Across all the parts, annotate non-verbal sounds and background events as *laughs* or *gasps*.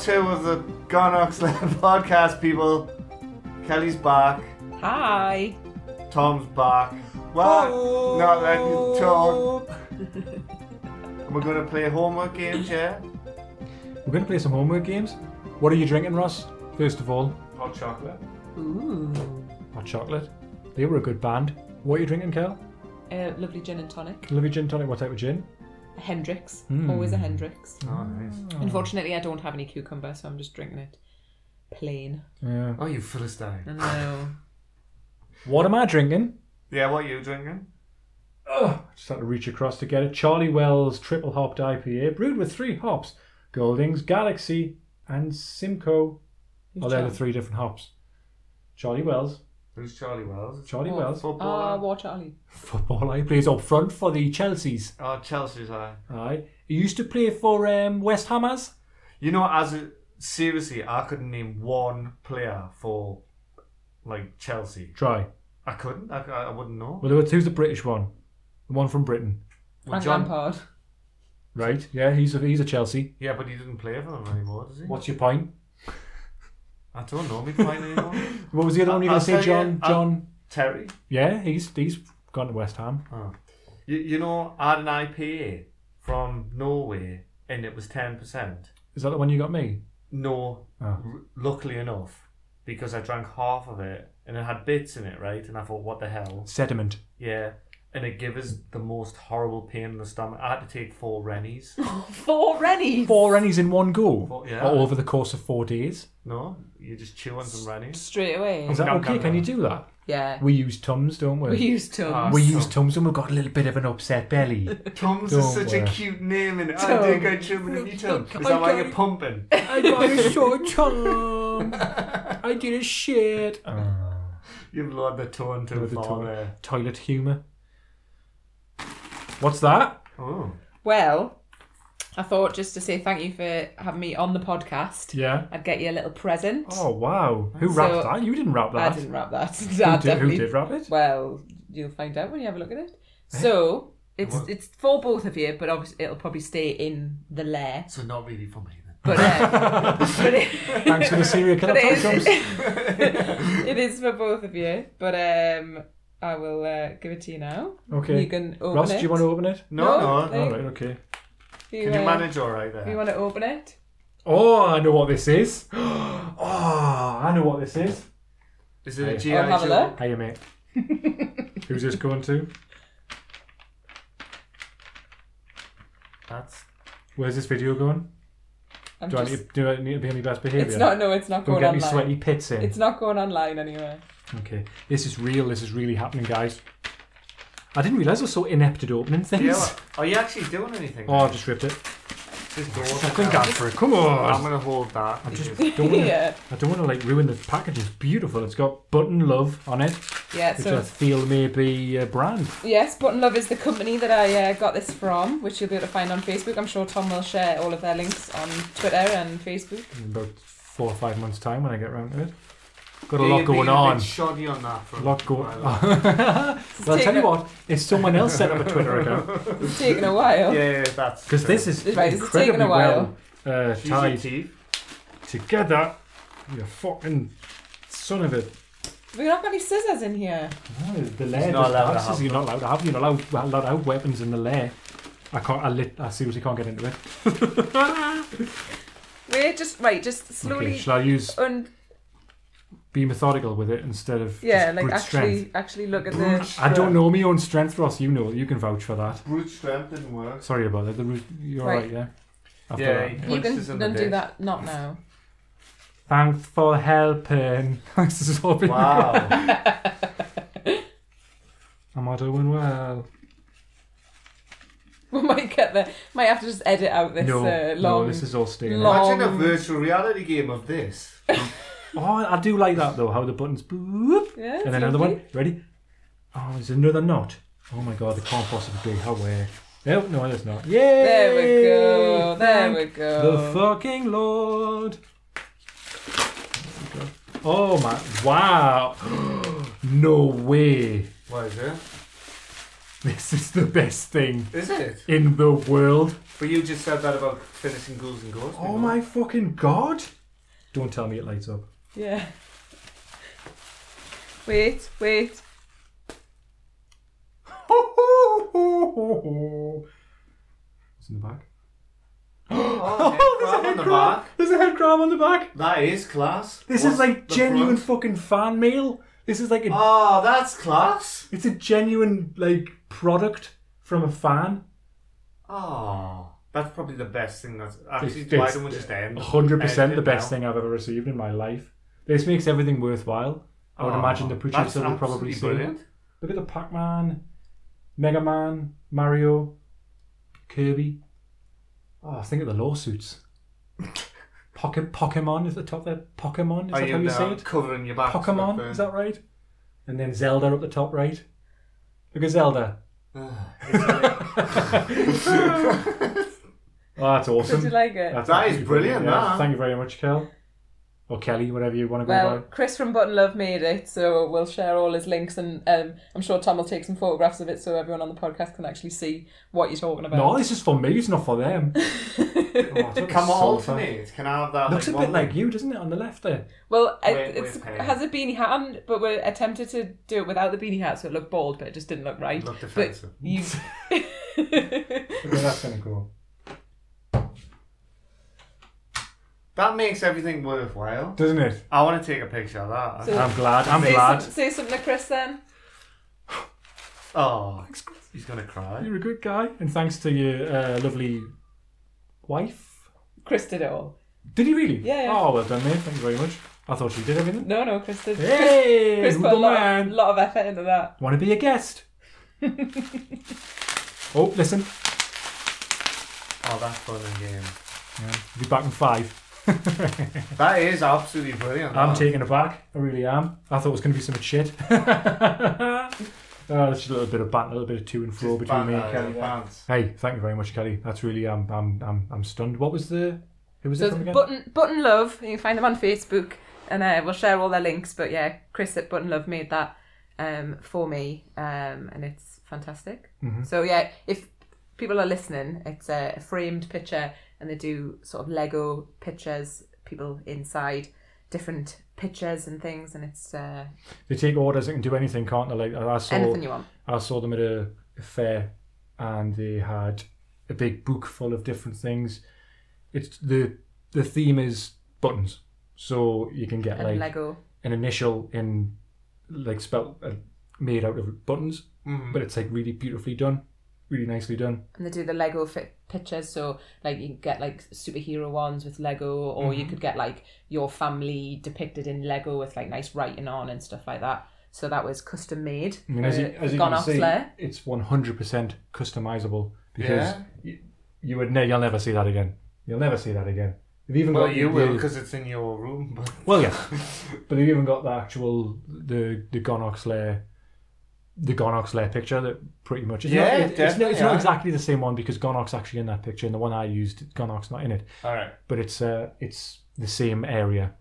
two of the Gonox *laughs* podcast people. Kelly's back. Hi. Tom's back. Well, not letting you talk. And *laughs* we're going to play homework games, yeah? We're going to play some homework games. What are you drinking, Ross? First of all, Hot chocolate. Ooh. hot chocolate. They were a good band. What are you drinking, Kel? Uh, lovely gin and tonic. Lovely gin tonic. What type of gin? A Hendrix. Mm. Always a Hendrix. Oh, nice. Unfortunately, I don't have any cucumber, so I'm just drinking it plain. Yeah. Oh, you philistine. I know. What am I drinking? Yeah, what are you drinking? Ugh, just had to reach across to get it. Charlie Wells triple hopped IPA, brewed with three hops: Goldings, Galaxy, and Simcoe. Oh, they're the Charlie? three different hops. Charlie Wells, *laughs* Who's Charlie Wells? Charlie Oh, Wells, Ah, Footballer. what, Charlie? footballer. He plays up front for the Chelseas. oh, Chelsea's eye. Aye, he used to play for um, West Hammers. You know, as a, seriously, I couldn't name one player for like Chelsea. Try. I couldn't. I, I wouldn't know. Well, there was, who's the British one? The one from Britain, Well, Frank Lampard. *laughs* right? Yeah, he's a he's a Chelsea. Yeah, but he doesn't play for them anymore, does he? What's your point? I don't know me quite anymore. What was the other one you were I'll going to say, tell you, John? I'll- John? *laughs* Terry. Yeah, he's he's gone to West Ham. Oh. You, you know, I had an IPA from Norway, and it was ten percent. Is that the one you got me? No, Oh. r- luckily enough, because I drank half of it and it had bits in it, right? And I thought, what the hell? Sediment. Yeah. And it gave us the most horrible pain in the stomach. I had to take four *laughs* Rennies. Four Rennies. Four rennies in one go, Four- yeah. or over the course of four days. no, you just chew on some Rennies. Straight away. Is that No, okay? no, Can no. you do that? Yeah. We use tums, don't we? We used to. Ah, We so- use tums, and we've got a little bit of an upset belly. Tums Don't is such a worry. cute name, and Tom. I do go chumming in your tum. Is that why you're pumping? I got a short tum. I did a shit. You've lowered the tone too Lowered the far tone. there. Toilet humour. What's that? Oh, Well, I thought just to say thank you for having me on the podcast. Yeah. I'd get you a little present. Oh wow! Who wrapped So- that? You didn't wrap I that. didn't wrap that. *laughs* Who, who, did, who did wrap it? Eh? Well, you'll find out when you have a look at it. So it's it's for both of you, but obviously it'll probably stay in the *laughs* lair. so not really for me then. But, uh, but it, *laughs* Thanks for the serial killer but it, tantrums. is, *laughs* it is for both of you. But um, I will uh, give it to you now. *laughs* Okay. You can open Ross, it. do you want to open it? No, No, no. they- All right. Okay. you, Can you uh, manage all right there? You want to open it? Oh, I know what this is. *gasps* Oh, I know what this is. Is it Hey. a GI I'll have a Joe? look. *laughs* Hey, mate. Who's this going to? *laughs* That's Where's this video going? I'm Do I need to, do I need to be on my best behaviour? it's not. No, it's not Don't going get online. me sweaty pits in. It's not going online anywhere. Okay. This is real. This is really happening, guys. I didn't realise I was so inept at opening things. Yeah, well, are you actually doing anything? Oh, I've just ripped it. Just go I with think it. I'm for it. Come I'm on. gonna hold that. I'm just Don't wanna- *laughs* yeah. I don't want to like ruin the package. It's beautiful. It's got button love on it, Yeah. which So I feel may be a brand. Yes, Button Love is the company that I uh, got this from, which you'll be able to find on Facebook. I'm sure Tom will share all of their links on Twitter and Facebook. in about four or five months' time when I get round to it. Got a Yeah, lot you're being going a on. bit shoddy on that. front. lot going. *laughs* Well, well, I'll tell you what. If someone else set up a *laughs* Twitter account, It's taken a while. yeah, yeah, that's because this is Right, this is incredibly taking a while. well uh, Use your tied teeth. together. You fucking son of a. We've not got any scissors in here. No, the lair. not allowed doesn't have to scissors. have You're not allowed to have. You're not allowed, well, allowed to have weapons in the lair. I can't. I, lit, I seriously can't get into it. We're just right, just slowly Okay, shall I use and be methodical with it instead of yeah, just like brute actually strength? actually look at the I don't know my own strength, Ross. You know, you can vouch for that. Brute strength didn't *laughs* work. Sorry about that. The root, you're Right. right. yeah. After Yeah, that. he you punched us in can the undo dick. that not now. *laughs* Thanks for helping. *laughs* Thanks for stopping. Wow. Am I doing well? We might get there. Might have to just edit out this no, uh, long no, this is all staying. in. long- Imagine a Um, virtual reality game of this. Oh, I do like that though. How the buttons boop, Yeah, it's and then another lovely. one. Ready? Oh, there's another knot. Oh my god, it can't possibly be. How way? Nope, no, there's not. Yay! There we go. There we go. The fucking lord. Oh my! Wow! *gasps* no way! What is it? This is the best thing Isn't it? in the world. But you just said that about finishing ghouls and ghosts. Oh my fucking god! Don't tell me it lights *laughs* up. Yeah. *laughs* Wait, wait. What's in the *laughs* back? *laughs* Oh, there's a head on the crab. back. There's a head crab on the back. That is class. This What's is like the genuine front? fucking fan mail. This is like a Oh, that's class. it's a genuine like product from a fan. Oh, that's probably the best thing. That's actually It's- why it's don't we just end? hundred percent end the it best now? thing I've ever received in my life. This makes everything worthwhile. I would Oh, imagine the producer that's will probably absolutely see. it. brilliant. Look at the Pac-Man, Mega Man, Mario, Kirby. Oh, I think of *laughs* the lawsuits. Pocket Pokemon is the top there. Pokemon is Are that how you you say now it? um, covering your back? Pokemon, is that right? And then Zelda up the top right. Look *sighs* at Zelda. *laughs* *laughs* Oh, that's Did you awesome. like it? That's That is absolutely brilliant, that. Thank you very much, Kel. Or Kelly, whatever you want to go Well, by. Chris from Button Love made it, so we'll share all his links, and um, I'm sure Tom will take some photographs of it so everyone on the podcast can actually see what you're talking about. No, this is for me. It's not for *laughs* them. Oh, Come on, sulfur. alternate. Can I have that? Looks a like, one bit like you, doesn't it, on the left there? Well, it, Wait, it's wait, hang on. has a beanie hat on, but we attempted to do it without the beanie hat, so it looked bald, but it just didn't look right. Looked But *laughs* offensive. *laughs* you- Yeah, that's kind of cool. That makes everything worthwhile. Doesn't it? I want to take a picture of that. So- I'm glad. I'm say, glad. some- say something to Chris then. oh, he's gonna cry. You're a good guy, and thanks to your uh, lovely wife. Chris did it all. Did he really? Yeah, yeah. Oh, well done, mate. Thank you very much. I thought you did everything. No, no, *laughs* Chris did. Hey, Chris who put a the lot, man? lot of effort into that. Want to be *laughs* a guest? oh, listen. Oh, that's fun and game. Yeah, be back in five. *laughs* That is absolutely brilliant. I'm that. taken aback. I really am. I thought it was going to be so much shit. *laughs* uh, that's just a little bit of banter, a little bit of to and fro Just between me ban and that, Kelly. yeah, there. bans. Hey, thank you very much, Kelly. That's really um, I'm I'm I'm stunned. What was the who was So it from it's again? button button love. You can find them on Facebook, and uh, we'll share all their links. But yeah, Chris at Button Love made that um, for me, um, and it's fantastic. Mm-hmm. So yeah, if people are listening, it's a framed picture, and they do sort of Lego pictures, people inside different pictures and things, and it's uh, They take orders and can do anything, can't they? Like I saw anything you want. I saw them at a, a fair, and they had a big book full of different things. It's the the theme is buttons, so you can get And like Lego. an initial in like spelt uh, made out of buttons, Mm-hmm. but it's like really beautifully done, really nicely done. and they do the Lego fit pictures. So like you can get like superhero ones with Lego, or Mm-hmm. you could get like your family depicted in Lego with like nice writing on and stuff like that. So that was custom made. I mean, as you, for as you Gone can Off see, Slayer. it's one hundred percent customizable because Yeah. you, you would ne- you'll never see that again. You'll never see that again. They've even Well, got you the, will the- because it's in your room. *laughs* But Well, yeah, *laughs* but they've even got the actual the the Gonox layer, the Gonox layer picture that pretty much. It's Yeah, not, it- it's, not, it's definitely, not yeah. exactly the same one because Gonox actually in that picture, and the one I used, Gonox not in it, all right, but it's uh, it's the same area.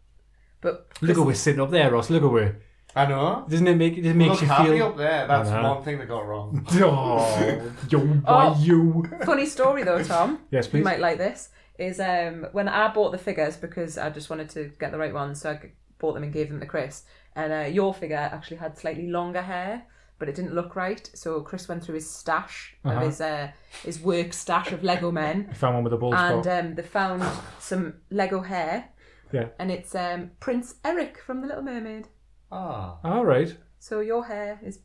But Look at we're sitting up there, Ross. Look at we. I know. Doesn't it make it just makes Look you happy feel? Uh-huh. up there. That's I know. one thing that got wrong. *laughs* Oh, yo, why Oh. you? *laughs* funny story though, *laughs* Tom. Yes, you please. might like this. Is um when I bought the figures because I just wanted to get the right ones, so I g- bought them and gave them to Chris. And uh, your figure actually had slightly longer hair, but it didn't look right. So Chris went through his stash Uh-huh. of his uh, his work stash of Lego men I found one with a bald and spot. um, they found some Lego hair. Yeah. And it's um, Prince Eric from The Little Mermaid. Ah, All right. So your hair is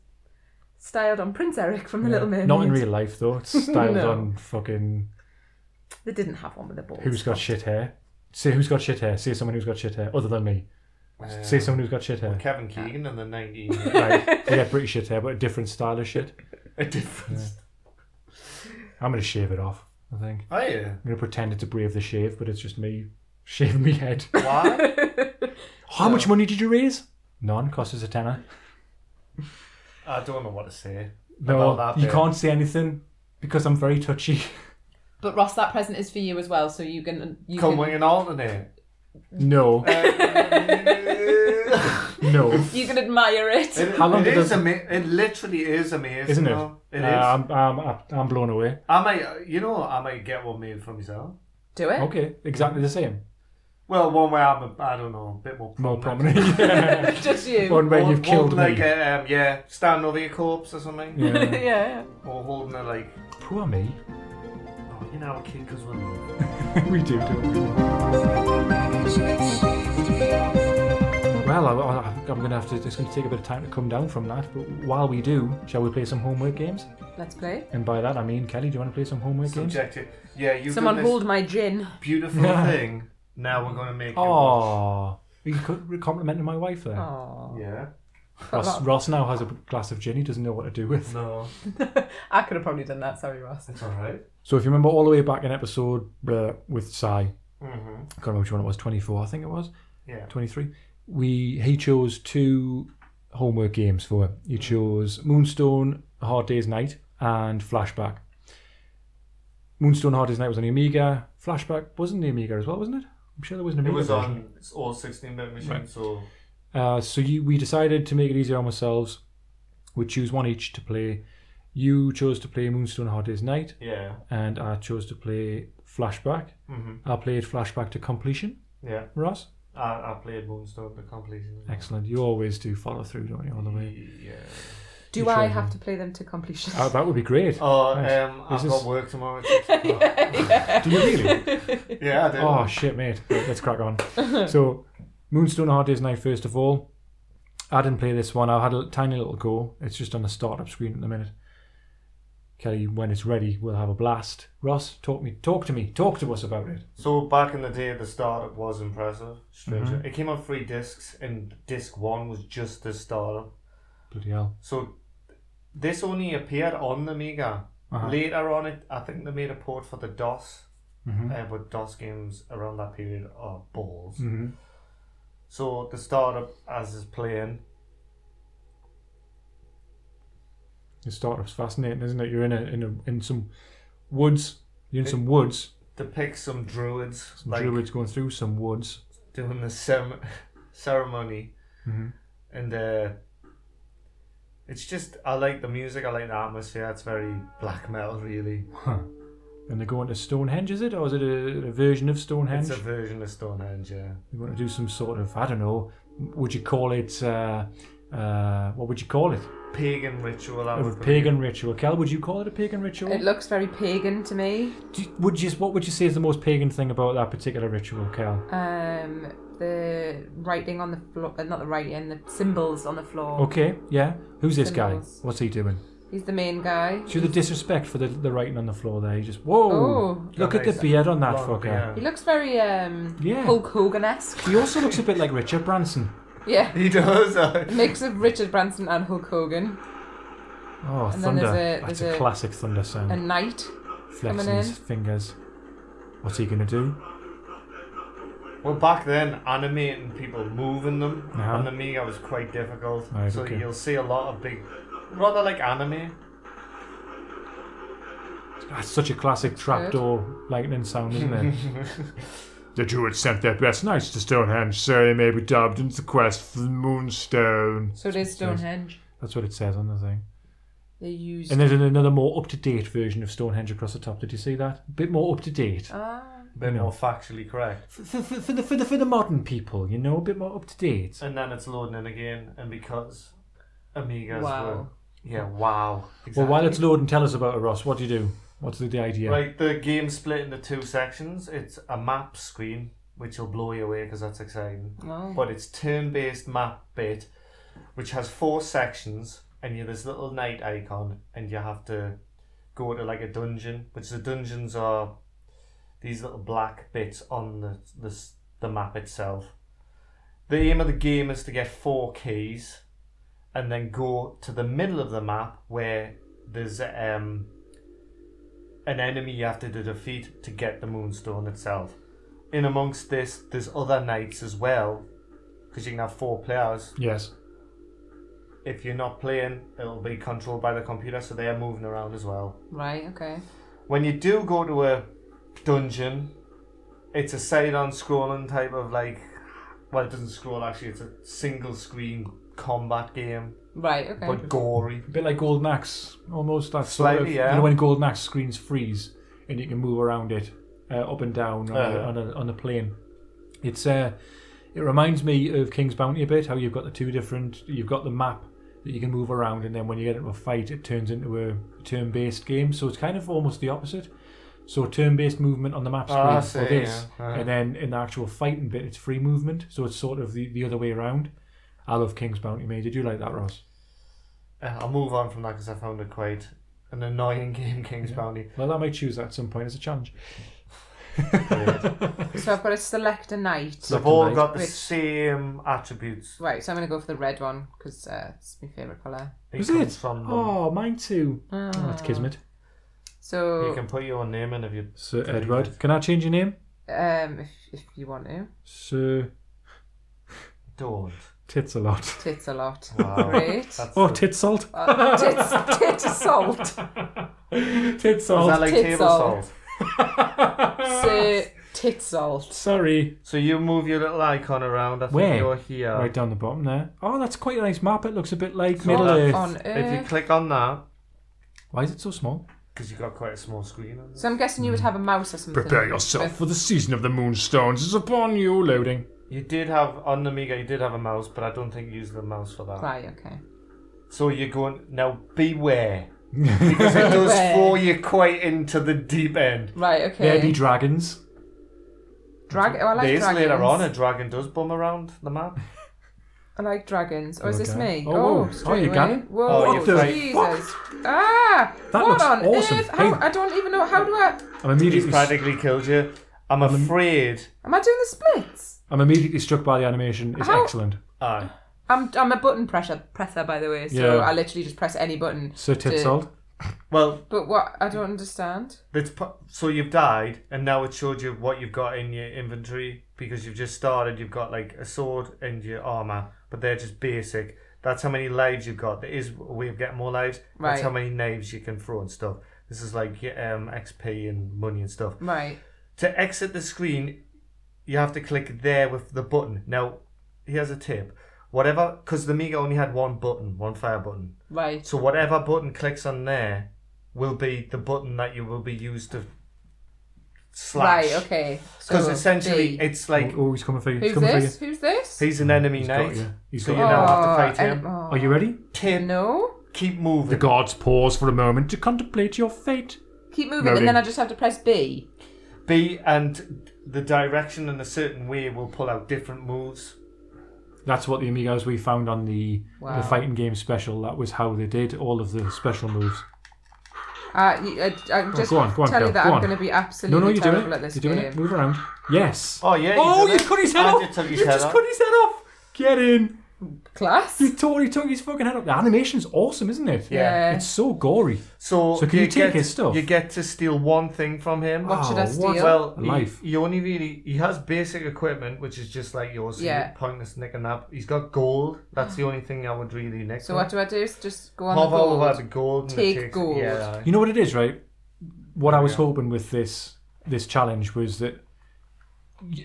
styled on Prince Eric from The Little Mermaid. Not in real life though. *laughs* It's styled No. on fucking They didn't have one with a ball. who's got shit hair. Say who's got shit hair. Say someone who's got shit hair other than me. Say someone who's got shit *laughs* hair. Kevin Keegan and the *laughs* 19. right. Yeah, pretty shit hair, but a different style of shit. *laughs* A difference. I'm gonna shave it off. I think I'm Are *laughs* you? gonna pretend it's a brave the shave, but it's just me shaving me head. Why? How much money did you raise? None. Cost us a tenner. I don't know what to say. No, about that you bit. can't say anything because I'm very touchy. But Ross, that present is for you as well, so you can you Come can *laughs* with an alternate. *laughs* No, no. You can admire it. It, How long it did is the- ama- It literally is amazing. *laughs* Isn't it? though. It is. Uh, I'm, I'm, I'm blown away. I might, you know, I might get one made for myself. Do it. Okay, exactly the same. Well, one where I'm, a, I don't know, a bit more More prominent. prominent. *laughs* yeah. *laughs* Just you. One where One- you've killed one, like, me. uh, um, yeah, standing over your corpse or something, Yeah. yeah. or holding it like, Poor me. oh, you know, a kid because we're. *laughs* we do, don't we? Well, I, I, I'm going to have to. It's going to take a bit of time to come down from that. But while we do, shall we play some homework games? *laughs* Let's play. And by that I mean, Kelly, do you want to play some homework games? Subjective. Yeah, you've Someone done this hold my gin. beautiful Yeah. thing. Now we're gonna make. you watch. Oh, you could complimented my wife there. Oh, Yeah. Ross, Ross now has a glass of gin he doesn't know what to do with. No, I could have probably done that. Sorry, Ross. it's all right. So if you remember all the way back in episode uh, with Sai, I can't Mm-hmm. remember which one it was, 24 I think it was, Yeah. 23. We He chose two homework games for him. Mm. He chose Moonstone, A Hard Day's Night and Flashback. Moonstone, Hard Day's Night was on the Amiga. Flashback wasn't the Amiga as well, wasn't it? I'm sure there was an It Amiga was version. on it's all 16-bit machine, Right. so Uh, so you, we decided to make it easier on ourselves. We choose one each to play. You chose to play Moonstone Hard Day's Night, yeah. and I chose to play Flashback. Mm-hmm. I played Flashback to completion. Yeah. Ross, I, I played Moonstone the completion. excellent. You always do follow through, don't you, all the way? Yeah. Do You I chose have me. to play them to completion? Oh, that would be great. Oh, Nice. um, I've This is- got work *laughs* tomorrow. at six o'clock. Do you really? *laughs* yeah, I do. Oh shit, mate. Right, Let's crack on. so, Moonstone Hard Day's Night. First of all, I didn't play this one. I had a l- tiny little go. It's just on the startup screen at the minute. Kelly, when it's ready, we'll have a blast. Ross, talk me, talk to me, talk to us about it. So back in the day, the startup was impressive. Strange. Mm-hmm. It came out three discs, and disc one was just the startup. Bloody hell! So this only appeared on the Amiga. Uh-huh. Later on, it I think they made a port for the DOS, uh, but DOS games around that period are balls. Mm-hmm. So the startup, as is playing, The startup's fascinating, isn't it? You're in a in a in some woods. You're in some woods. depicts some druids Some like druids going through some woods. doing the cem- *laughs* ceremony, Mhm. and uh, it's just I like the music, I like the atmosphere. It's very black metal, really. And they're going to Stonehenge, is it? Or is it a, a version of It's Stonehenge? a version of Stonehenge, yeah. They want to do some sort of, I don't know, would you call it, uh, uh, what would you call it? Pagan ritual. I A would pagan ritual. Cal, would you call it a pagan *laughs* ritual? It looks very pagan to me. Do- would you, what would you say is the most pagan thing about that particular ritual, Cal? Um, the writing on the floor, uh, not the writing, the symbols on the floor. Okay, yeah. Who's this guy? Symbols. What's he doing? He's the main guy. Show the disrespect for the, the writing on the floor there. He just, whoa! Oh. Look at the Nice. beard on that Long fucker. He looks very um, Yeah. Hulk Hogan esque. He also looks a bit like Richard Branson. Yeah. *laughs* He does. *laughs* uh, Mix of Richard Branson and Hulk Hogan. Oh, And then thunder. there's a- That's there's a a- classic thunder sound. A knight. Flexing coming his in. fingers. What's he going to do? well, back then, animating people, moving them Uh-huh. on the Amiga was quite difficult. Right, so okay. you'll see a lot of big, rather like anime. That's such a classic good. trapdoor lightning sound, *laughs* isn't it? *laughs* the Druids sent their best knights to Stonehenge, so they may be dubbed into the quest for the Moonstone. So it is Stonehenge. That's what it says on the thing. They use. And there's an- another more up to date version of Stonehenge across the top. Did you see that? A bit more up to date. Ah. bit No. more factually correct. For, for, for, the, for, the, for the modern people, you know, a bit more up to date. And then it's loading in again, and because Amigas Wow. were. Yeah, wow. Well, while it's loading, tell us about it, Ross. What do you do? What's the, the idea? Right, the game's split into two sections. It's a map screen, which will blow you away because that's exciting. Oh. but it's turn-based map bit, which has four sections, and you have this little knight icon, and you have to go to like a dungeon, which the dungeons are these little black bits on the the, s- the map itself. The aim of the game is to get four keys, and then go to the middle of the map where there's um an enemy you have to defeat to get the moonstone itself. In amongst this, there's other knights as well, because you can have four players. Yes. If you're not playing, it'll be controlled by the computer, so they are moving around as well. Right, okay. When you do go to a dungeon, it's a side-on scrolling type of like, well, it doesn't scroll actually. It's a single screen combat game, Right, okay. but gory. A bit like Golden Axe, almost. That sort Slightly, of, yeah. You know, when Golden Axe screens freeze and you can move around it, uh, up and down on, a, Uh-huh. on, a, on a plane. It's uh, it reminds me of King's Bounty a bit. How you've got the two different. You've got the map that you can move around, and then when you get into a fight, it turns into a turn-based game. So it's kind of almost the opposite. So turn-based movement on the map Oh, screen I for see, this, yeah. Uh-huh. and then in the actual fighting bit, it's free movement. So it's sort of the, the other way around. I love King's Bounty, mate. Did you like that, Ross? Uh, I'll move on from that because I found it quite an annoying *laughs* game, King's Bounty. Well, I might choose that at some point as a challenge. So I've got to select a knight. They've all Recognise- got the Which- same attributes. Right, so I'm going to go for the red one because uh, it's my favourite colour. It Was comes it? from them. Oh, mine too. Oh, Ah. that's kismet. You So can put your own name in if you. Sir Edward. Can I change your name? um, if, if you want to, Sir Don't. Tits a *laughs* lot. tits a lot. Wow. *laughs* Great. That's Oh, the- tit *laughs* salt. Uh, tits, tit assault. tit Is that salt. like Tits table all. salt? Sir tit salt. Sorry. So you move your little icon around. I think Where? you're here. Right down the bottom there. Oh, that's quite a nice map. It looks a bit like So Middle What Earth. on If you earth? click on that, Why is it so small? because you've got quite a small screen on it. So I'm guessing you would have a mouse or something. for the season of the moonstones is upon you. Loading. *laughs* You did have on the Amiga. You did have a mouse, but I don't think you used the mouse for that. Right, okay. So you're going now. *laughs* Beware, because it does Beware. throw you quite into the deep end. Right, okay. There be dragons. Drag- oh, I like Days dragons. later on, a dragon does bum around the map. I like dragons. Oh, is this Okay. me? Oh, Oh, whoa. straight Oh, you away. got it? Whoa, Oh, you played- Jesus. Ah! That what looks on awesome. earth? How, Hey. I don't even know. How do I. I'm He's immediately. practically killed you. I'm Um, afraid. Am I doing the splits? I'm immediately struck by the animation. It's How- excellent. Aye. I'm, I'm a button pressure presser, by the way, so Yeah. I literally just press any button. Sir Tit to- Salt. Well, But what? I don't understand. It's pu- so you've died, and now it showed you what you've got in your inventory because you've just started. You've got like a sword and your armor, but they're just basic. That's how many lives you've got. There is a way of getting more lives. Right. That's how many knives you can throw and stuff. This is like your um, XP and money and stuff. Right. To exit the screen, you have to click there with the button. Now, here's a tip. Whatever, because the Mega only had one button, one fire button. Right. So whatever button clicks on there will be the button that you will be used to slash. Right, okay. Because so essentially B. it's like oh, he's coming for you. Who's He's coming for you. this? Who's this? he's an enemy He's got knight. you. He's so got you you. now have to fight and- him. oh. Are you ready? Tim, No. keep moving. The gods pause for a moment to contemplate your fate. Keep moving, Loading. and then I just have to press B. B and the direction and a certain way will pull out different moves. That's what the Amigos we found on the, Wow. the fighting game special. That was how they did all of the special moves. Uh, you, I, I'm just Oh, go on, go on, telling Kel, you that go I'm on. going to be No, absolutely no, you're doing terrible it. at this You're doing game. it. Move aroround. Yes. Oh, yeah, you Oh, did you've it. cut his head I off. did take his You've head just off. cut his head off. Get in. Class. He totally took his fucking head off. The animation's awesome, isn't it? Yeah. It's so gory. So, So can you take get, his stuff? You get to steal one thing from him. What should I Wow, steal? Well, A he- knife. He, only really he has basic equipment, which is just like yours. Yeah. Yeah. Pointless nicking up. He's got gold. That's the only thing I would really nick. so what do I do? Is just go on Hover the gold. over the gold. and it Take takes- gold. Yeah. You know what it is, right? What I was hoping with this this challenge was that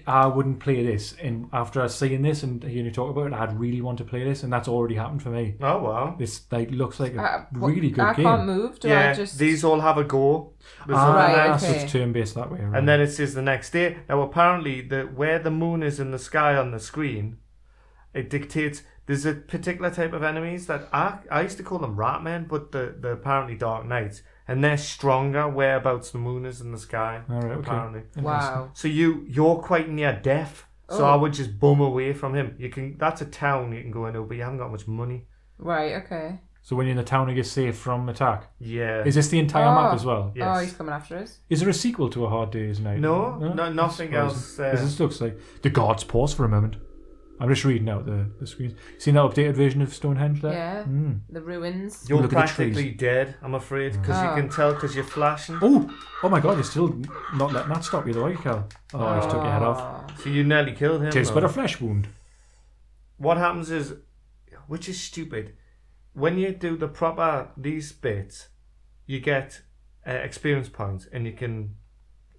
I wouldn't play this, and after I seeing this and hearing you talk about it, I'd really want to play this, and that's already happened for me. Oh wow. This like looks like a Uh, what- really good I game. can't move. Do yeah. I just? These all have a go. There's Ah, only Right, nine. so okay. it's turn based that way. Around. And then it says the next day. Now apparently the where the moon is in the sky on the screen, it dictates. There's a particular type of enemies that I I used to call them rat men, but the the apparently dark knights, and they're stronger whereabouts the moon is in the sky. All right, okay. Apparently. wow. So you you're quite near death. So Oh. I would just bum away from him. You can that's a town you can go into, but you haven't got much money. Right. Okay. so when you're in the town, you're safe from attack. Yeah. Is this the entire map Ah. as well? Yes. Oh, he's coming after us. Is there a sequel to A Hard Day's Night? no, no, nothing Well, else. Uh, this just looks like the gods pause for a moment. I'm just reading out the, the screens. Seen that updated version of Stonehenge there? Yeah. Mm. The ruins. you're Look at the trees. practically dead, I'm afraid, because Oh. you can tell because you're flashing. Oh, oh my God! You're still not letting that stop you, though, are you, Cal? Oh, he's took your head off. Ah. So you nearly killed him. Tis though. but a flesh wound. What happens is, which is stupid, when you do the proper these bits, you get uh, experience points and you can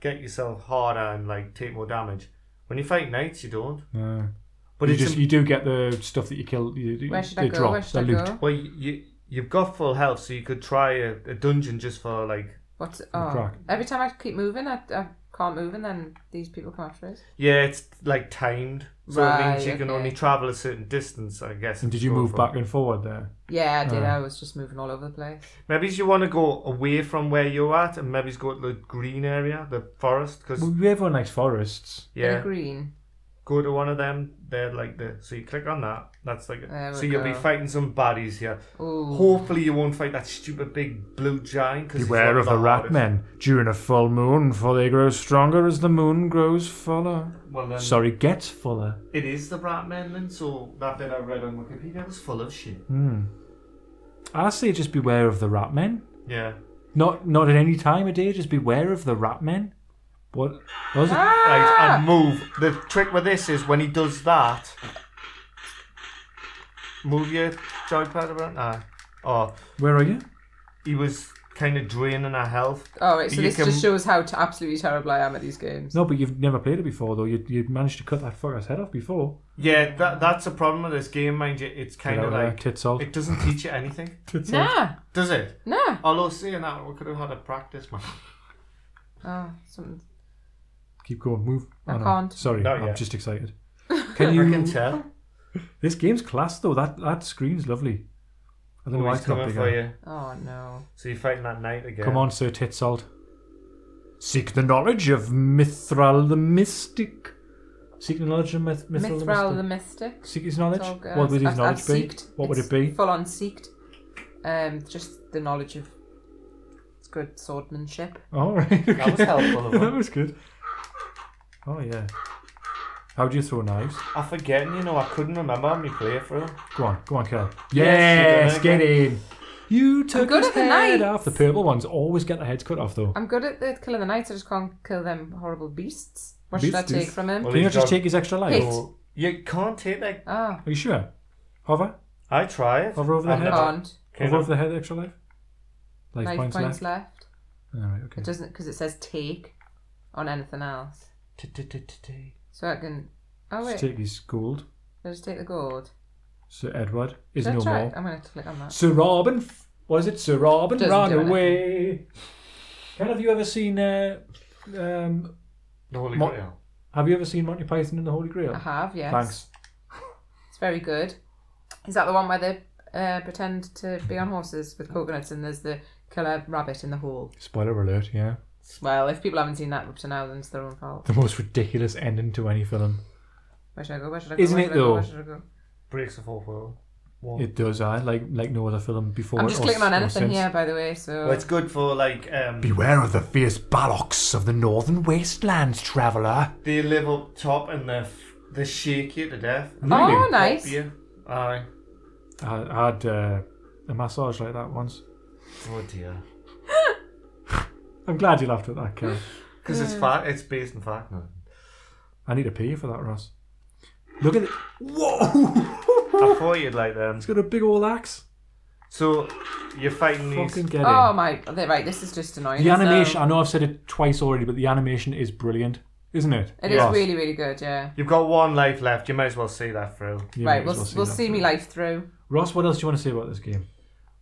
get yourself harder and like take more damage. When you fight knights, you don't. No. But you it's just im- you do get the stuff that you kill. You, you- Where should they I go? drop. Where should they I loot. go? well, you, you you've got full health, so you could try a, a dungeon just for like What's oh, crack. every time I keep moving, I, I can't move, and then these people come after us. yeah, it's like timed, so it means Right, you can okay. only travel a certain distance, I guess. And it's did you going move for. back and forward there? Yeah, I did. Ah. I was just moving all over the place. Maybe you want to go away from where you're at, and maybe go to the green area, the forest, because Mm-hmm. Well, everyone likes forests. In yeah, green. go to one of them. They're like the so you click on that. That's like There it. we so you'll be go. fighting some baddies here. Ooh. Hopefully you won't fight that stupid big blue giant. Cause he's one Beware of the rat hardest. men during a full moon, for they grow stronger as the moon grows fuller. Well then, Sorry, gets fuller. it is the rat men then. So that bit I read on Wikipedia was full of shit. Hmm. I say just beware of the rat men. Yeah, Not not at any time of day. Just beware of the rat men. What was it? Ah! right, and move. The trick with this is when he does that, move your joypad around. Nah. Oh, Where are you? he was kind of draining our health. Oh, right, so You this can- just shows how t- absolutely terrible I am at these games. No, but you've never played it before, though. You you managed to cut that fucker's head off before. Yeah, that that's a problem with this game, mind you. It's Get kind out of of there, like uh, *laughs* tits off. it doesn't teach you anything, Tits off. Nah, does it? nah. Although seeing that, we could have had a practice match. Oh, something. Keep going. Move. I Oh, no. can't. Sorry, Not I'm yet. just excited. *laughs* Can I you? can tell. This game's class though. That that screen's lovely. I don't know why Always it's not coming bigger. for you. Oh no. So you're fighting that knight again. Come on, Sir Titsalt. Seek the knowledge of Mithral the Mystic. Seek the knowledge of Mith- Mithral, Mithral the the Mystic. Mystic. Seek his knowledge. It's all good. What would his I've- knowledge I've be? seeked. What would It's it be? Full on seeked. Um, just the knowledge of. It's good swordmanship. All Oh, *laughs* right. That was okay. helpful of *laughs* that him. was good. Oh yeah. How do you throw knives? I'm forgetting, you know, I couldn't remember how many playthrough. Go on, go on, Kel. Yes, Yes, you done get it in. You took good his at the head knights. off. The purple ones always get their heads cut off, though. I'm good at the killing the knights. I just can't kill them horrible beasts. What should I Beasties. take from him? Well, Can you not he's just got- take his extra life? Hit. Or- You can't take that. Oh, Are you sure? Hover? I tried. Hover over the I'm head? not- can't. Can Hover I- over the head, extra life? Life, Knife points, points, left. left. All right, okay. It doesn't because it says take on anything else. T-t-t-t-t. So I can. Oh wait, Just take his gold. I'll just take the gold. Sir Edward is That's no right. more. I'm gonna click on that. Sir Robin, f- was it Sir Robin Doesn't ran do anything. away? Ken, have you ever seen? Uh, um, The Holy Mo- Grail. have you ever seen Monty Python and the Holy Grail? I have, Uh, yes. Thanks. It's very good. Is that the one where they uh, pretend to be on horses with coconuts and there's the killer rabbit in the hole? Spoiler alert. Yeah, Well, if people haven't seen that up to now, then it's their own fault. the most ridiculous ending to any film. Where should I go? Where should I go? Isn't Where it should I go? though? Oh, Where should I go? Breaks the fourth wall. Wall. It does. I like like no other film before. I'm just or- clicking on or anything since. here, by the way. So Well, it's good for like um, Beware of the fierce ballocks of the northern wastelands, traveller. they live up top and they f- they shake you to death. Really? oh, nice. Pop you. Aye. I had uh, a massage like that once. Oh dear. I'm glad you laughed at that, Kel. Because it's fact. It's based on fact. No. I need to pay you for that, Ross. Look at it. Whoa! I thought you'd like them. *laughs* it's got a big old axe. So you're fighting these. Fucking get in. Oh my! Right, this is just annoying. um, the So- animation, I know I've said it twice already, but the animation is brilliant, isn't it? It is Yes. really, really good. Yeah. You've got one life left. You might as well see that through. You right, might we'll as we'll well that. see me life through. Ross, what else do you want to say about this game?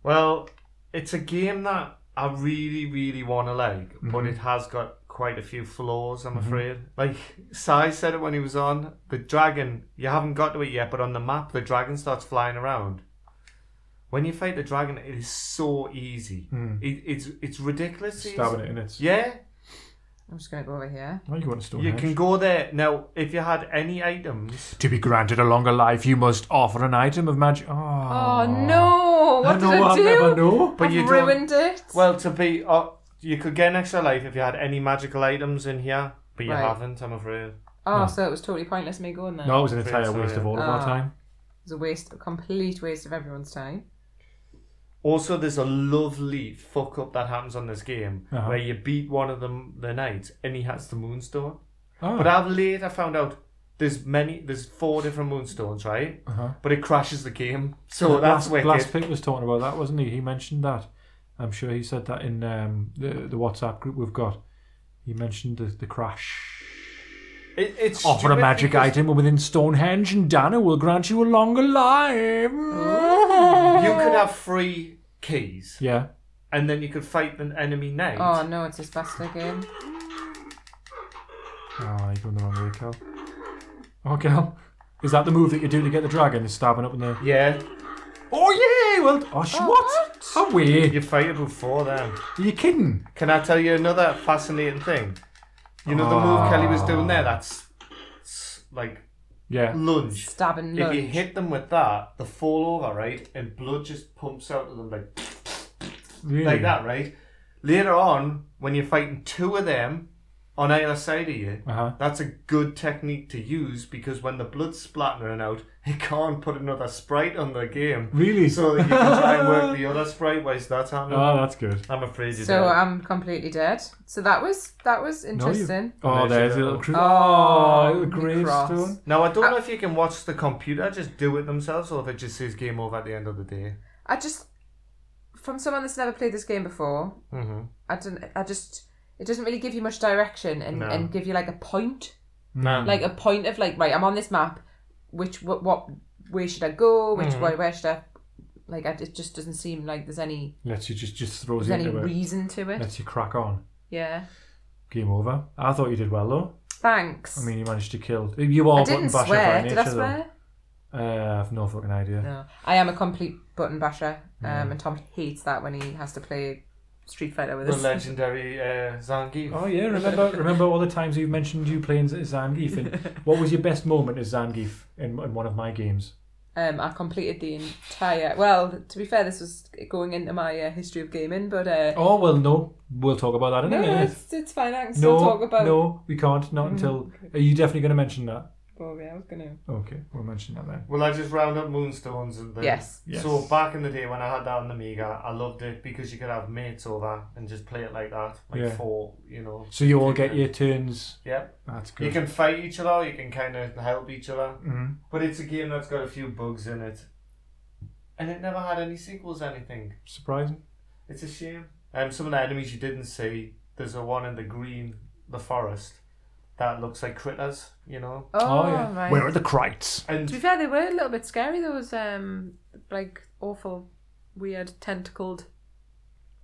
Well, it's a game that I really, really want to like, Mm-hmm. but it has got quite a few flaws, I'm afraid. Like, Sai said it when he was on. The dragon, you haven't got to it yet, but on the map, the dragon starts flying around. When you fight the dragon, it is so easy. It, it's it's ridiculous. easy. Mm. Stabbing it in its. Yeah, I'm just gonna go over here. Oh, you want to you can go there. Now, if you had any items, To be granted a longer life, you must offer an item of magic. Oh, Oh no! What I did know, I I'll do? never know. But I've you don't- ruined it. well, to be, uh, you could get an extra life if you had any magical items in here, but you Right. haven't, I'm afraid. oh, no. so it was totally pointless me going there. No, it was an Pretty entire sorry. waste of all of our Ah. time. It was a waste, a complete waste of everyone's time. Also, there's a lovely fuck up that happens on this game Uh-huh. where you beat one of them the knights and he has the moonstone. Oh. But I've later found out there's many, there's four different moonstones, right? Uh-huh. But it crashes the game, so that's last, wicked. last pick was talking about that, wasn't he? He mentioned that. I'm sure he said that in um, the the WhatsApp group we've got. You mentioned the, the crash. It, it's Offer a stupid magic because item within Stonehenge, and Dana will grant you a longer life. You could have three keys, *laughs* Yeah. and then you could fight an enemy knight. Oh no, it's this bastard game. Oh, you're going the wrong way, Cal. Oh, Cal. Is that the move that you do to get the dragon? Is stabbing up in the. Yeah, Oh, yeah! Well, oh, sh- what? Away! you fight it before then. Are you kidding? Can I tell you another fascinating thing? You know the move Kelly was doing there. That's s- like Yeah. lunge. Stabbing If you lunge. hit them with that, they fall over, right? And blood just pumps out of them like Really? like that, right? Later on, when you're fighting two of them on either side of you, Uh huh. that's a good technique to use because when the blood's splattering out, it can't put another sprite on the game. Really? So that you can try and work the other sprite whilst that's happening. Oh, that's good. I'm afraid you So don't. I'm completely dead. So that was that was No, you- interesting. Oh, there's a little cru- Oh, oh, little the cross. gravestone. Now I don't know if you can watch the computer just do it themselves or if it just says game over at the end of the day. I just from someone that's never played this game before, Mm-hmm. I don't I just it doesn't really give you much direction and, No. and give you like a point. No. Like a point of like, right, I'm on this map, which what, what way should I go? Which way where should I like I, it just doesn't seem like there's any Lets you just just throws there's you any into it. reason to it. Lets you crack on. Yeah. Game over. I thought you did well though. Thanks. I mean, you managed to kill. You are I button didn't basher by swear. nature Did I though. swear? Uh, I've no fucking idea. No, I am a complete button basher, um, Mm. and Tom hates that when he has to play Street Fighter with The us. legendary uh, Zangief. Oh yeah, remember remember all the times you've mentioned you playing Z- *laughs* Zangief. And what was your best moment as Zangief in, in one of my games? Um, I completed the entire. Well, to be fair, this was going into my uh, history of gaming, but uh, Oh well, no, we'll talk about that in no, a minute. it's, it's fine. I can no, still talk about. Mm, no, we can't. Not until. Are you definitely going to mention that? Oh, yeah, I was gonna. Okay, we'll mention that then. Well, I just round up moonstones and then. Yes. Yes. So back in the day when I had that on the Amiga, I loved it because you could have mates over and just play it like that, like Yeah. four, you know. So you all get your turns. Yep. That's good. You can fight each other. You can kind of help each other. Mhm. But it's a game that's got a few bugs in it, and it never had any sequels. or Anything. Surprising. It's a shame. Um, some of the enemies you didn't see. There's a one in the green, the forest, that looks like critters. You know. Oh, right. Where are the Krites? To be And fair, they were a little bit scary. Those um, like awful, weird tentacled,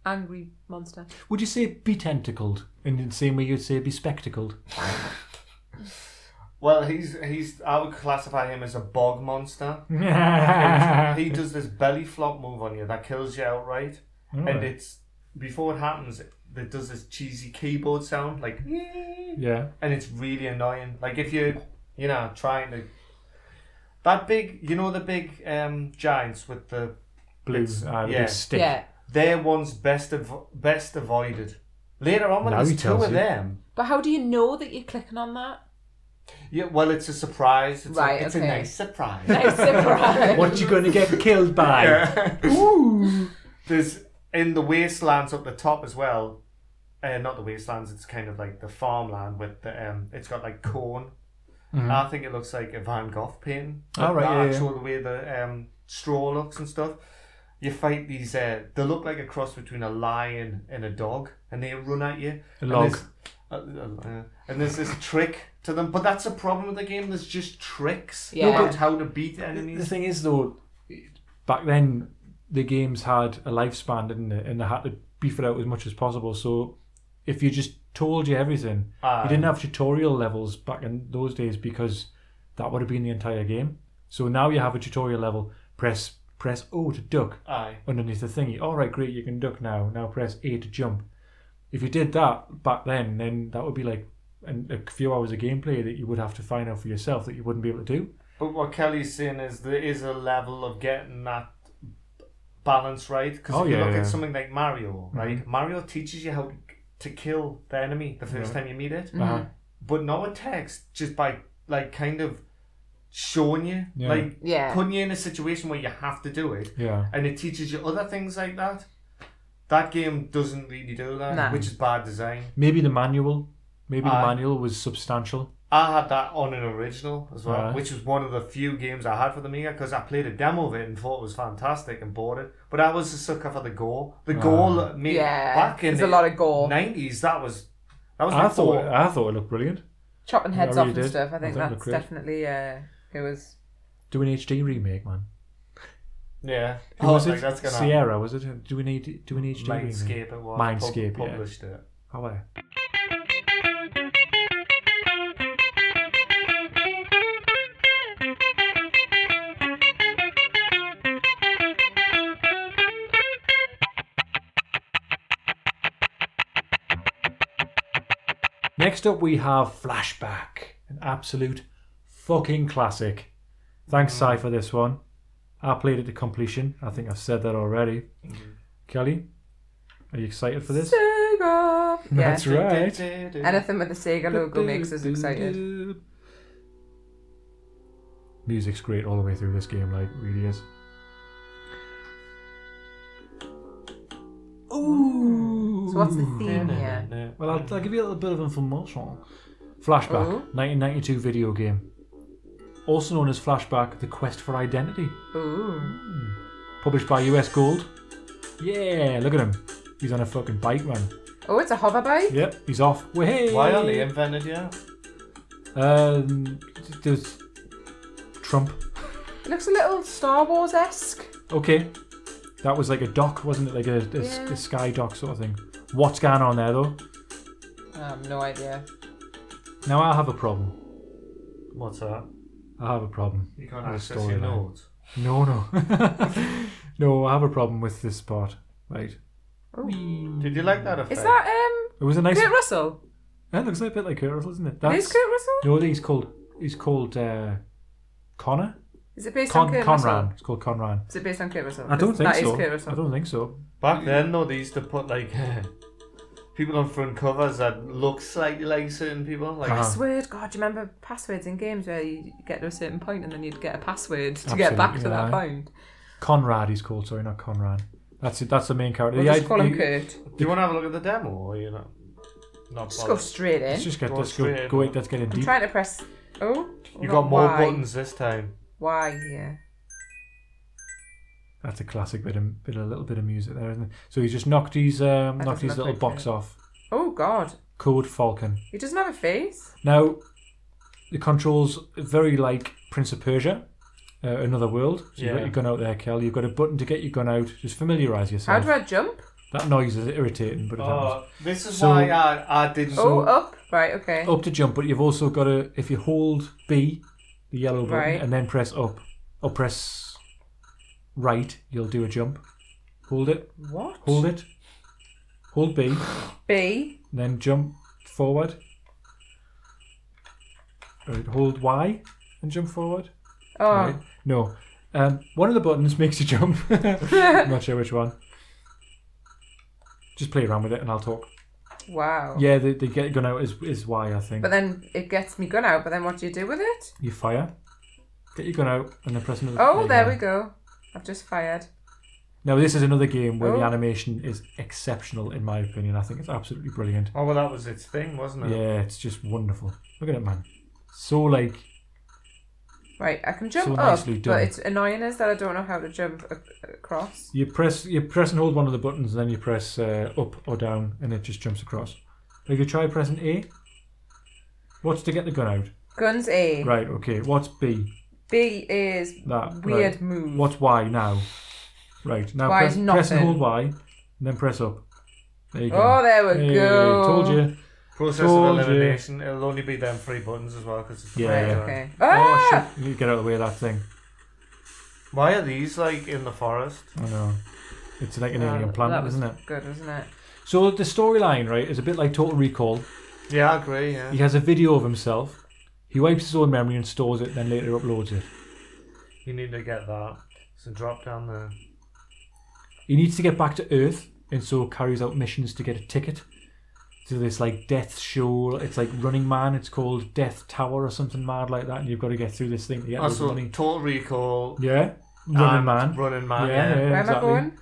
angry monster. Would you say be tentacled? And in the same way you'd say be *laughs* spectacled. well, he's he's. I would classify him as a bog monster. Alright. he does this belly flop move on you that kills you outright, and it's before it happens. It does this cheesy keyboard sound like, yeah. and it's really annoying. Like if you, you know, trying to that big, you know, the big um giants with the Blue. yeah. Uh, yeah. Stick. Yeah, *laughs* they're ones best av- best avoided. Later on, when Now he there's two tells of you. them, but how do you know that you're clicking on that? yeah, well, it's a surprise. It's Right, a, it's okay. a nice surprise. *laughs* Nice surprise. What you gonna get killed by? *laughs* Ooh. there's in the wastelands up the top as well. Uh, not the wastelands. It's kind of like the farmland with the um. It's got like corn. I think it looks like a Van Gogh painting. Mm-hmm. Oh, right, The yeah, yeah. actual the way the um straw looks and stuff. You fight these. Uh, they look like a cross between a lion and a dog, and they run at you. A log. And there's, uh, uh, and there's this trick to them, but that's the problem with the game. There's just tricks Yeah. about how to beat The enemies. thing is, though, back then the games had a lifespan, didn't they? And they had to beef it out as much as possible. So if you just told you everything, you didn't have tutorial levels back in those days because that would have been the entire game. So now you have a tutorial level. Press press O to duck Aye. underneath the thingy. All right, great, you can duck now. Now press A to jump. If you did that back then, then that would be like an, a few hours of gameplay that you would have to find out for yourself that you wouldn't be able to do. But what Kelly's saying is there is a level of getting that b- balance right. Because Oh, if you yeah, look yeah. Mm-hmm. at something like Mario, right? Mario teaches you how to kill the enemy the first time you meet it. Uh-huh. But not with text, just by like kind of showing you, Yeah. like Yeah. putting you in a situation where you have to do it. Yeah. And it teaches you other things like that. That game doesn't really do that, Nah. which is bad design. Maybe the manual. Maybe the Aye. manual was substantial. I had that on an original as well, Right. which was one of the few games I had for the Mega because I played a demo of it and thought it was fantastic and bought it. But I was a sucker for the gore. The gore made Yeah, back in there's the a lot of gore. nineties. That was That was I before. thought uh, I thought it looked brilliant. chopping Yeah, I heads really off and did. stuff. I I think thought it that's looked great. definitely uh, it was. Do an HD remake, man. Yeah. Who Oh, was like, it? that's gonna Sierra was it? Do we need do an HD remake? Mindscape it was. Mindscape, Pub- yeah. published it. How are you? Next up, we have Flashback, an absolute fucking classic. Thanks, Sai, for this one. I played it to completion. I think I've said that already. Kelly, are you excited for this? Sega. Yeah. That's right. Anything with the Sega logo makes us excited. Music's great all the way through this game, like really is. Ooh. So what's the theme here? Well, I'll, I'll give you a little bit of information. Flashback, Ooh. 1992 video game, also known as Flashback: The Quest for Identity, Ooh. published by US Gold. Yeah, look at him. He's on a fucking bike, man. Oh, it's a hover bike. Yep, he's off. Way. Why aren't they invented yet? Um, there's Trump. It looks a little Star Wars esque. Okay, that was like a dock, wasn't it? Like a, a s- Yeah. a sky dock sort of thing. What's going on there though? I have no idea. Now I have a problem. What's that? I have a problem. You can't Ah, access your storyline. notes. No, *laughs* no, no. I have a problem with this part. Right. Did you like that effect? Is that um It was a nice. Kurt Russell? That looks like a bit like Kurt Russell, isn't it? It is Kurt Russell? No, I think he's called. He's called uh, Connor. Is it based Con- on Kurt Conran. Russell? It's called Conran. Is it based on Kurt Russell? I don't think That so. is Kurt I Russell. don't think so. Back then, though, they used to put like *laughs* people on front covers that look slightly like certain people. Like, Uh-huh. Password, God, do you remember passwords in games where you get to a certain point and then you'd get a password to Absolutely, get back to yeah. that point? Conrad. He's called. Sorry, not Conran. That's it. That's the main character. We'll The just id- call him the- Kurt. do you want to have a look at the demo, or you know, not? Just go bothered? straight in. Let's just get Go let's go, straight. go wait, let's get in I'm deep. trying to press. Oh, You got more why? buttons this time. Why here? That's a classic bit of bit of- a little bit of music there, isn't it? So he just knocked his um, That knocked doesn't his look little like box off. Oh God, Code Falcon. he doesn't have a face. Now the controls are very like Prince of Persia, uh, another world. So you've got Yeah. your gun out there, Kel. You've got a button to get your gun out. Just familiarise How yourself. do I jump? That noise is irritating, but it happens. Oh, this is So- why I, I didn't. oh, up. Right. Okay. Up to jump, but you've also got to if you hold B, the yellow button, Right. and then press up or press right, you'll do a jump. Hold it. What? Hold it. Hold B. B. Then jump forward. Right, hold Y and jump forward. Oh, Right. No. Um, one of the buttons *laughs* makes you jump. *laughs* I'm not sure which one. Just play around with it and I'll talk. wow. Yeah, the, the get gun out is, is Y, I think. But then it gets me gun out. But then what do you do with it? you fire. Get your gun out and then press another. Oh, there you we go. I've just fired. Now, this is another game where the Oh. animation is exceptional, in my opinion. I think it's absolutely brilliant. Oh well, that was its thing, wasn't it? Yeah, it's just wonderful. Look at it, man. So, like, Right, I can jump So up, nicely done. but it's annoying is that I don't know how to jump a- across. You press, you press and hold one of the buttons, and then you press uh, up or down, and it just jumps across. If you try pressing A, what's to get the gun out? Guns A. Right, okay. What's B? B is That right. weird move. What's Y now? Right now, Y press, is press and nothing. hold Y, and then press up. There you go. Oh, there we Hey, go. Told you. Process Told of you. elimination. It'll only be them three buttons as well, because it's the Yeah. Right, first one. okay. Oh Ah! shit! You need to get out of the way of that thing. Why are these like in the forest? I know. It's like an Oh, alien that planet, was isn't it? Good, wasn't it? So the storyline, right, is a bit like Total Recall. Yeah, I agree. Yeah. He has a video of himself. He wipes his own memory and stores it, then later uploads it. You need to get that. So drop down there. He needs to get back to Earth and so carries out missions to get a ticket to this like death show. It's like Running Man. It's called Death Tower or something mad like that. And you've got to get through this thing to get the Also, money. Total Recall. Yeah, Running and Man. Running Man. Yeah, Yeah. yeah. Where exactly. am I going?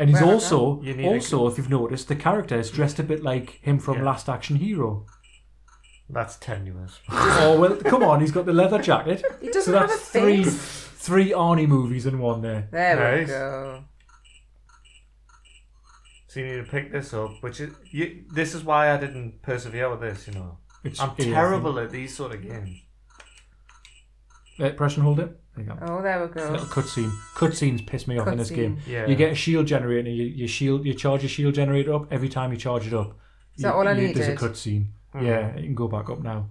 and he's Where am I also You need a- also if you've noticed the character is dressed a bit like him from Yeah. Last Action Hero. That's tenuous. *laughs* oh well, come on, he's got the leather jacket. *laughs* He doesn't so that's have a three face. three Arnie movies in one there. There Nice. we go. So you need to pick this up, which is you, this is why I didn't persevere with this. You know, It's I'm idiot, terrible at these sort of games. isn't it? Uh, press and hold it. There you go. Oh, there we go. Little cutscene. Cutscenes piss me off in this Cutscene. game. Yeah, You get a shield generator. You, you shield. You charge your shield generator up every time you charge it up. Is that all I There's a needed? cutscene. Hmm. Yeah, you can go back up now.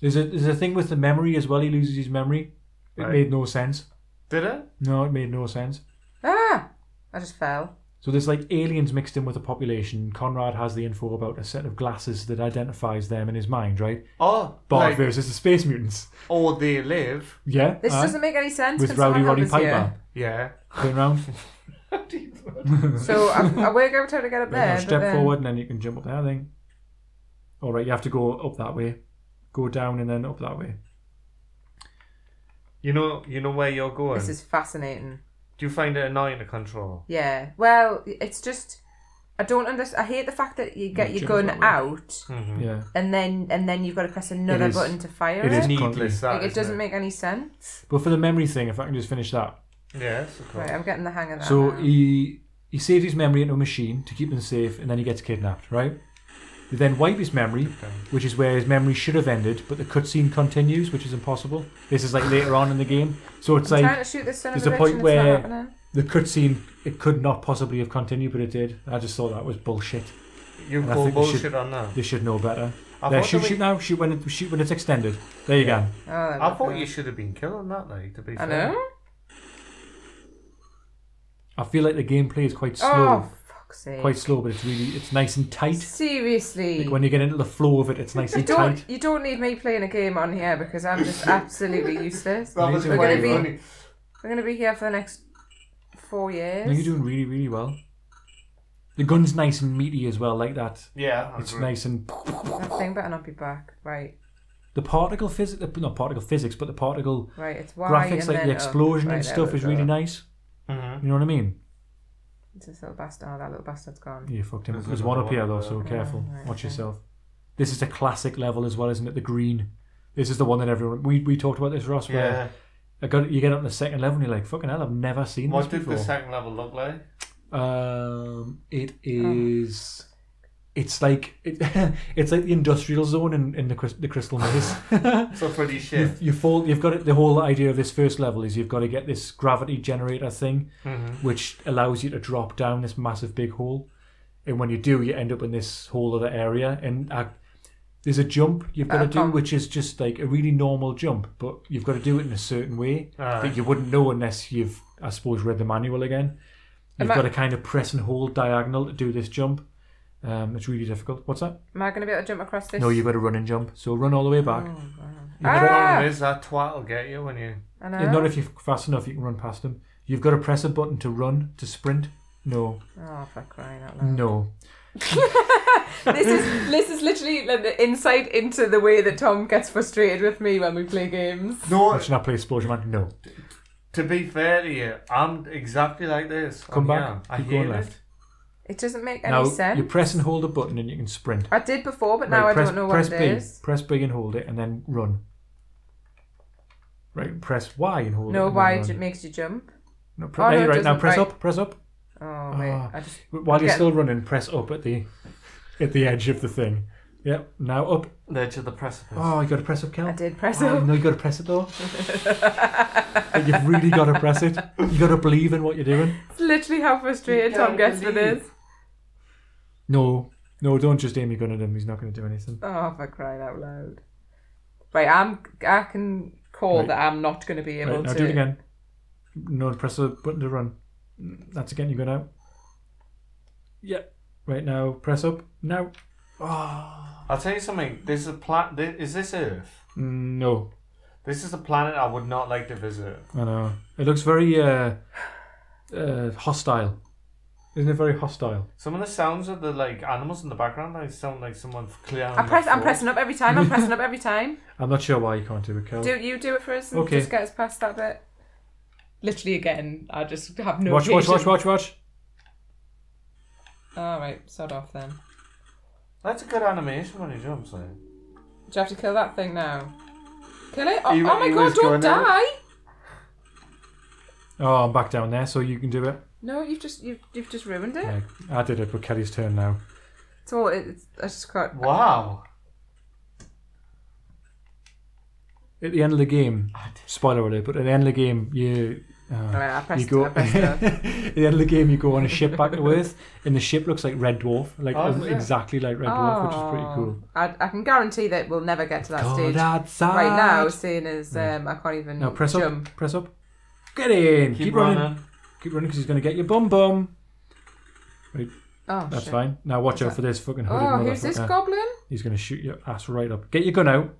There's a there's a thing with the memory as well. He loses his memory. It Right. made no sense. Did it? No, it made no sense. Ah! I just fell. So there's like aliens mixed in with the population. Conrad has the info about a set of glasses that identifies them in his mind, right? Oh, Bard like, versus the space mutants. or they live. Yeah. This aye. doesn't make any sense. with Can someone Rowdy help Roddy us here? Piper. Yeah. Turn *laughs* around. So I, I work out how to *laughs* get up Then you there. step but then- forward and then you can jump up there. Then, all right, you have to go up that way, go down and then up that way. You know, you know where you're going. This is fascinating. Do you find it annoying to control? Yeah. Well, it's just I don't understand. I hate the fact that you get You your gun jump that way. out Mm-hmm. Yeah, and then and then you've got to press another is- button to fire it it. is clunky. Needless. That like it isn't doesn't make any sense. but for the memory thing, if I can just finish that. Yes, of course. Right, I'm getting the hang of that. So now. he he saves his memory into a machine to keep them safe, and then he gets kidnapped. Right. They then wipe his memory, which is where his memory should have ended, but the cutscene continues, which is impossible. This is like later on in the game, so it's I'm like trying to shoot this son there's of a, a bitch point and where- it's not happening. the cutscene it could not possibly have continued, but it did. I just thought that was bullshit. You And I call think we bullshit should- on that. They should know better. I There, thought, shoot, that we- shoot now. Shoot when it, shoot when it's extended. There you go. Oh, there I we thought go. you should have been killing that, like to be I fair. know. I feel like the gameplay is quite slow, Oh, fuck's sake! quite slow, but it's really it's nice and tight. Seriously. Like when you get into the flow of it, it's nice you and don't tight. you don't need me playing a game on here because I'm just *laughs* absolutely useless. That Me was too. We're gonna quite be- funny. We're gonna be here for the next four years. No, you're doing really, really well. The gun's nice and meaty as well, like that. Yeah, I It's agree. nice and That thing better not be back. Right, the particle physics, not particle physics, but the particle right. It's why graphics, and like then the up. explosion Right, and there stuff, we is go. really nice. Mhm. You know what I mean? It's this little bastard. Oh, that little bastard's gone. You fucked him. There's There's one another up here one though, there. so Yeah, careful. right, Watch okay. yourself. This is the classic level as well, isn't it? The green. This is the one that everyone we, we talked about this Ross where Yeah. I got you get up to the second level and you're like, fucking hell, I've never seen What this did before. the second level look like? um, it Oh. is. It's like *laughs* it, it's like the industrial zone in, in the Crys- the *laughs* crystal maze. So *laughs* pretty shit. you've, you fall. You've got it, the whole idea of this first level is you've got to get this gravity generator thing, Mhm. which allows you to drop down this massive big hole, and when you do, you end up in this whole other area. And I, there's a jump you've got Uh, to do, come. which is just like a really normal jump, but you've got to do it in a certain way Aye. that you wouldn't know unless you've, I suppose, read the manual again. You've Am I- got to kind of press and hold diagonal to do this jump. Um, it's really difficult. What's that? Am I gonna be able to jump across this? No, you've got to run and jump. So run all the way back. The problem Ah! is that twat will get you when you. I know. Yeah, Not if you're fast enough, you can run past them. You've got to press a button to run to sprint. No, Oh, for crying out loud. no. this *laughs* is this is literally like the insight into the way that Tom gets frustrated with me when we play games. No, I should not play Explosion Man. No, to be fair to you, I'm exactly like this. come I'm back. young. I Keep hate going it. left. It doesn't make any Now sense. you press and hold a button, and you can sprint. I did before, but now Right, I press, don't know what press it is. B. Press B and hold it, and then run. Right, press Y and hold it. No, and then why run. it makes you jump? No, Oh, pre- no, hey, it right now, doesn't. press Right. up, press up. Oh wait, Ah. I just While you're Yeah. still running, press up at the at the edge of the thing. Yep. Now up. Ledge of the precipice. Oh, you got to press up, I Cal. did press Oh, up. no, you got to press it *laughs* though. But you've really got to press it. You got to believe in what you're doing. It's literally how frustrated Tom gets with this. No, no, don't just aim your gun at him. He's not going to do anything. Oh, for crying out loud! Right, I'm. I can call Right. that I'm not going to be able Right, now to. do it again. No, press the button to run. That's again. You go now. Yep. Right now, press up. Now. Oh. I'll tell you something. This is a pla- thi- Is this Earth? No, This is a planet I would not like to visit. I know. It looks very uh, uh, hostile. Isn't it very hostile? Some of the sounds of the like animals in the background, they sound like someone clearing. I press. their I'm throat. pressing up every time. I'm pressing *laughs* up every time. I'm not sure why you can't do it, Kel. Do you do it for us and Okay. just get us past that bit? Literally again, I just have no. watch, watch, watch, patience. watch, watch. All right, sod off then. Do That's a good animation when he jumps. Like. you have to kill that thing now? Kill it! Oh, He- oh my he god! was Don't going die! out. Oh, I'm back down there, so you can do it. No, you've just you've, you've just ruined it. Yeah, I did it, but Kelly's turn now. It's all it's. I just can't. Wow. At the end of the game, spoiler alert, but at the end of the game, you. Uh, I pressed, you go I at *laughs* pressed the- the end of the game. You go on a ship back to Earth, and the ship looks like Red Dwarf, like Oh, does it? exactly like Red Dwarf, which is pretty cool. Oh, I, I can guarantee that we'll never get to that God, stage outside. right now, seeing as um, I can't even Now press jump. up. Press up. Get in. Keep, running. Keep running because he's going to get your bum bum. Oh, That's shit. fine. Now watch out for this fucking hooded Oh, motherfucker. who's this goblin? He's going to shoot your ass right up. Get your gun out.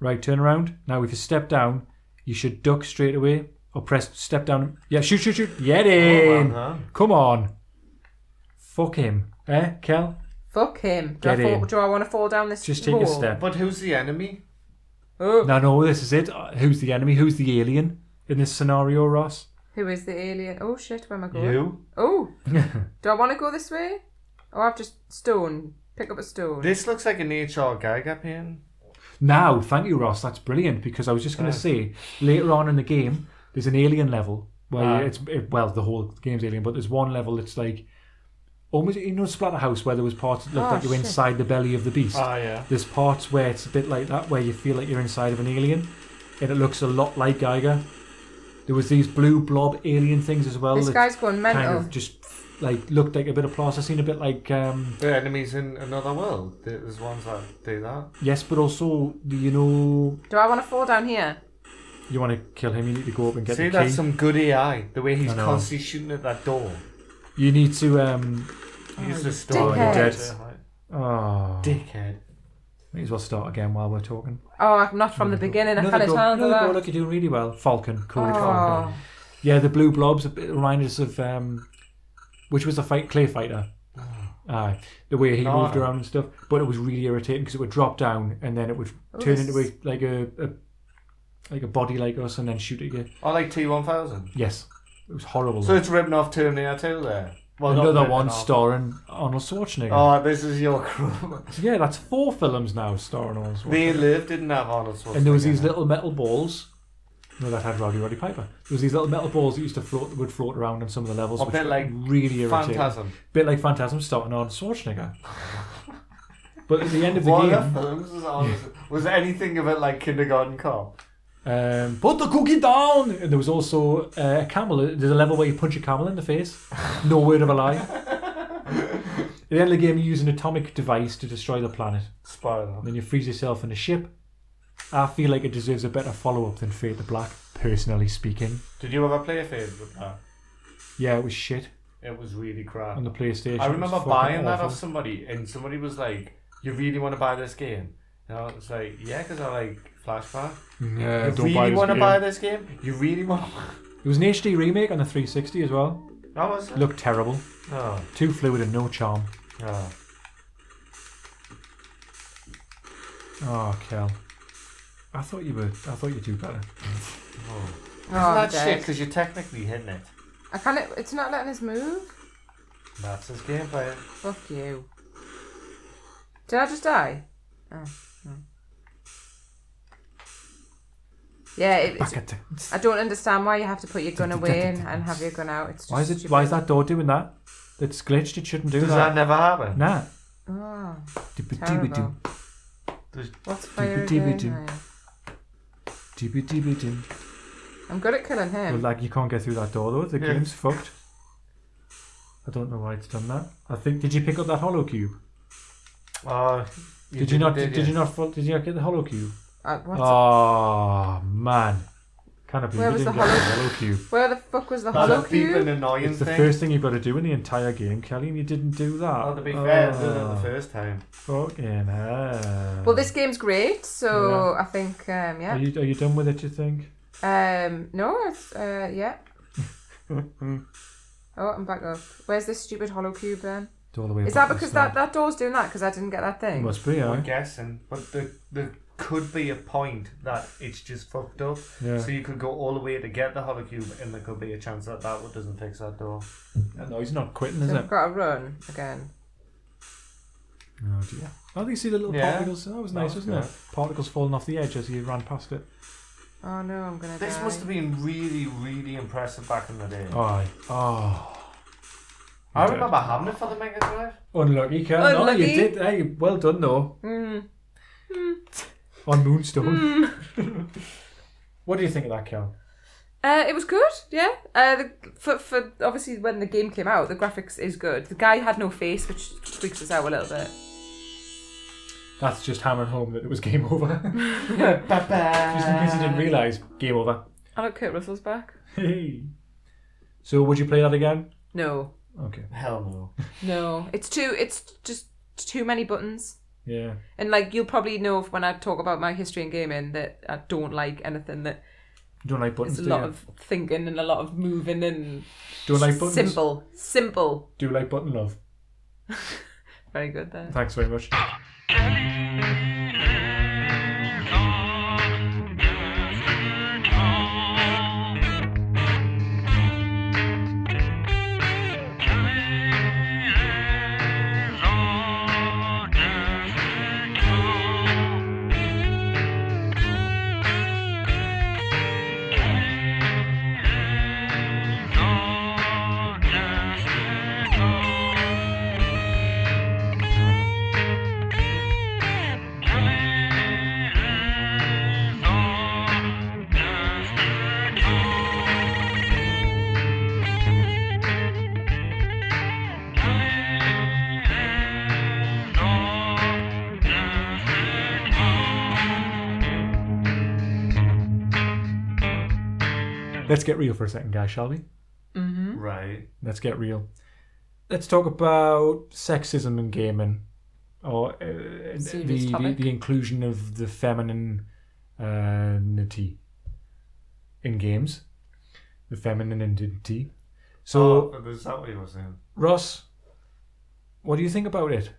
Right, turn around. Now, if you step down, you should duck straight away or press step down. Yeah, shoot, shoot, shoot. Get Oh, in. well done. Come on. Fuck him. Eh, Kel? Fuck him. Do, I, Get fall, in. do I want to fall down this Just take Oh, wall? a step. But who's the enemy? Oh, No, no, this is it. Uh, Who's the enemy? Who's the alien in this scenario, *laughs* Ross? Who is the alien? Oh, shit, where am I going? You. Oh, do I want to go this way? Or I've just stone. Pick up a stone. This looks like an HR Geiger pain. Now, thank you, Ross. That's brilliant because I was just going to say later on in the game, there's an alien level where Ah. you- it's it, well, the whole game's alien, but there's one level that's like almost you know Splatterhouse where there was parts that looked Ah, like you were shit. inside the belly of the beast. Ah, yeah. There's parts where it's a bit like that where you feel like you're inside of an alien, and it looks a lot like Geiger. There was these blue blob alien things as well. this that guy's going mental. kind of just like looked like a bit of plasticine, a bit like um, The enemies in another world. There's ones that do that. yes, but also you know Do I want to fall down here? you want to kill him, you need to go up and get See, the key. that's some good AI. The way he's I know. constantly shooting at that door. You need to. Um, He's you the star. dickhead. You're dead. Ah. oh, Dickhead. May as well start again while we're talking. Oh, I'm not from the beginning. I Another can't goal, handle another goal, that. Look, you're doing really well, Falcon. Cool. Falcon. Oh, Yeah, the blue blobs a bit- remind us of um, which was the fight Clay Fighter. Ah. Aye, the way he No. moved around and stuff, but it was really irritating because it would drop down and then it would Oh, turn this into a, like a, a like a body like us and then shoot at you. I like T1000. Yes, it was horrible. So it's ripping off Terminator 2 there. Well, not Another ripping one off. starring Arnold Schwarzenegger. Oh, this is your crew. Yeah, that's four films now starring Arnold Schwarzenegger. they live didn't have Arnold Schwarzenegger. And there was these little metal balls. No, that had Roddy Roddy Piper. There was these little metal balls that used to float, would float around on some of the levels, A which bit were like really irritating. Phantasm. Bit like Phantasm starting *laughs* on Schwarzenegger. but at the end of the What other game, films was Arnold- Was anything of it like Kindergarten Cop? um, put the cookie down. And there was also uh, a camel. There's a level where you punch a camel in *laughs* the face. No word of a lie. at the end of the game, you use an atomic device to destroy the planet. Spider. And then you freeze yourself in a ship. I feel like it deserves a better follow-up than Fade to Black, personally speaking. Did you ever play a favourite with that? Yeah, it was shit. It was really crap. on the PlayStation. I It was remember fucking buying that awful. off somebody, and somebody was like, "You really want to buy this game?" And I was like, "Yeah, because I like Flashback." Yeah, you don't really buy this want to game. buy this game? You really want? to It was an HD remake on the 360 as well. That was it. Looked terrible. Oh, Too fluid and no charm. oh. Oh, Kel. I thought you were. I thought you'd do better. oh, I'm That's shit dead. because you're technically hitting it. I can't. It's not letting us move. That's his gameplay. Fuck you. Did I just die? Oh, no. Yeah, it, it's, Back at the, *laughs* I don't understand why you have to put your gun away and, and have your gun out. It's just why is it? stupid. Why is that door doing that? It's glitched. It shouldn't do Does that that. never happen? Nah. Oh, Dibba-dibba-dum. terrible. There's- What's fire Dibby-dibby again? doo. Dibba-dibba-dum. I'm good at killing But him. like, you can't get through that door though. The Yeah. game's fucked. I don't know why it's done that. I think. Did you pick up that hollow cube? Oh, Did you not? didn't, Did, did you not? fo- Did you not get the hollow cube? Uh, what's Ah. Oh man, kind of Where believe was it the didn't get the hollow cube. Where the fuck was the Ah, That's hollow a beeping cube? annoying It's the thing. first thing you've got to do in the entire game, Kelly, and you didn't do that. Oh, to be Oh, fair, I did it the first time. Fucking hell. Well, this game's great, so I think um, Are yeah. you are you done with it? You think? Um, no, it's uh, *laughs* yeah. oh, I'm back up. Where's this stupid hollow cube then? It's all the way Is back that because this that, time. that door's doing that? Because I didn't get that thing. must be? I'm Eh? guessing, but there, there could be a point that it's just fucked up. Yeah. So you could go all the way to get the holocube, and there could be a chance that that one doesn't fix that door. No, he's not quitting, is So it? I've got to run again. Oh dear. Oh, you see the little Yeah. particles. That was That nice, was wasn't it? Particles falling off the edge as you ran past it. Oh no, I'm gonna. This die. must have been really, really impressive back in the day. Aye. Oh. I Good. remember having it for the Mega Drive. Unlucky, Cal. No, Unlucky. you did. Hey, well done, though. Mm. On Moonstone. Hmm. *laughs* what do you think of that, Cal? Uh, it was good, yeah. Uh, the, for for obviously when the game came out, the graphics is good. The guy had no face, which freaks us out a little bit. That's just hammering home that it was game over. *laughs* just in case Uh, you didn't realise, game over. I don't Kurt Russell's back. Hey. so, would you play that again? No, Okay. Hell no. no, it's too. It's just too many buttons. Yeah. And like you'll probably know if- when I talk about my history in gaming that I don't like anything that You don't like it's buttons, a do lot you? of thinking and a lot of moving and Don't like buttons. simple, simple. Do you like button love? *laughs* Very good there. Thanks very much. Let's get real for a second, guys, shall we? Mm-hmm. Right. Let's get real. Let's talk about sexism in gaming, or uh, the, Serious the topic. the inclusion of the femininity in games, the femininity. So, oh, is that what you were saying? Ross, what do you think about it?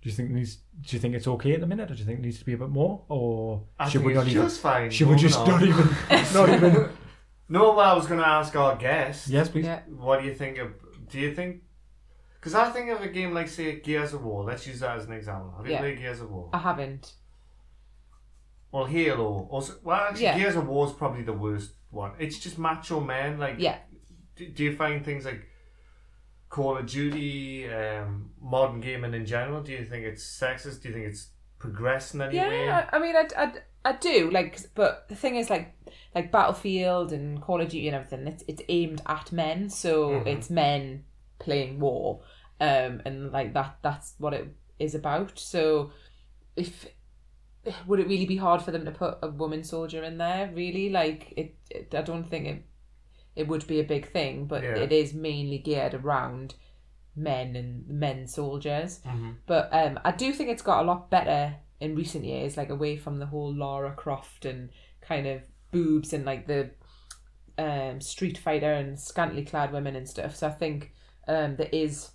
Do you think it needs? Do you think it's okay at the minute, or do you think it needs to be a bit more, or I should think we it's not even? just fine. Should we moving just on. not even? *laughs* Not even. No, well, I was going to ask our guest. Yes, please. Yeah. What do you think of? Do you think? Because I think of a game like say Gears of War. Let's use that as an example. Have you Yeah. Uh, played Gears of War? I haven't. Well, Halo. Also, well, actually, Yeah. Gears of War is probably the worst one. It's just macho men. Like, Yeah. do, do you find things like Call of Duty, um, modern gaming in general? Do you think it's sexist? Do you think it's progressing anyway? Yeah, I I mean, I, I, I do like, 'cause- but the thing is, like, like Battlefield and Call of Duty and everything, it's it's aimed at men, so Mhm. it's men playing war, um, and like that that's what it is about. So, if would it really be hard for them to put a woman soldier in there? Really, like, it, it I don't think it it would be a big thing, but Yeah. it is mainly geared around men and men soldiers. Mm-hmm. Mhm. But um, I do think it's got a lot better in recent years, like away from the whole Lara Croft and kind of boobs and like the um, Street Fighter and scantily clad women and stuff. So I think um, there is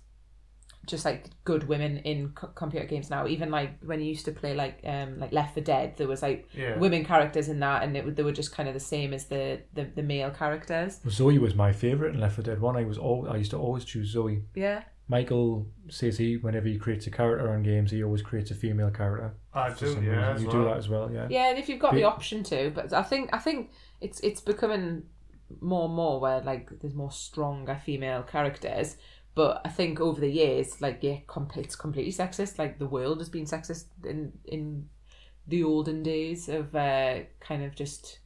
just like good women in co- computer games now. Even like when you used to play like um, like Left for Dead, there was like Yeah. women characters in that, and it, w- they were just kind of the same as the, the the male characters. Zoe was my favorite in Left 4 Dead One. I was all I used to always choose Zoe. Yeah. Michael says he whenever he creates a character on games, he always creates a female character. I for do. some Yeah, reason. as you well. do that as well, yeah. Yeah, and if you've got Be- the option to, but I think I think it's it's becoming more and more where like there's more stronger female characters. But I think over the years, like yeah, com- it's completely sexist. Like the world has been sexist in in the olden days of uh, kind of just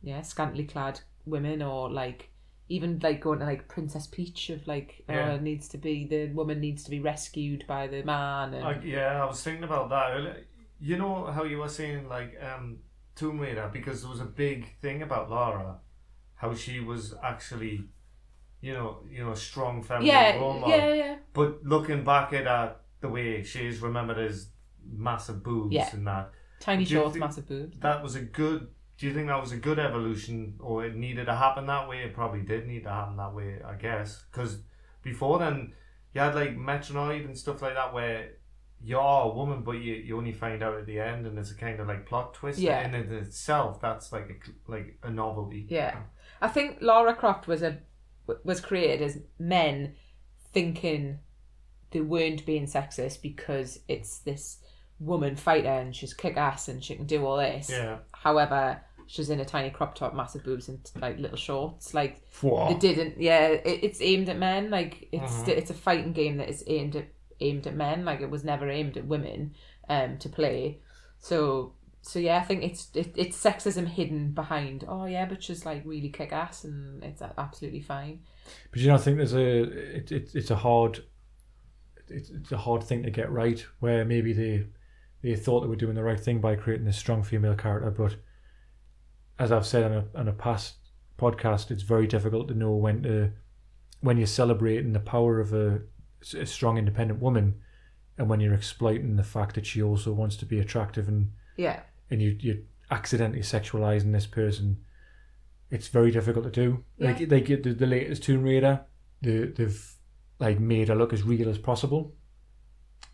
yeah scantily clad women or like even like going to like Princess Peach of like Yeah. oh, it needs to be the woman needs to be rescued by the man and I, yeah, I was thinking about that earlier. You know how you were saying like um, Tomb Raider because there was a big thing about Lara, how she was actually, you know, you know, strong feminine role yeah model. yeah yeah But looking back at her, the way she is remembered as massive boobs Yeah. and that, tiny Do you shorts think- massive boobs that was a good. Do you think that was a good evolution, or it needed to happen that way? It probably did need to happen that way, I guess, because before then you had like Metronoid and stuff like that, where you are a woman, but you, you only find out at the end, and it's a kind of like plot twist. Yeah. And in itself, that's like a cl- like a novelty. Yeah, I think Lara Croft was a was created as men thinking they weren't being sexist because it's this woman fighter and she's kick ass and she can do all this. Yeah. However, she's in a tiny crop top, massive boobs, and like little shorts. Like Whoa. they didn't. Yeah, it, it's aimed at men. Like it's Mm-hmm. Mhm. it's a fighting game that is aimed at aimed at men. Like it was never aimed at women um to play. So so yeah, I think it's it, it's sexism hidden behind. Oh yeah, but she's like really kick ass, and it's a- absolutely fine. But you don't think there's a it, it, it's a hard it's, it's a hard thing to get right where maybe they they thought they were doing the right thing by creating this strong female character, but as I've said on a on a past podcast, it's very difficult to know when to when you're celebrating the power of a, a strong independent woman and when you're exploiting the fact that she also wants to be attractive and Yeah, and you you're accidentally sexualizing this person, it's very difficult to do. Yeah. Like they get the, the latest Tomb Raider, the, they've like made her look as real as possible.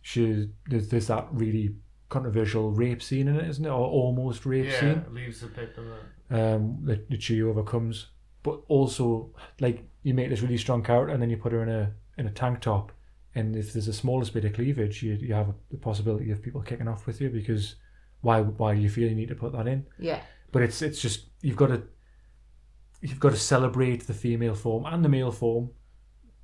She there's, there's that really controversial rape scene in it, isn't it, or almost rape yeah, scene it leaves a bit of a. um, that, that she overcomes. But also, like you make this really strong character, and then you put her in a in a tank top, and if there's the smallest bit of cleavage, you you have the possibility of people kicking off with you because why why do you feel you need to put that in? yeah, But it's it's just you've got to you've got to celebrate the female form and the male form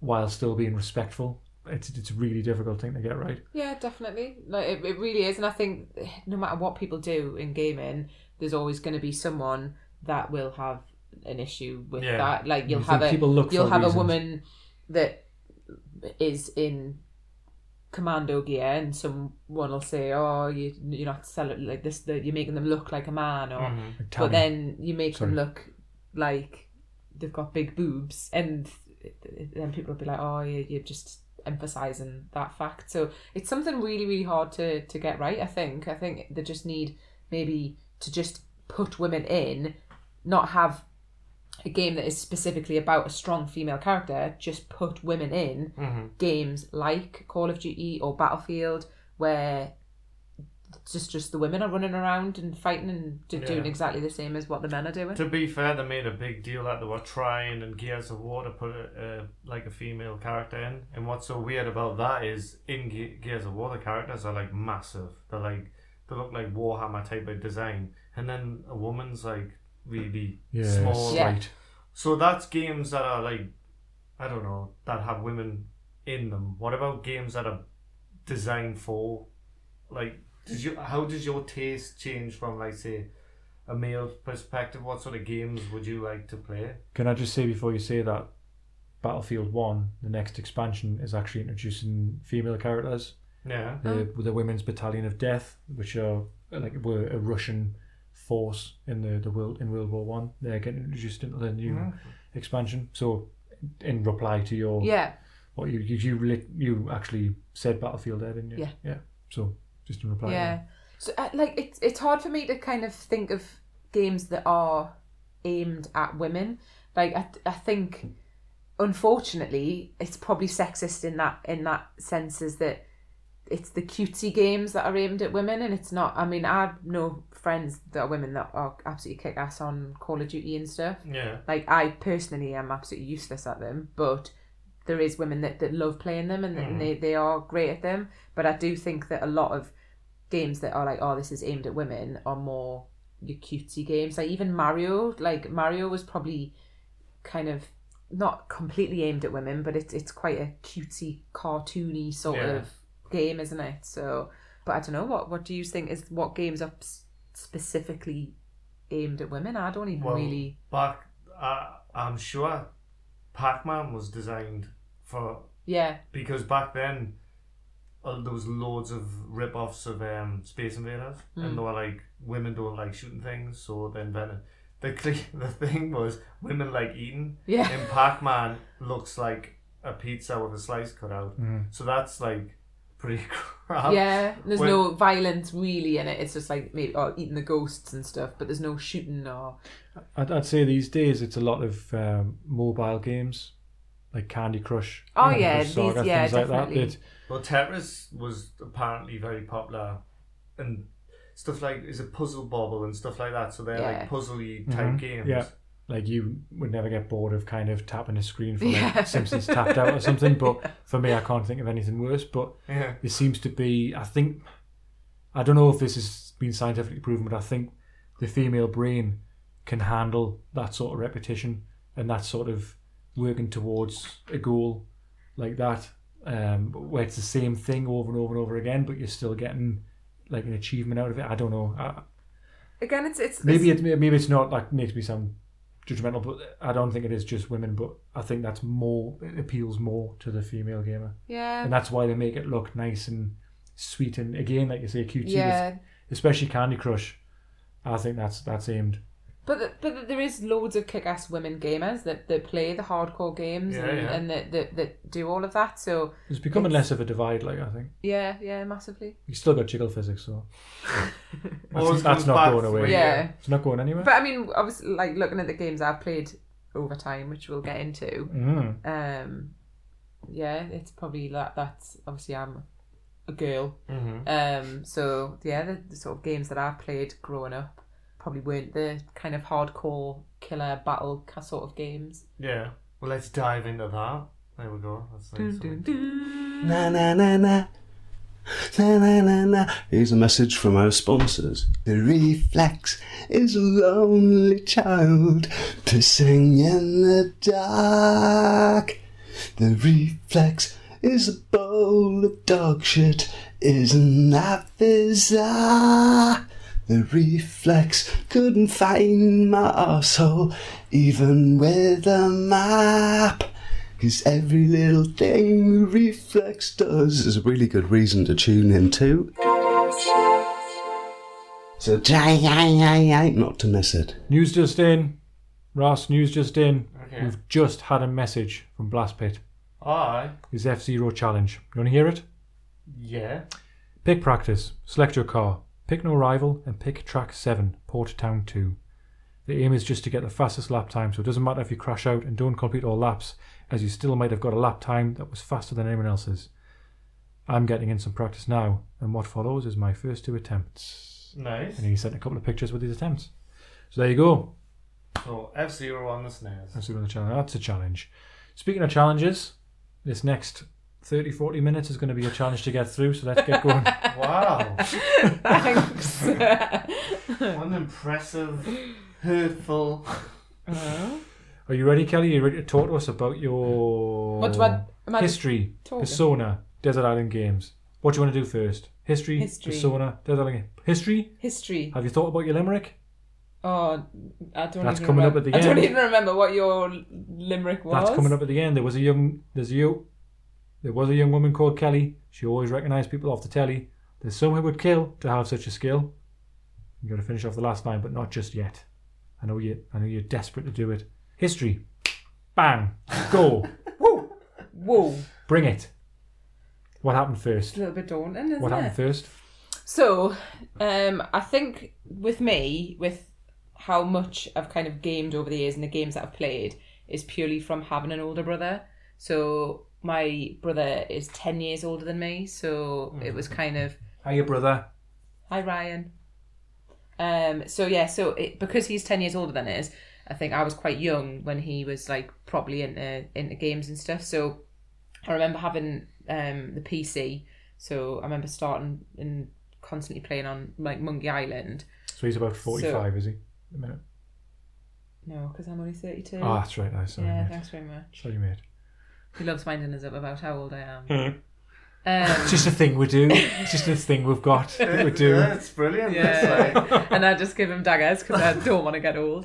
while still being respectful. It's it's a really difficult thing to get right. yeah, definitely. Like it, it really is, and I think no matter what people do in gaming, there's always going to be someone that will have an issue with Yeah. that. Like you'll You have think a people look for you'll have reasons. a woman that is in commando gear and someone will say oh you, you're not selling like this that you're making them look like a man or Mhm. Like but Tammy. then you make Sorry. them look like they've got big boobs and then people will be like oh you- you're just emphasizing that fact so it's something really really hard to to get right i think i think they just need maybe to just put women in not have a game that is specifically about a strong female character just put women in Mhm. games like Call of Duty or Battlefield where just just the women are running around and fighting and do, doing Yeah. exactly the same as what the men are doing. To be fair, they made a big deal that they were trying and Gears of War to put a, a, like a female character in. And what's so weird about that is in Ge- Gears of War, the characters are like massive. They're like they look like Warhammer type of design, and then a woman's like really yeah, small. Yeah. slight. So that's games that are like I don't know that have women in them. What about games that are designed for like? Did you how does your taste change from like say a male perspective? What sort of games would you like to play? Can I just say before you say that, Battlefield One, the next expansion, is actually introducing female characters. Yeah. The, Oh. the Women's Battalion of Death, which are like were a Russian force in the, the world in World War One, they're getting introduced into the new expansion. So, in reply to your Mm-hmm. Yeah, what you you you, lit, you actually said Battlefield there, didn't you? Yeah. Yeah. So just in reply. to yeah. that. So uh, like it's it's hard for me to kind of think of games that are aimed at women. Like I I think unfortunately it's probably sexist in that in that sense is that it's the cutesy games that are aimed at women and it's not i mean i know friends that are women that are absolutely kick ass on call of duty and stuff Yeah. like i personally am absolutely useless at them but there is women that, that love playing them and, that- Mm. and they, they are great at them but i do think that a lot of games that are like oh this is aimed at women are more your cutesy games like even mario like mario was probably kind of not completely aimed at women but it's it's quite a cutesy cartoony sort Yeah. of game isn't it so but i don't know what what do you think is what games are s- specifically aimed at women i don't even Well, really Back, I I'm sure Pac-Man was designed for yeah because back then uh, there was loads of rip-offs of um, Space Invaders, Hmm. and they were like women don't like shooting things, so they invented. *laughs* The cle- the thing was women like eating. Yeah. And Pac-Man looks like a pizza with a slice cut out, Hmm. so that's like pretty *laughs* crap. Yeah, there's When- no violence really in it. It's just like maybe oh, eating the ghosts and stuff, but there's no shooting or I'd, I'd say these days it's a lot of um, mobile games, like Candy Crush. Oh, Candy yeah, Crush these- yeah, definitely. that, Well, Tetris was apparently very popular, and stuff like is a puzzle bobble and stuff like that. So they're Yeah. like puzzly type Mhm. games. Yeah. like you would never get bored of kind of tapping a screen for like Yeah. *laughs* Simpsons tapped out or something. But for me, I can't think of anything worse. But Yeah. there seems to be, I think, I don't know if this has been scientifically proven, but I think the female brain can handle that sort of repetition and that sort of working towards a goal like that, um, where it's the same thing over and over and over again, but you're still getting like an achievement out of it. I don't know. I, Again, it's it's maybe it's, it's maybe it's not like makes me sound judgmental, but I don't think it is just women. But I think that's more it appeals more to the female gamer, yeah, and that's why they make it look nice and sweet and again, like you say, cutesy, with- yeah. especially Candy Crush. I think that's that's aimed. But th- but th- there is loads of kick-ass women gamers that, that play the hardcore games Yeah, and, yeah. and that, that that do all of that. So It's becoming It's- less of a divide. Like I think yeah, yeah, massively. you still got jiggle *laughs* physics, so Always that's, that's comes not back going away. to it, Yeah. It's not going anywhere. But I mean, obviously, like looking at the games I've played over time, which we'll get into. Mm. Um, yeah, it's probably that. That's obviously I'm a girl. hmm Mm-hmm. Um, so yeah, the, the sort of games that I've played growing up probably weren't the kind of hardcore killer battle ca- sort of *laughs* games. Yeah. Well, let's dive into that. There we go. That's like Dun, something. dun, dun. Na na na na. Na na na na. Here's a message from our sponsors. The reflex is a lonely child pissing in the dark. The reflex is a bowl of dog shit. Isn't that bizarre? The reflex couldn't find my asshole, even with a map. Because every little thing the reflex does is a really good reason to tune in to. So try, try, try, try not to miss it. News just in, Ross. News just in. Okay. We've just had a message from Blast Pit. Aye. His F Zero challenge. You want to hear it? Yeah. Pick practice. Select your car. Pick no rival and pick track 7, Port Town 2. The aim is just to get the fastest lap time, so it doesn't matter if you crash out and don't complete all laps, as you still might have got a lap time that was faster than anyone else's. I'm getting in some practice now, and what follows is my first two attempts. Nice. And he sent a couple of pictures with these attempts. So there you go. So F Zero on the snares. That's another challenge. That's a challenge. Speaking of challenges, this next 30 40 minutes is going to be a challenge to get through, so let's get going. Wow. Thanks. what an impressive, hurtful. Are you ready, Kelly? Are you ready to talk to us about your What do I- am I just history, talking? persona, Desert Island Games? What do you want to do first? History, History. persona, Desert Island Games. History? History. Have you thought about your limerick? Oh, I don't. That's even coming up remember. at the I don't end. even remember what your limerick was. That's coming up at the end. There was a young, there's a you, there was a young woman called Kelly. She always recognised people off the telly. There's some who would kill to have such a skill. You got to finish off the last line, but not just yet. I know you. I know you're desperate to do it. History, bang, *laughs* go, Whoa, bring it. What happened first? it's a little bit daunting, isn't What it? happened first? So, um, I think with me, with how much I've kind of gamed over the years and the games that I've played, is purely from having an older brother. So my brother is ten years older than me, so it was kind of Hiya, brother. Hi Ryan. Um. So yeah. So it, because he's ten years older than us, I think I was quite young when he was like properly into into games and stuff. So I remember having um the PC. So I remember starting and constantly playing on like Monkey Island. So he's about 45, is he? A minute. No, because I'm only thirty two. Oh, that's right. I saw Mm. yeah. you, mate. Thanks very much. Sorry, mate. He loves winding us up about how old I am. um. It's just a thing we do. It's just a thing we've *laughs* got that we do. Yeah, it's brilliant. It's like, Yeah. and I just give him daggers because I don't want to get old.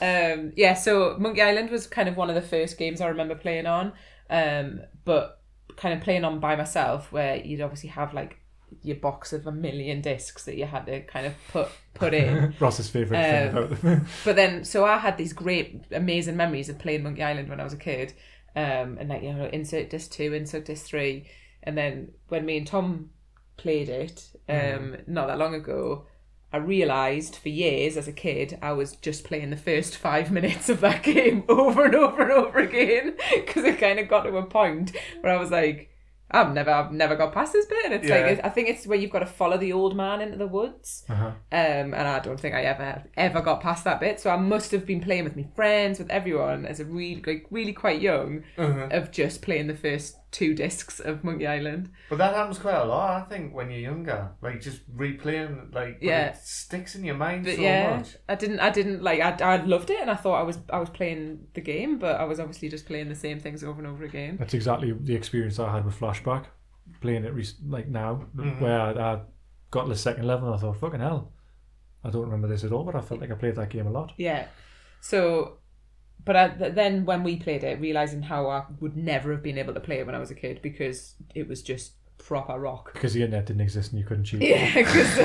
Um, yeah, so Monkey Island was kind of one of the first games I remember playing on, um, but kind of playing on by myself, where you'd obviously have like your box of a million discs that you had to kind of put put *laughs* in. Ross's favourite thing Um, about them. *laughs* but then, so I had these great, amazing memories of playing Monkey Island when I was a kid, um, and like you know, insert disc two, insert disc three, and then when me and Tom played it um, not that long ago, I realised for years as a kid I was just playing the first *laughs* five minutes of that *laughs* game over and over and over again because it kind of got to a point where I was like, I've never, I've never got past this bit, and it's Yeah. like I think it's where you've got to follow the old man into the woods. Uh-huh. Um, and I don't think I ever ever got past that bit. So I must have been playing with my friends, with everyone, as a really like, really quite young, of just playing the first two discs of Monkey Island. But that happens quite a lot, I think, when you're younger. Like just replaying, like but Yeah. it sticks in your mind But so yeah, *laughs* much. *laughs* I didn't. I didn't like. I, I loved it, and I thought I was I was playing the game, but I was obviously just playing the same things over and over again. That's exactly the experience I had with Flashback, playing it rec- like now, where I, I got to the second level and I thought, fucking hell, I don't remember this at all, but I felt like I played that game a lot. Yeah. So, but I, th- then when we played it, realizing how I would never have been able to play it when I was a kid because it was just proper rock. *laughs* Because the internet didn't exist and you couldn't cheat. Yeah,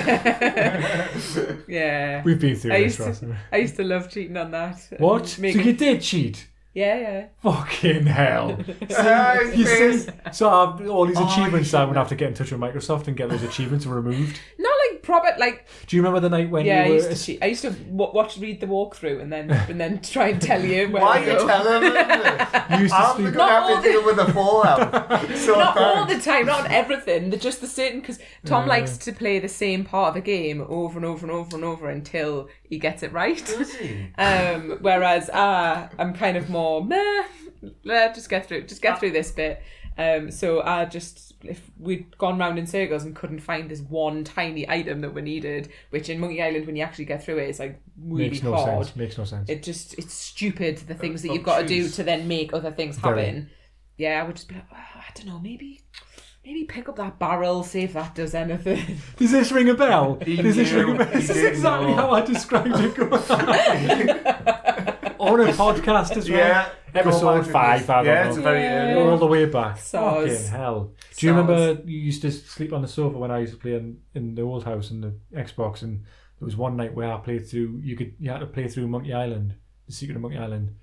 'cause- *laughs* yeah. We've been through I this, used to- Ross. I used to love cheating on that. and What? So making- you did cheat? yeah, yeah. Fucking *laughs* hell. Ah, it's You crazy. see, so I've, all these Oh, achievements, you I would have to get in touch with Microsoft and get those achievements removed. Not like proper, like Do you remember the night when yeah. I you used were? to cheat. I used to wa- watch, read the walkthrough, and then and then try and tell you where Why to are go. you telling me this? *laughs* you used to I'm sleep. going to have to all deal with the fallout. So *laughs* not all bad. *laughs* the time, not on everything. They're just the certain because Tom likes to play the same part of the game over and over and over and over until he gets it right. um, whereas uh, I'm kind of more meh, let just get through, just get through this bit. Um, so I just if we'd gone round in circles and couldn't find this one tiny item that we needed, which in Monkey Island when you actually get through it, it's like really Makes no hard. sense. Makes no sense. It just it's stupid the things that you've got to do obtuse. to then make other things Very. happen. Yeah, I would just be like, "Oh, I don't know, maybe maybe pick up that barrel, see if that does anything. *laughs* Does this ring a bell? He Does this knew. ring a bell? He This is did exactly know. how I *laughs* described it. going on. on a podcast as well. Yeah. Go back Episode to five, this. I don't Yeah, it's know. very Yeah. early. All the way back. Soz. Fucking hell. Do you Soz. remember you used to sleep on the sofa when I used to play in, in the old house in the Xbox and there was one night where I played through you could you had to play through Monkey Island, the secret of Monkey Island,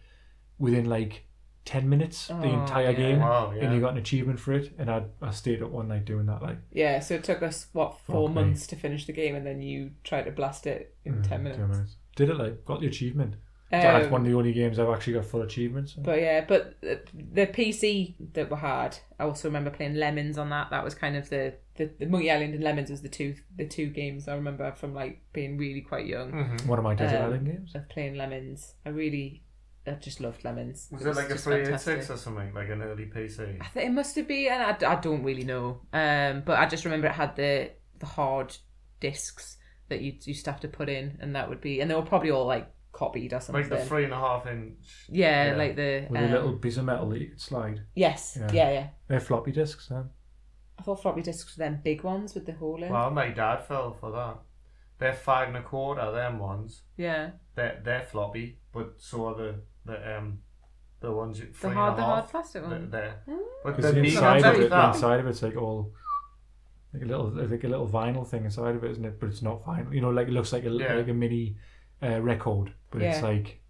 within like ten minutes, the Oh, entire yeah. game. Wow, yeah. And you got an achievement for it and I I stayed up one night doing that like Yeah, so it took us what four Fuck me. months to finish the game, and then you tried to blast it in mm, ten minutes. Did it like got the achievement. Um, That's one of the only games I've actually got full achievements. but yeah, but the the PC that we had, I also remember playing Lemons on that. That was kind of the, the, the Monkey Island and Lemons was the two the two games I remember from like being really quite young. Mm-hmm. One of my Desert Um, Island games. of playing lemons. I really, I just loved lemons. Was it like a just 386 fantastic. or something? Like an early PC? *laughs* I think it must have been, and I, I don't really know. Um, but I just remember it had the the hard discs that you you have to put in, and that would be, and they were probably all like copied or Like something. the three and a half inch. yeah, yeah. like the With um, a little piece of metal that you could slide. yes, Yeah. yeah. yeah, They're floppy disks, huh? I thought floppy discs were them big ones with the hole in. Well, my dad fell for that. They're five and a quarter, them ones. Yeah, They're, they're floppy, but so are the, the, um, the ones you the three and a hard the hard half. plastic They're- one. Oh. they're- But Because the the meat inside of very it, the fat. inside of it's like all like a little, like a little vinyl thing inside of it, isn't it? But it's not vinyl. You know, like it looks like a Yeah. like a mini uh, record, but it's Yeah. like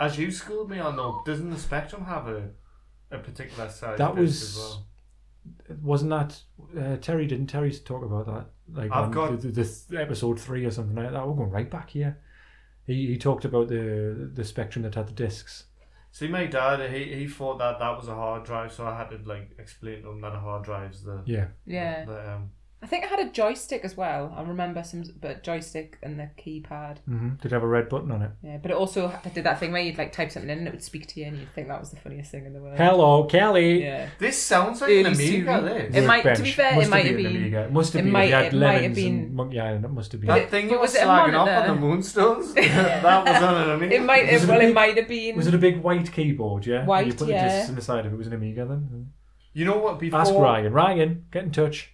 As you schooled me on though, doesn't the Spectrum have a a particular size? That disc was- as well? wasn't that uh, Terry? Didn't Terry talk about that? Like I've on got- the, the, the episode three or something like that. We're going right back here. He, he talked about the the spectrum that had the discs. See, my dad, he he thought that that was a hard drive, so I had to like explain to him that a hard drive's the Yeah, Yeah, the, um, I think I had a joystick as well. I remember some, but joystick and the keypad. mm-hmm. did have a red button on it. Yeah, but it also I did that thing where you'd like type something in and it would speak to you, and you'd think that was the funniest thing in the world. Hello, Kelly. Yeah, This sounds like Early an Amiga. Siri. This. It might- to be Workbench. fair, it Must have might have been an been- Amiga. It must have it been. might- Might, had it might have lemons been- and Monkey Island. It must have been. that it- thing but you were was it a slagging off monitor? on the *laughs* Moonstones. that was on an Amiga. it might Was have, it well, a it big- might have been. Was it a big white keyboard? Yeah. And You White, put the yeah. discs in the side of it. Was an Amiga then? You know what? Before Ask Ryan. Ryan, get in touch.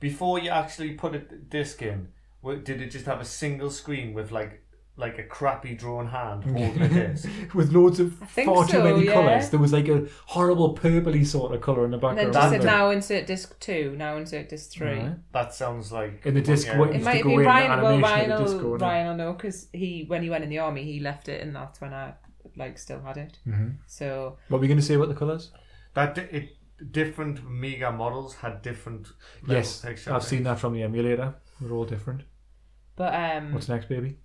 before you actually put a disc in, what, did it just have a single screen with like like a crappy drawn *laughs* hand holding a disc? With loads of think far too so, many yeah. colours. There was like a horrible purpley sort of colour in the and then background. just Random. said now insert disc two, now insert disc three. Right. That sounds like In the disc Yeah. what- It Used to might have go been in the Ryan. Well, animation Ryan, of the will, disc, Ryan will know because he, when he went in the army, he left it, and that's when I like still had it. Mm-hmm. So What were you going to say about the colours? that. Di- it, different Amiga models had different. level Yes, picture I've seen things. that from the emulator. They're all different. but *laughs* um, What's next, baby?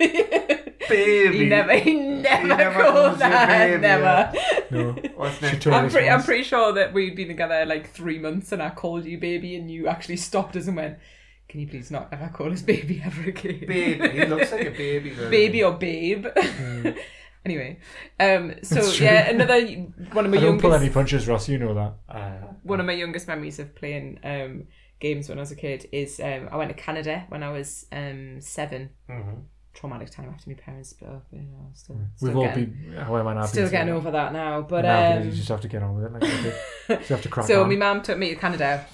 Baby. he never, he never, never calls you called that. baby, never. yeah. *laughs* No. What's She next? told I'm us pretty, I'm once. pretty sure that we'd been together like three months and I called you baby and you actually stopped us and went, Can you please not *laughs* ever call us baby ever again? *laughs* baby. He looks like a baby. doesn't he? baby or babe. *laughs* Anyway, um, so That's true. yeah, another one of my I don't pull youngest any punches, Ross. You know that. Uh, one of my youngest memories of playing um, games when I was a kid is um, I went to Canada when I was um, seven. mhm. Traumatic time after my parents split up. You know, still, Mm. We've still all getting, been. How am I not still been getting through over that now. But it? Nowadays, um, you just have to get on with it. Like, okay. *laughs* you just have to crack so Oh, on. my mum took me to *laughs* Canada,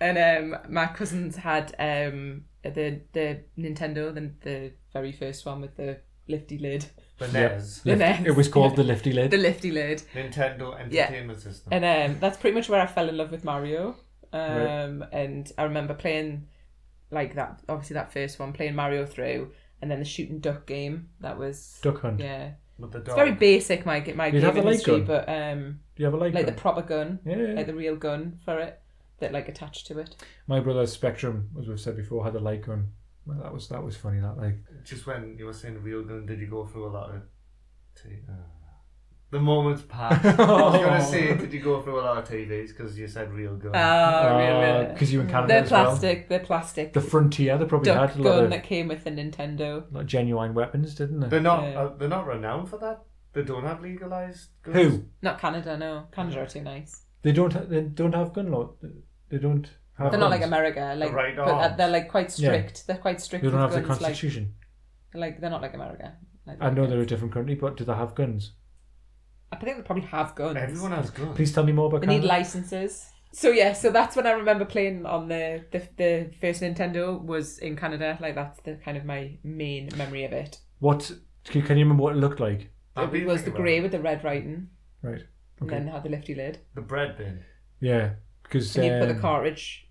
and um, my cousins had um, the the Nintendo, the, the very first one with the lifty lid, The Yep. NES, The Lift- next. It was called the lifty lid. the lifty lid, Nintendo Yeah. Entertainment System. and um, that's pretty much where I fell in love with Mario. Um, And I remember playing like that, obviously that first one, playing Mario through, and then the shooting duck game. That was Duck hunt. yeah, with the it's dog. very basic. My my You'd have gaming a light history, gun. but um, Do you have a light? like the gun? proper gun, yeah. yeah, yeah. like the real gun for it, that like attached to it. My brother's Spectrum, as we've said before, had a light gun. Well, that was that was funny. That like Just when you were saying real gun, did you go through a lot of t- uh, the moments *laughs* passed? I was gonna say, did you go through a lot of TVs because you said real gun? Oh, Oh. Uh, really? 'cause you in Canada They're as well. plastic. They're plastic. the Frontier, they probably duck had a lot gun of that came with the Nintendo. like, genuine weapons, didn't they? They're not. Yeah. Uh, they're not renowned for that. They don't have legalized. Guns. Who? Not Canada, no. Canada are too nice. They don't. Ha- they don't have gun law. They don't have. They're not guns. like America, like right but arms. uh, they're like quite strict. They're quite strict. They don't have with the guns, like- constitution. Like, they're not like America. Like, I know they're a different country, but do they have guns? I think they probably have guns. Everyone has guns. Please tell me more about. They need Canada. licenses. So yeah, so that's when I remember playing on the, the the first Nintendo was in Canada. Like that's the kind of my main memory of it. What can can you remember? What it looked like? I've It been was the thinking grey about with the red writing, Right. and Okay. then had the lifty lid, it. The bread bin. Yeah, because and you put the um, cartridge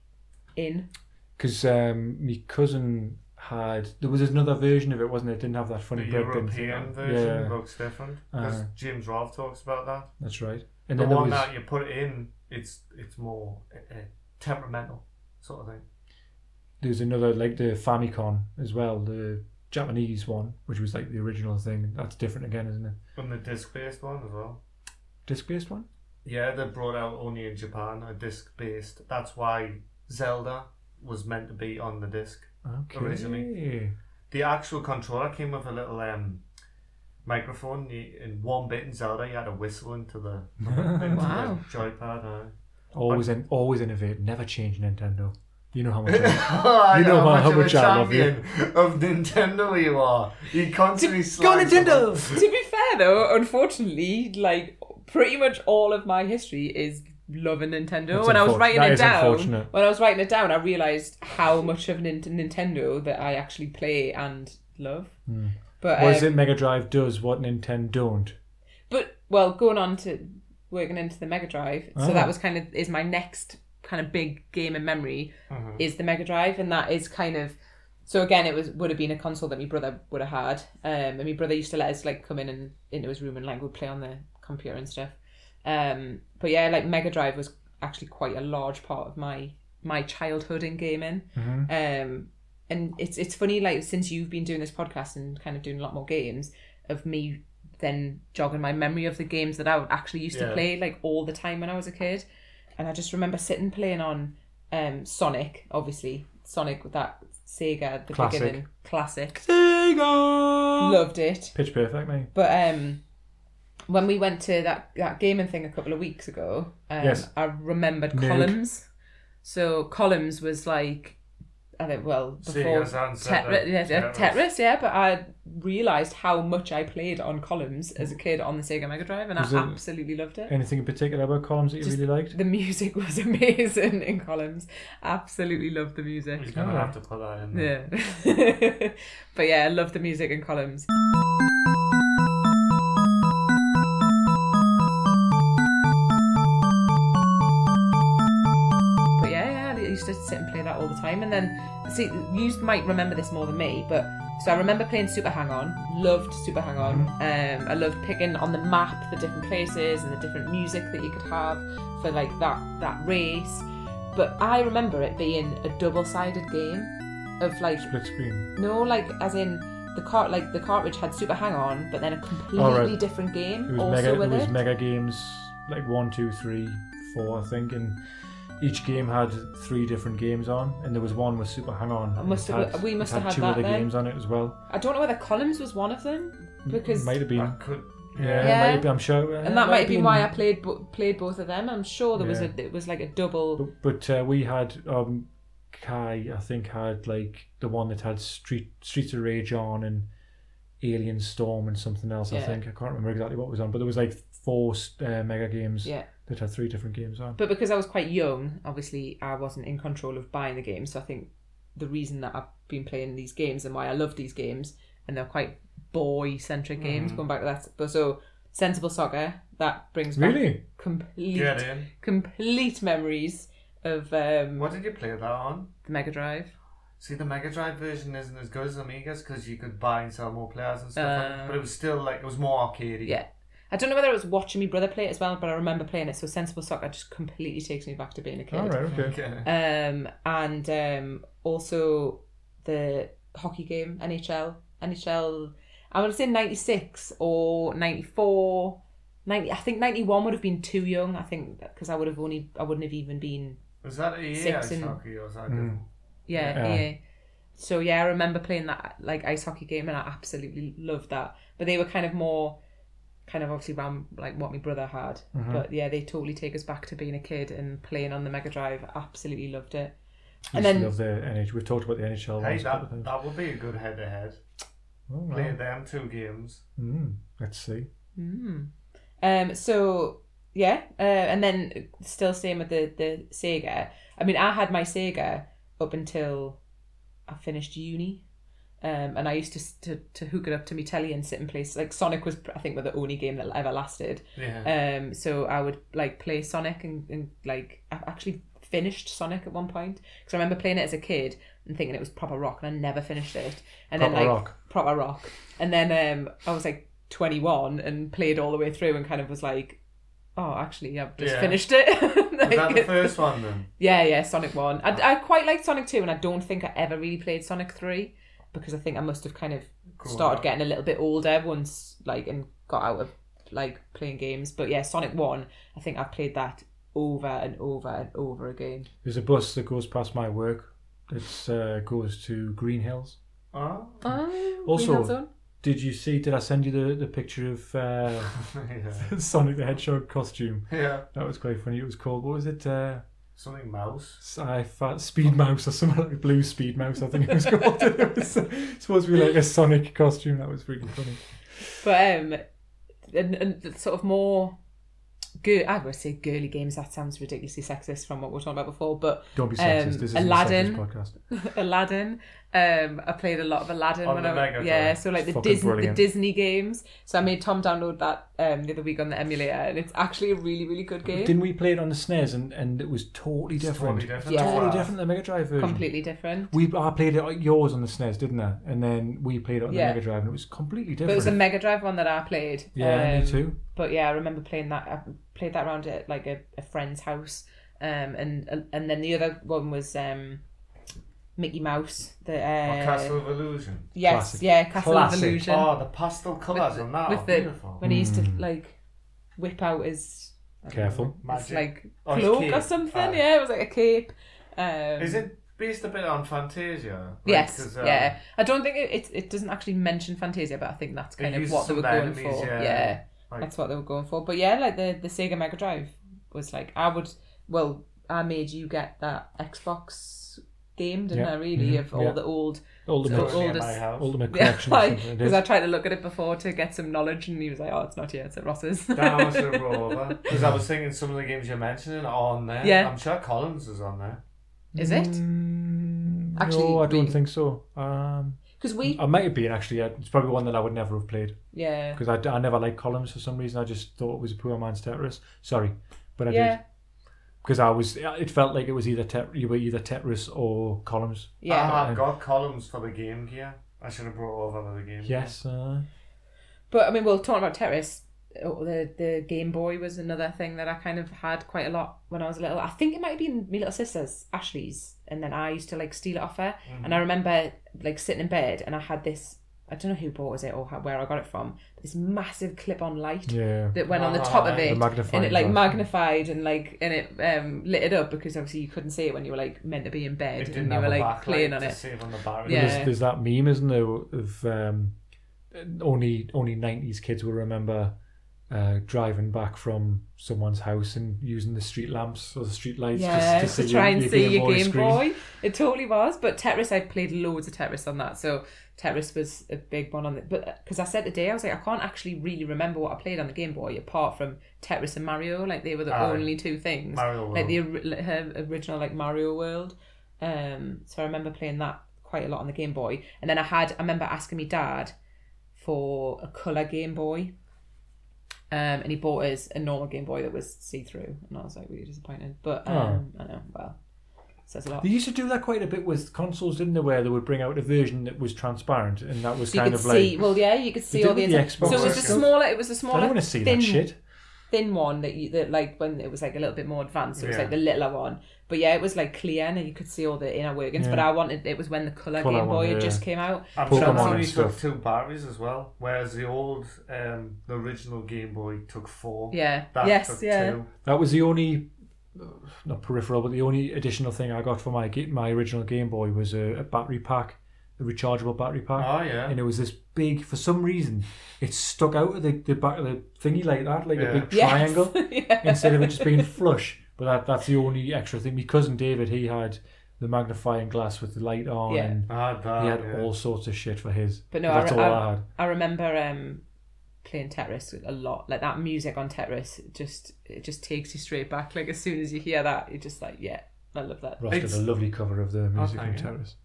in. *laughs* 'cause, um, my cousin had there was another version of it, wasn't it? It Didn't have that The funny bread bin thing. European version Yeah, looks different because Uh-huh. James Rolfe talks about that. that's right. And the then there one was that you put in, it's it's more uh, uh, temperamental sort of thing. there's another like the Famicom as well, the Japanese one, which was like the original thing. That's different again, isn't it? And the disc based one as well. Disc based one. Yeah, they brought out only in Japan a disc based. That's why Zelda was meant to be on the disc. Okay. Originally. The actual controller came with a little um, microphone. You, in one bit in Zelda, you had to whistle into *laughs* the, into Wow. the joypad. aye. Always in, always innovate, never change Nintendo. You know how *laughs* much. I- Oh, I You know how much of a much I love you. champion of Nintendo you are. You constantly Go slags someone. Nintendo. to be fair though, unfortunately, like pretty much all of my history is loving Nintendo. That's when I was unfortunate. writing That it is down, unfortunate. when I was writing it down, I realized how much of Nin- Nintendo that I actually play and love. But What is um, Hmm. it Mega Drive does what Nintendo don't? but well, going on to working into the Mega Drive, so Ah. that was kind of is my next kind of big game in memory is the Mega Drive, and that is kind of so again it was would have been a console that my brother would have had, um, and my brother used to let us like come in and into his room and like we'd play on the computer and stuff, um, but yeah, like Mega Drive was actually quite a large part of my my childhood in gaming. Um, and it's it's funny like since you've been doing this podcast and kind of doing a lot more games of me then jogging my memory of the games that I actually used to Yeah. play like all the time when I was a kid, and I just remember sitting playing on um Sonic obviously Sonic with that Sega the Classic. bigger than classic Sega. loved it Pitch Perfect, mate. but um, when we went to that, that gaming thing a couple of weeks ago, um, Yes. I remembered Nerd. columns. So columns was like, I don't well before Sega's answer Tetris, to yeah, yeah, Tetris. Tetris, yeah. But I realised how much I played on columns as a kid on the Sega Mega Drive, and Was it- I absolutely loved it. Anything in particular about columns that you Just- really liked? The music was *laughs* amazing in columns. Absolutely loved the music. He's Oh. going to have to put that in there. Yeah. but yeah, *laughs* I love the music and columns. But yeah, yeah, I used to sit and play that all the time. And then, see, you might remember this more than me, but so I remember playing Super Hang On, loved Super Hang On. Um, I loved picking on the map the different places and the different music that you could have for like that that race. But I remember it being a double-sided game of like Split screen. no, like as in the cart, like the cartridge had Super Hang On, but then a completely All Oh, right. different game It was also mega. It with was it. mega games like one, two, three, four, I think, and each game had three different games on, and there was one with Super Hang On. I must It have- we it must had have had two that other then. games on it as well. I don't know whether Columns was one of them. Because- might have been. I could. Yeah, Yeah. might have been, I'm sure. uh, and that might have be been. why I played bo- played both of them. I'm sure there was Yeah. a it was like a double. But, but uh, we had um, Kai. I think had like the one that had Street Streets of Rage on and Alien Storm and something else. I Yeah. think I can't remember exactly what was on, but there was like four uh, mega games Yeah, that had three different games on. but because I was quite young, obviously I wasn't in control of buying the games. So I think the reason that I've been playing these games and why I love these games, and they're quite boy centric games. Mm. Going back to that, but so sensible soccer that brings back Really? complete Get in. complete memories of um, What did you play that on? the Mega Drive. See, the Mega Drive version isn't as good as Amiga's because you could buy and sell more players and stuff. like that, but it was still like it was more arcadey. Uh, Yeah. I don't know whether it was watching my brother play it as well, but I remember playing it. So sensible soccer just completely takes me back to being a kid. All right. Okay. *laughs* Okay. Um, and um, also the hockey game NHL, NHL. I would say ninety six or 94, 90, I think ninety one would have been too young. I think because I would have only I wouldn't have even been Was that a year Six ice and- hockey or was that Mm. yeah, Yeah. yeah. So yeah, I remember playing that like ice hockey game, and I absolutely loved that. But they were kind of more, kind of obviously around like what my brother had. But yeah, they totally take us back to being a kid and playing on the Mega Drive. Absolutely loved it. I And used to then- love the NHL. We've talked about the NHL Hey, ones a couple that, of times. that would be a good head to head. Oh, wow. Play them two games. Mm, let's see. Mm. Um. So yeah, uh, and then still staying with the the Sega. I mean, I had my Sega up until I finished uni. Um, and I used to, to to hook it up to me telly and sit and play like Sonic was I think the only game that ever lasted. Yeah. Um, so I would like play Sonic and, and like I actually finished Sonic at one point because I remember playing it as a kid and thinking it was proper rock and I never finished it. And then Proper like rock. proper rock, and then um, I was like 21 and played all the way through and kind of was like, oh, actually, I've just Yeah. finished it. *laughs* Was that the Like, first one then? yeah, yeah, Sonic 1. I, I quite liked Sonic 2, and I don't think I ever really played Sonic 3 because I think I must have kind of Cool. started getting a little bit older once, like, and got out of like playing games. But yeah, Sonic 1, I think I've played that over and over and over again. There's a bus that goes past my work. It uh, goes to Green Hills. Oh. Also, did you see? Did I send you the, the picture of uh, *laughs* *laughs* yeah. Sonic the Hedgehog costume? yeah. That was quite funny. It was called what was it? Uh, Something mouse. sci fi Speed Mouse or something *laughs* like Blue Speed Mouse. I think it was *laughs* called. it was uh, supposed to be like a Sonic costume. That was really funny. But um, and, and sort of more girl. I would say girly games. That sounds ridiculously sexist from what we were talking about before. But Don't be sexist. this is Um, Aladdin. a sexist podcast. Aladdin. Um, I played a lot of Aladdin On when the I Mega yeah. Drive. So like It's the fucking Disney brilliant. the Disney games. So I made Tom download that um the other week on the emulator, and it's actually a really really good game. Didn't we play it on the snares and, and it was totally It's different? Totally different. Yeah. to that. Totally different than the Mega Drive version. Completely different. We I played it on yours on the SNES, didn't I? And then we played it on Yeah. the Mega Drive, and it was But completely it different. was a Mega Drive one that I played. yeah, Um, me too. But yeah, I remember playing that. I played that round at like a, a friend's house, um, and and then the other one was um, Mickey Mouse. The Or uh, Castle of Illusion. Yes, Oh, Classic. yeah, Castle Classic. oh, of Illusion. Oh, the pastel colours on that. with With the- beautiful. when he used to Mm. like whip out his I don't Careful. know, his, Magic. like Oh, his cloak cape. or something. Aye. Yeah, it was like a cape. Um, Is it based a bit on Fantasia? Like, Yes. 'cause, um, yeah. I don't think it, it. It doesn't actually mention Fantasia, but I think that's They kind of used what they some were going of the enemies, for. yeah. Yeah. Like- that's what they were going for. But yeah, like the the Sega Mega Drive was like I would. Well, I made you get that Xbox game, didn't Yeah. I? Really, Mhm. of all Yeah. the old *laughs* Ultimate, Totally in oldest- my house. ultimate Yeah, collection. or like something. It because is. I tried to look at it before to get some knowledge, and he was like, "Oh, it's not here, it's at Ross's." Down *laughs* as a rover. Because I was thinking some of the games you're mentioning are on there. Yeah. I'm sure Collins is on there. Is it? Mm, no, Actually, I don't we- think so. Um, Because we, I might have been actually. yeah, It's probably one that I would never have played yeah, because I, I never liked columns for some reason. I just thought it was a poor man's Tetris. Sorry, but I yeah, did because I was. It felt like it was either tet- you were either Tetris or columns. yeah. I Uh-huh. have got Collins for the Game Gear. I should have brought over for the Game Gear. Yes. Uh, But I mean, we'll talk about Tetris. Oh, the the Game Boy was another thing that I kind of had quite a lot when I was little. I think it might have been my little sister's Ashley's, and then I used to like steal it off her. Mm. And I remember like sitting in bed, and I had this. I don't know who bought it or how, where I got it from. This massive clip-on light yeah. that went on the top of Ah, The it, magnifying and it like glass. magnified and like and it um, lit it up because obviously you couldn't see it when you were like meant to be in bed It and didn't you have were a like backlight playing on to it. save on the battery. Yeah. There's, there's that meme, isn't there, of um, only only nineties kids will remember uh, driving back from someone's house and using the street lamps or the street lights Yeah, just to, to, see try your- and your see Game your Boy Game screen. Boy. It totally was. But Tetris, I played loads of Tetris on that. So Tetris was a big one on the. But because I said today, I was like, I can't actually really remember what I played on the Game Boy apart from Tetris and Mario. Like they were the Ah, Aye. only two things. Mario like the ori- like, her original like Mario World. Um, so I remember playing that quite a lot on the Game Boy. And then I had I remember asking my dad for a color Game Boy. Um, and he bought us a normal Game Boy that was see through, and I was like really disappointed. But Oh. um, I know, well, says a lot. They used to do that quite a bit with consoles, didn't they? Where they would bring out a version that was transparent, and that was So you kind could of see, like. well, yeah, you could see did all the, with the inside- So Xbox it was and the stuff. smaller. It was the I smaller. don't want to see thin that shit. thin one that you that like when it was like a little bit more advanced it was Yeah. like the littler one but yeah it was like clear and you could see all the inner workings but Yeah. i wanted it was when the color Colour game boy one, had yeah. Ah, just came out I'm Pokemon sure and it only took stuff. two batteries as well, whereas the old, um, the original Game Boy took four. yeah That yes took yeah two. That was the only, not peripheral, but the only additional thing I got for my ga- my original Game Boy was a, a battery pack, a rechargeable battery pack, Oh yeah. and it was this big. For some reason, it stuck out of the, the back of the thingy like that, like Yeah. a big Yes. triangle, *laughs* yeah. instead of it just being flush. But that that's the only extra thing. My cousin David, he had the magnifying glass with the light on, Yeah. and I had that. he had Ah, yeah. all sorts of shit for his. But no, I that's re- all I had. i remember um playing tetris a lot like that music on tetris it just it just takes you straight back like as soon as you hear that you're just like yeah i love that Ross did It's- Oh, a lovely cover of the music on thank you. Terrace.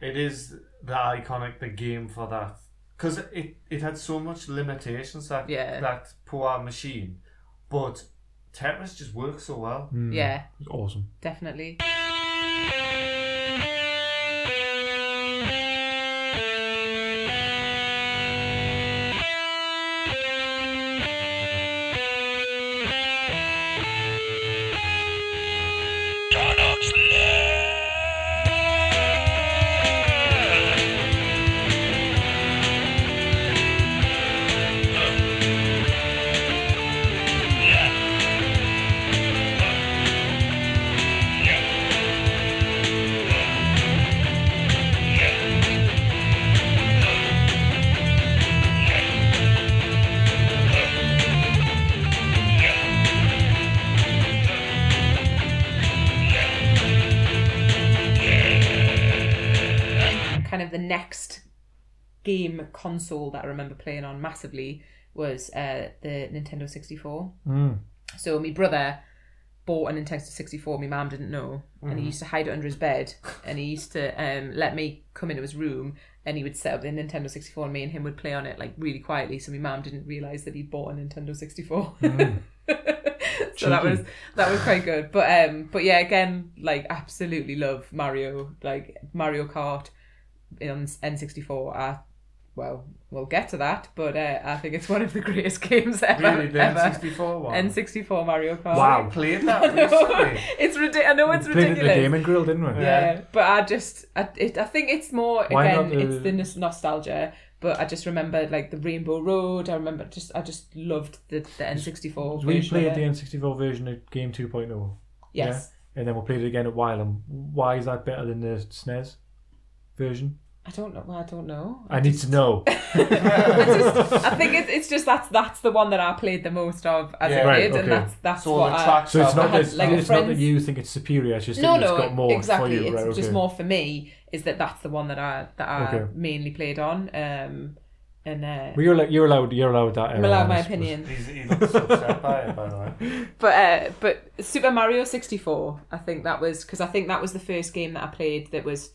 It is the iconic, the game for that, because it, it had so much limitations that Yeah. that poor machine, but Tetris just works so well. *laughs* yeah It was awesome. definitely kind of the next game console that I remember playing on massively was uh, the Nintendo 64. Mm. So my brother bought a Nintendo 64. My mum didn't know, and Mm-hmm. he used to hide it under his bed, and he used to um, let me come into his room, and he would set up the Nintendo 64, and me and him would play on it like really quietly. So my mum didn't realise that he'd bought a Nintendo *laughs* 64. Mm. *laughs* so that Cheeky. was that was quite good. But um, but yeah, again, like absolutely love Mario, like Mario Kart on N64. I well, we'll get to that, but uh, I think it's one of the *laughs* greatest games ever. Really, the ever. N64 one. N64 Mario Kart. I Wow. played that recently. *laughs* it's ridiculous. I know it's Mm. we played it at the ridiculous. Gaming Grill, didn't we? yeah. but I just, I, it, I think it's more Why again, not the- it's the nos- nostalgia. But I just remember like the Rainbow Road. I remember just, I just loved the, the N64. We version of played the it. N64 version of Game 2.0. Yes, And then we played it again at Wylam. Why is that better than the SNES version? I don't know. I don't know. I need to know. I think it's, it's just that's that's the one that I played the most of as Yeah. a Right, kid, okay. and that's that's So what the I- tracks So it's are not had, that, like, a it's not that friend's- you think it's superior, it's just no, that it's no, got more exactly. for you. It's right, just okay. more for me. Is that that's the one that I that I Okay. mainly played on, um, and uh, Well, you're, allowed, you're, allowed, you're allowed that. I'm error, allowed Um, I my suppose. opinion. He's, he looks upset by it, by the way. But uh, but Super Mario 64, I think that was because I think that was the first game that I played that was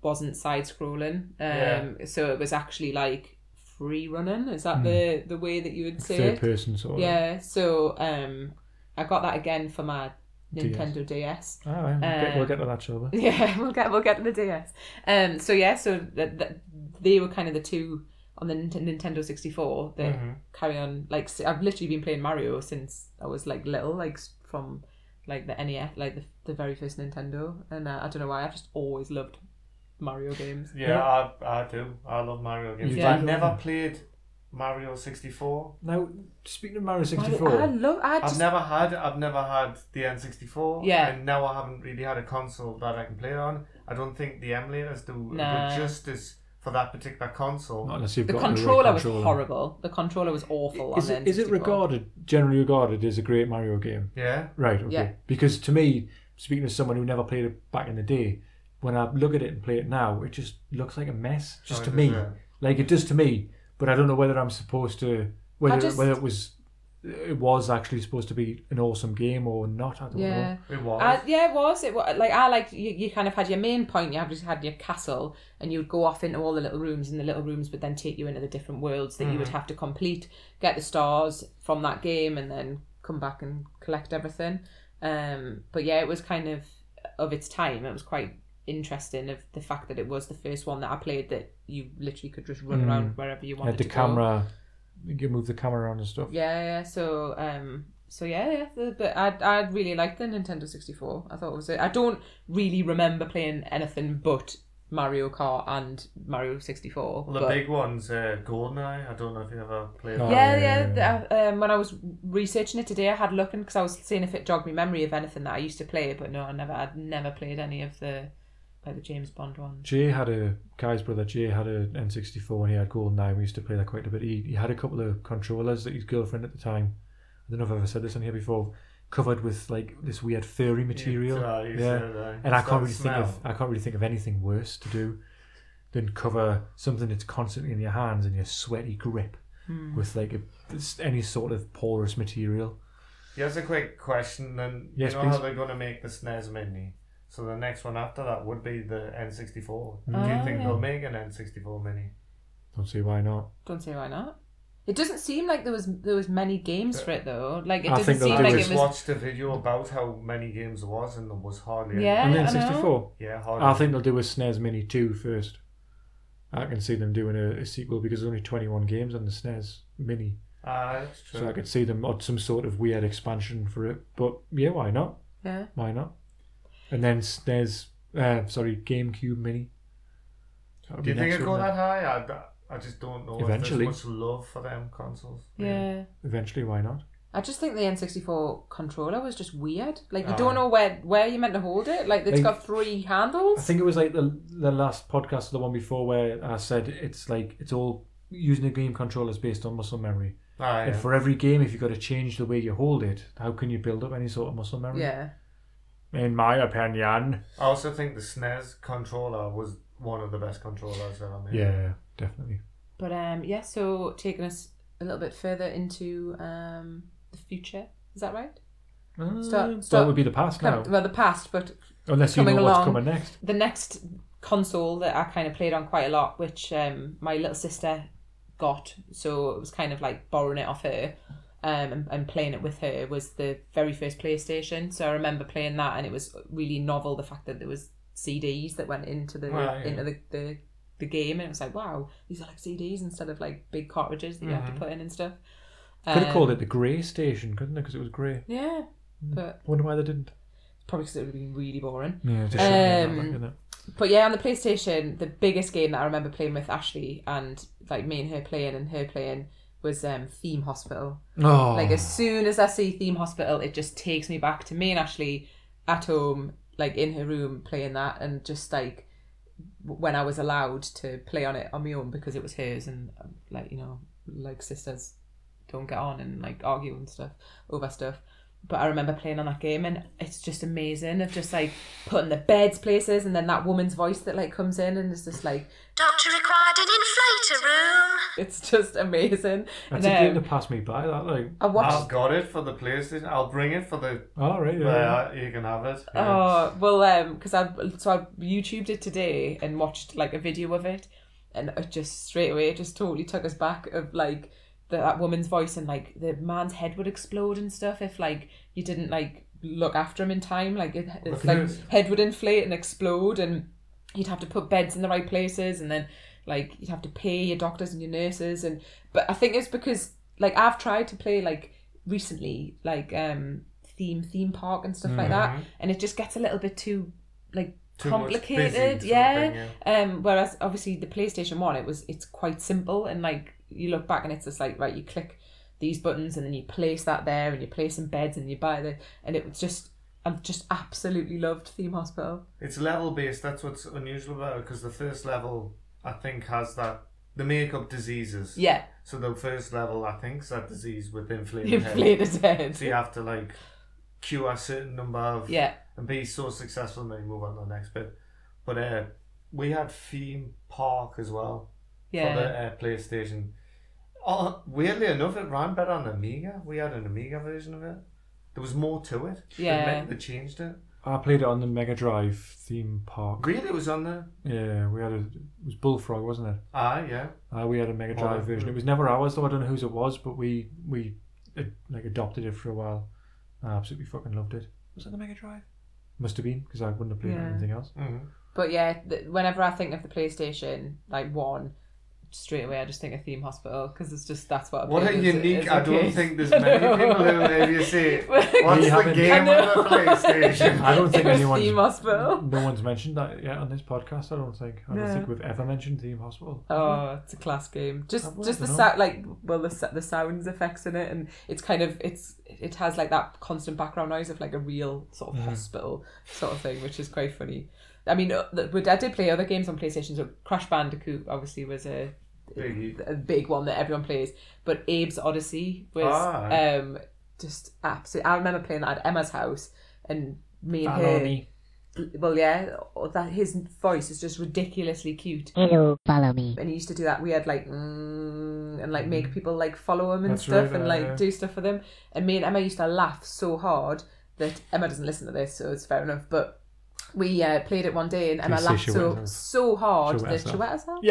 wasn't side scrolling. Um, Yeah. So it was actually like free running. Is that the the way that you would say Hmm. Third it? person, sort of. Yeah. So um, I got that again for my DS. Nintendo DS. All right, Oh, we'll, get, we'll Um, get to that, shall *laughs* we? Yeah, we'll get we'll get to the DS. Um, so yeah, so that that they were kind of the two on the Nint- Nintendo sixty four that Mm-hmm. carry on. Like s- I've literally been playing Mario since I was like little, like s- from like the NES, like the, the very first Nintendo, and uh, I don't know why I've just always loved Mario games. Yeah, I, I do. I love Mario games. But You do, I don't never you? played Mario 64. Now, speaking of Mario Mario- 64, I love. I I've just never had I've never had the N64. Yeah. And now I haven't really had a console that I can play it on. I don't think the emulators do a Nah. good justice for for that particular console. Not unless you've The got right controller was controller. horrible. The controller was awful. Is on it, the is it N64. regarded generally regarded as a great Mario game? Yeah. Right. Okay. Yeah. Because to me, speaking to someone who never played it back in the day, when I look at it and play it now, it just looks like a mess. Just Oh, to it me, does, yeah. like it does to me. But I don't know whether I'm supposed to whether just- whether it was it was actually supposed to be an awesome game or not. I don't Yeah. know. It was. Uh, yeah, it was. It was like I like you, you. kind of had your main point. You just had your castle, and you would go off into all the little rooms, and the little rooms would then take you into the different worlds that you would have to complete, get the stars from that game, and then come back and collect everything. Um, but yeah, it was kind of of its time. It was quite interesting of the fact that it was the first one that I played that you literally could just run around wherever you wanted Had the to go. camera, you can move the camera around and stuff. Yeah, yeah. So, um, so yeah, yeah. The, but I, I really liked the Nintendo sixty four. I thought it was. A, I don't really remember playing anything but Mario Kart and Mario sixty four. Well, the big one's uh, GoldenEye. I don't know if you ever played No. that. yeah, yeah, yeah. yeah, th- I- um, when I was researching it today, I had looking because I was seeing if it jogged my memory of anything that I used to play, but no, I never, I'd never played any of the, like the James Bond ones. Jay had a Kai's brother. Jay had a N64 and he had GoldenEye. We used to play that quite a bit. He, he had a couple of controllers that his girlfriend at the time. I don't know if I've ever said this on here before. Covered with like this weird furry material. Yeah, it's, yeah. uh, the- and I it's can't that really think of smell. I can't really think of anything worse to do than cover something that's constantly in your hands and your sweaty grip Hmm. with like a, this- any sort of porous material. Here's a quick question then. Yes, you know how please. they're going to make the SNES Mini? So the next one after that would be the N64. Do Ah, you think yeah. they'll make an N64 Mini? Don't see why not. Don't see why not. It doesn't seem like there was there was many games for it though. Like it I doesn't think they'll seem I do like it. it just was. watched a video about how many games there was and there was hardly any. Yeah, And I then know. 64. Yeah, hardly. I think they'll do a SNES Mini 2 first. I can see them doing a, a sequel because there's only 21 games on the SNES Mini. Ah, that's true. So I could see them or some sort of weird expansion for it. But yeah, why not? Yeah. Why not? And then SNES, uh, sorry, GameCube Mini. That'll Do you be think next, it'd go wouldn't that high? I, I just don't know Eventually. if there's much love for them consoles. Yeah. Eventually, why not? I just think the N64 controller was just weird. Like you Aye. don't know where where you're meant to hold it. Like it's Oh, Like- got three I handles. think it was like the the last podcast or the one before where I said it's like it's all using the game controllers based on muscle memory. Aye, And Ah, yeah. for every game, if you've got to change the way you hold it, how can you build up any sort of muscle memory? yeah. In my opinion. I also think the SNES controller was one of the best controllers ever made. Yeah, definitely. But um yeah, so taking us a little bit further into um the future. Is that right? Start- Uh, start- that would be the past now, Well the past, but unless you know coming what's along. coming next. the next console that I kind of played on quite a lot, which um, my little sister got, so it was kind of like borrowing it off her um, and, and playing it with her, was the very first PlayStation. So I remember playing that, and it was really novel the fact that there was CDs that went into the Right, yeah. into the, the the game, and it was like wow, these are like CDs instead of like big cartridges that you have to put in and stuff. Could Um, have Mm-hmm. called it Mm. the Grey Station, couldn't it? Because it was grey. Yeah, but Wonder why they didn't. probably because it would have been really boring. Yeah, just Um, But yeah, on the PlayStation, the biggest game that I remember playing with Ashley and like me and her playing and her playing was um, Theme Hospital. Oh, Like as soon as I see Theme Hospital, it just takes me back to me and Ashley at home, like in her room playing that, and just like w- when I was allowed to play on it on my own because it was hers and um, like you know like sisters don't get on and like argue and stuff over stuff. But I remember playing on that game and it's just amazing of just like putting the beds places and then that woman's voice that like comes in and it's just like Doctor required an inflator room. it's *laughs* just amazing. that's a and, game um, that passed me by. That like, I watched I've got it for the PlayStation. I'll bring it for the. all right, yeah. Yeah, you can have it. Yeah. Oh well, um, because I so I YouTubed it today and watched like a video of it, and it just straight away it just totally took us back of like the, that woman's voice and like the man's head would explode and stuff if like you didn't like look after him in time, like it, it's like head would inflate and explode, and you'd have to put beds in the right places, and then like you'd have to pay your doctors and your nurses, and but I think it's because like I've tried to play like recently like um theme theme park and stuff like that and it just gets a little bit too like Mm-hmm. Too much complicated busy sort of yeah. thing, yeah. um whereas obviously the playstation one it was it's quite simple and like you look back and it's just like right you click these buttons and then you place that there and you place some beds and you buy the and it was just i've just absolutely loved theme hospital It's level based. That's what's unusual about it because the first level I think, has that. The makeup diseases. Yeah, So the first level, I think, is that disease with *laughs* inflated, head. inflated head. So you have to like cure a certain number of Yeah, and be so successful, and then you move on to the next bit. But uh, we had theme park as well for the yeah. uh, PlayStation. Oh, weirdly enough, it ran better on Amiga. We had an Amiga version of it. There was more to it. They Yeah. meant- They changed it. I played it on the Mega Drive theme park. Really, it was on there. Yeah, we had a it was Bullfrog, wasn't it? Ah, yeah. Uh, we had a Mega Oh, Drive yeah. version. It was never ours though. I don't know whose it was, but we we uh, like adopted it for a while. I absolutely fucking loved it. Was it the Mega Drive? Must have been because I wouldn't have played Yeah. anything else. Mm-hmm. But yeah, th- whenever I think of the PlayStation, like one, straight away I just think of Theme Hospital because it's just that's what. I What a played as- as unique! a I don't kid. think *laughs* there's many No. people who, *laughs* if you say, We "What's the haven't- game I on the know. PlayStation?" I don't *laughs* think It was anyone's- Theme Hospital. *laughs* No one's mentioned that yet on this podcast. I don't think. I No. don't think we've ever mentioned Theme Hospital. *laughs* Oh, it's a class game. I Just wouldn't just the know. sound, like well the sa- the sounds effects in it, and it's kind of it's it has like that constant background noise of like a real sort of hospital sort of thing, which is quite funny. I mean, uh, the- but I did play other games on PlayStation. So Crash Bandicoot obviously was a Biggie. a big one that everyone plays, but Abe's Odyssey was Ah. um just absolutely. I remember playing that at Emma's house, and me and her. Baloney. Well, yeah, oh, that his voice is just ridiculously cute. Mm. Hello, follow me. and he used to do that weird like mm, and like make people like follow him and That's stuff right, and uh, like yeah. do stuff for them and me and emma used to laugh so hard that emma doesn't listen to this so it's fair enough but we uh, played it one day and emma Please say laughed she wet so herself. so hard She wet that she herself. wet herself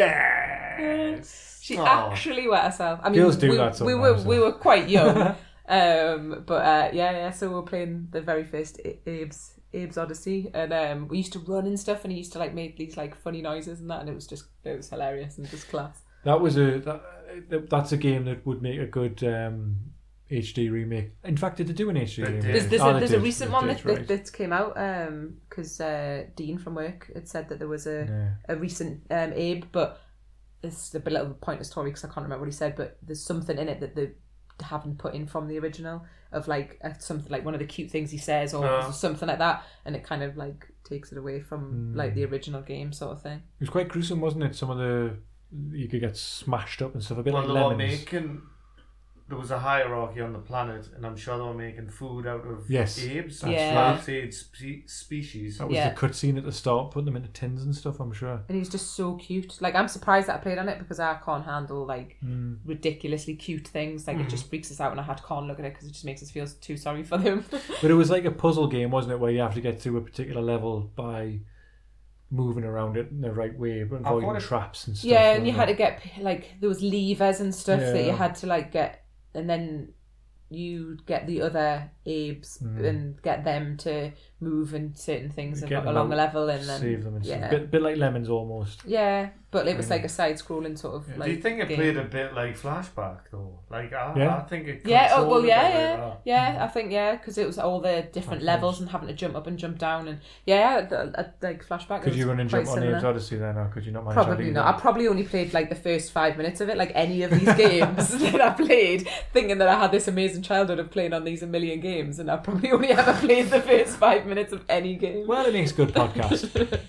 Yes. she Aw. actually wet herself i mean Girls do we, that we were sometimes, we though. were quite *laughs* young um but uh yeah yeah so we were playing the very first A- abe's abe's odyssey and um we used to run and stuff and he used to like make these like funny noises and that and it was just it was hilarious and just class That was a that, that's a game that would make a good um, HD remake. In fact, did they do an HD They remake? did. There's, there's, Oh, a, they there's did, a recent they one did, that, that, right. that came out because uh, Dean from work had said that there was a, Yeah. a recent um, Abe, but it's a bit of a pointless story because I can't remember what he said, but there's something in it that they haven't put in from the original of like a, something like one of the cute things he says or Uh. something like that, and it kind of like takes it away from like the original game sort of thing. It was quite gruesome, wasn't it? Some of the you could get smashed up and stuff. A bit Well, like they were lemons. making. There was a hierarchy on the planet, and I'm sure they were making food out of Yes, apes, that's Yeah. right. last aid spe- species. That was Yeah. the cutscene at the start, putting them into tins and stuff. I'm sure. And he's just so cute. Like I'm surprised that I played on it because I can't handle like ridiculously cute things. Like it just freaks us out, and I had can't look at it because it just makes us feel too sorry for them. *laughs* But it was like a puzzle game, wasn't it? Where you have to get to a particular level by moving around it in the right way, but thought avoiding it- traps and stuff. yeah, and you had wasn't to it? get like there was levers and stuff that you Yeah. had to like get, and then you get the other Abes and get them to move and certain things Hmm. Get and them along the out, level, and then save them and yeah, stuff. Bit, bit like lemons almost. yeah. But it was like a side scrolling sort of. Like, Do you think it game. played a bit like Flashback though? Like I, Yeah. I think it. Yeah, oh, well, controlled it yeah, a bit like yeah, Hmm. yeah. I think yeah, because it was all the different Platforms. levels and having to jump up and jump down and yeah, the, uh, like flashback. it Could was you run and quite jump on similar. Abe's Odyssey then, or could you not manage to Probably do not. that? I probably only played like the first five minutes of it, like any of these games *laughs* that I played, thinking that I had this amazing childhood of playing on these a million games, and I probably only ever played the first five minutes of any game. Well, it *laughs* makes good podcast.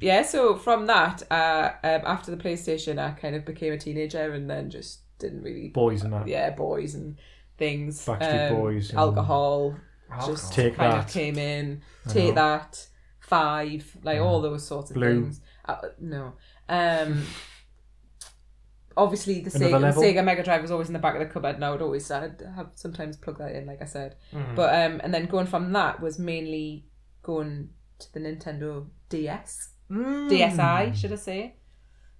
Yeah, so from that, uh, um, after the PlayStation, I kind of became a teenager and then just didn't really. Boys and that. Yeah, boys and things. Um, Backstreet Boys and- Alcohol. Just Take kind that. of came in. Take that. Five. Like all those sorts of Blue. things. Uh, no. Um, obviously, the Another Sega, level? Sega Mega Drive was always in the back of the cupboard and I would always I'd have, sometimes plug that in, like I said. Mm-hmm. But um, And then going from that was mainly going to the Nintendo DS DSi, should I say?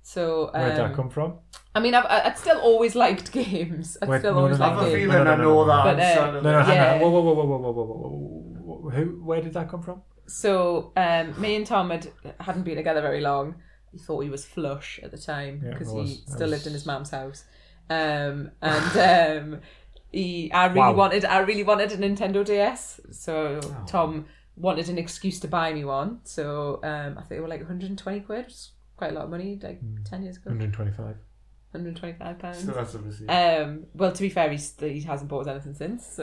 So um, Mm. Where'd that come from? I mean, I've, I- I'd still always liked *laughs* games. I'd Wait, still no, always no, no, I liked have a Okay. feeling games. No, no, I no, know no, no. that. But, uh, son No, of no, a- hang Yeah. on. Whoa, whoa, whoa, whoa, whoa, whoa, whoa, whoa, whoa. Who? Where did that come from? So um, me and Tom had hadn't been together very long. He thought he was flush at the time Yeah, I because was. he I still was- lived in his mum's house, um, *laughs* and um, he I really Wow. wanted I really wanted a Nintendo DS. So Tom wanted an excuse to buy me one. So um, I think they were like 120 quid, which is quite a lot of money, like Hmm. 10 years ago, 125. 125 pounds. So that's obviously- Um, well, to be fair, he's, he hasn't bought us anything since, so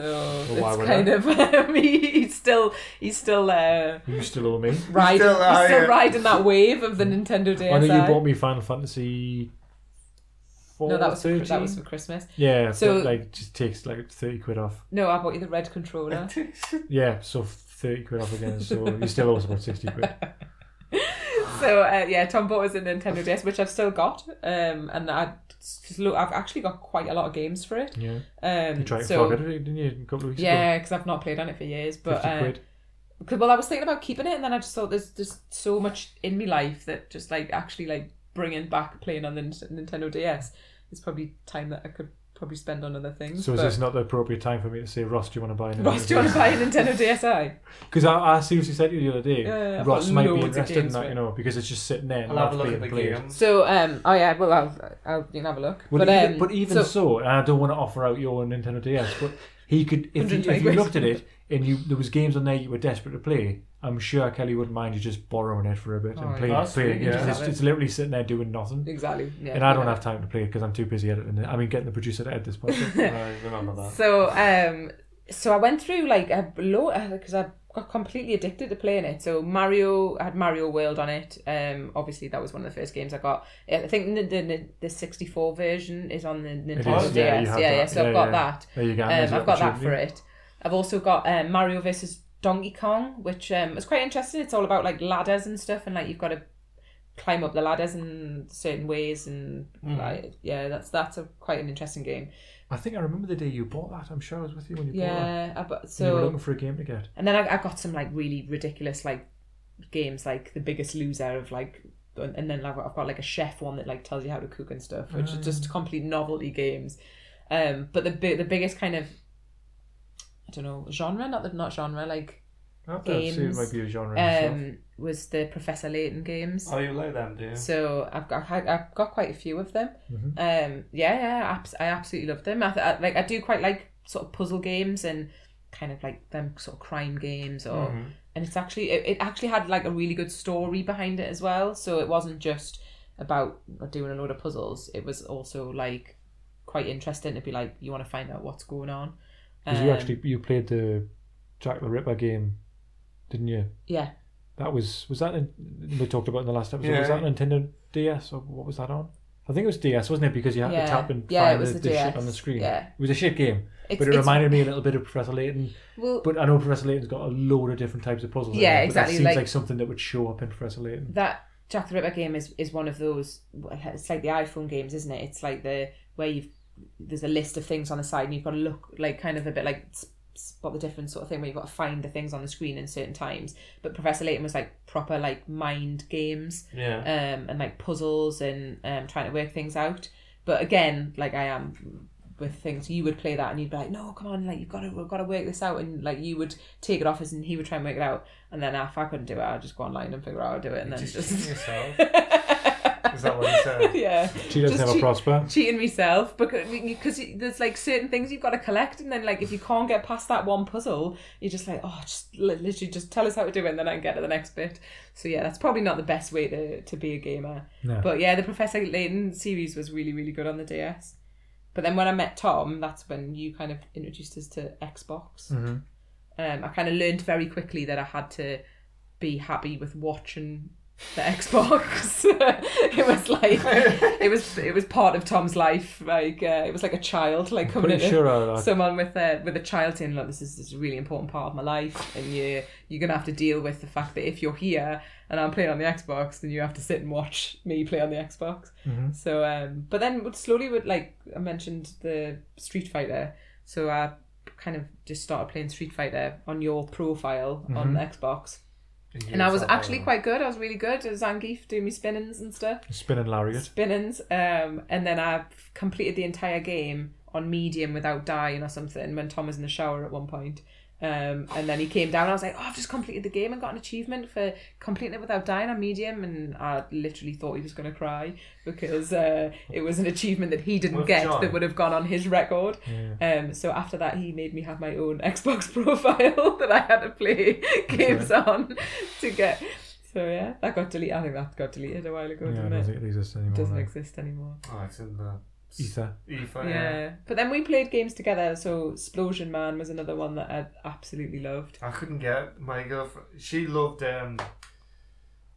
why it's would kind I? of *laughs* um, he, he's still he's still uh, You still owe me. riding Still, he's uh, still yeah. riding that wave *laughs* of the Nintendo DSi. I know you bought me Final Fantasy. 4, no, that was for, that 13? was for Christmas. Yeah, So- so like just takes like thirty quid off. No, I bought you the red *laughs* controller. *laughs* Yeah, so thirty quid off again. *laughs* So you still owe us about sixty quid. so uh, yeah, Tom bought us a Nintendo DS, which I've still got, um, and I just look, I've actually got quite a lot of games for it. Yeah, Um, you tried to so flog it, didn't you? A couple of weeks ago. yeah, because I've not played on it for years, but fifty um, quid. Cause, well, I was thinking about keeping it, and then I just thought there's just so much in my life that just like actually like bringing back playing on the N- Nintendo DS is probably time that I could probably spend on other things. So is but- this not the appropriate time for me to say, Ross, do you want to buy *laughs* an? Ross, do you want to buy a Nintendo DSi? Because I, I seriously said to you the other day, Yeah, yeah, I've Ross got might be loads of interested in games, that, mate. you know, because it's just sitting there. and I'll have a not look at being the played. games. So um, oh yeah, well I'll I'll you can have a look. Well, but even, um, but even so, so, and I don't want to offer out your Nintendo DS, but he could if, you, if 120 you quid. looked at it and you there was games on there you were desperate to play. I'm sure Kelly wouldn't mind you just borrowing it for a bit Oh, and playing, yeah. playing Yeah. it. It's, it's literally sitting there doing nothing, exactly, yeah, and I don't yeah. have time to play it because I'm too busy editing. It. I mean, getting the producer to edit this *laughs* podcast. I remember that. So um, so I went through like a lot because I got completely addicted to playing it. So Mario I had Mario World on it. Um, obviously that was one of the first games I got. I think the the, the sixty four version is on the Nintendo is, DS. yeah, Yeah, you yeah, have that. So Yeah, I've got yeah. that. there you go. there's Um, your I've got that for opportunity. it. I've also got um, Mario versus Donkey Kong, which um, is quite interesting. It's all about like ladders and stuff, and like you've got to climb up the ladders in certain ways, and Hmm. like yeah, that's that's a quite an interesting game. I think I remember the day you bought that. I'm sure I was with you when you bought that. Yeah, I bu- So, you were so looking for a game to get. and then I, I got some like really ridiculous like games like The Biggest Loser of like, and and then I've got, I've got like a chef one that like tells you how to cook and stuff, which is just complete novelty games. Um, but the bi- the biggest kind of I don't know genre, not the not genre like I thought I'd say it Games, might be a genre. myself. um, was the Professor Layton games. Oh, you like them, do you? So I've got I've I've got quite a few of them. Um, yeah, yeah, I abs- I absolutely love them. I, th- I like I do quite like sort of puzzle games and kind of like them sort of crime games or Mm-hmm. and it's actually it, it actually had like a really good story behind it as well. So it wasn't just about doing a load of puzzles. It was also like quite interesting to be like you want to find out what's going on. Because you Um, actually you played the Jack the Ripper game, didn't you? yeah That was was that in, we talked about in the last episode. Was Yeah. that Nintendo DS or what was that on? I think it was DS, wasn't it? Because you had Yeah. to tap and Yeah, it find was the, the the shit DS. on the screen. Yeah. It was a shit game, It's- but it it's- remember me a little bit of Professor Layton. well But I know Professor Layton's got a load of different types of puzzles. in Yeah, it, but exactly, That seems like- like, something that would show up in Professor Layton. that Jack the Ripper game is is one of those. It's like the iPhone games, isn't it? It's like the where you've there's a list of things on the side, and you've got to look like kind of a bit like s- spot the difference sort of thing, where you've got to find the things on the screen in certain times. But Professor Layton was like proper like mind games Yeah. um, and like puzzles and um, trying to work things out. But again, like I am with things, you would play that and you'd be like, "No, come on, like you've got to, we've got to work this out." And like you would take it off us, and he would try and work it out. And then ah, if I couldn't do it, I'd just go online and figure out how to do it, and then Just just, cheating yourself. Is that what you said? *laughs* *laughs* yeah, She doesn't Just have a cheat- *laughs* prosper. cheating myself because because there's like certain things you've got to collect, and then like if you can't get past that one puzzle, you're just like, "Oh, just li- literally just tell us how to do it, and then I can get to the next bit." So yeah, that's probably not the best way to to be a gamer. No. But yeah, the Professor Layton series was really, really good on the DS. But then when I met Tom, that's when you kind of introduced us to Xbox. Mm-hmm. Um, I kind of learned very quickly that I had to be happy with watching the Xbox. *laughs* it was like it was it was part of Tom's life. Like uh, it was like a child, like coming Pretty into sure I, I someone with a with a child saying, "Look, this is, this is a really important part of my life, and you you're gonna have to deal with the fact that if you're here and I'm playing on the Xbox, then you have to sit and watch me play on the Xbox." Mm-hmm. So, um, but then would slowly would like I mentioned the Street Fighter, so Mm-hmm. I kind of just started playing Street Fighter on your profile on Xbox, you And I was thought that actually quite good. I was really good. at Zangief doing me spinnings and stuff. Spinning lariat. spinnings. Um, and then I completed the entire game on medium without dying or something when Tom was in the shower at one point. Um, and then he came down. I was like, "Oh, I've just completed the game and got an achievement for completing it without dying on medium." And I literally thought he was going to cry because uh, it was an achievement that he didn't With get John. that would have gone on his record. Um, so after that, he made me have my own *laughs* Xbox profile *laughs* that I had to play games on to get. So yeah, that got deleted. I think that got deleted a while ago, Yeah, I didn't don't it? think it exists anymore. doesn't no. exist anymore. Oh, it's in the Ether. Ether, Yeah. yeah. But then we played games together, so Explosion Man was another one that I absolutely loved. I couldn't get my girlfriend. She loved um,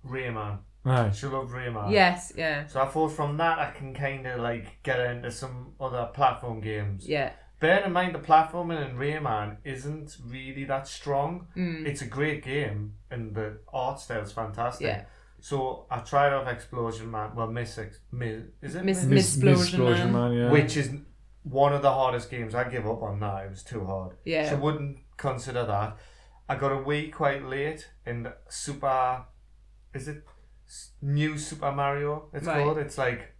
Rayman. Right. She loved Rayman. Yes, yeah. So I thought from that I can kind of like get into some other platform games. Yeah. Bear in mind the platforming in Rayman isn't really that strong. Mm. It's a great game and the art style's fantastic. Yeah. So I tried off Explosion Man. Well, Miss Ex- Miss, is it Miss Miss- Missplosion Man. Missplosion Man, yeah. Which is one of the hardest games. I give up on that. It was too hard. Yeah. So I wouldn't consider that. I got away quite late in Super. Is it S- New Super Mario? It's Right. called. It's like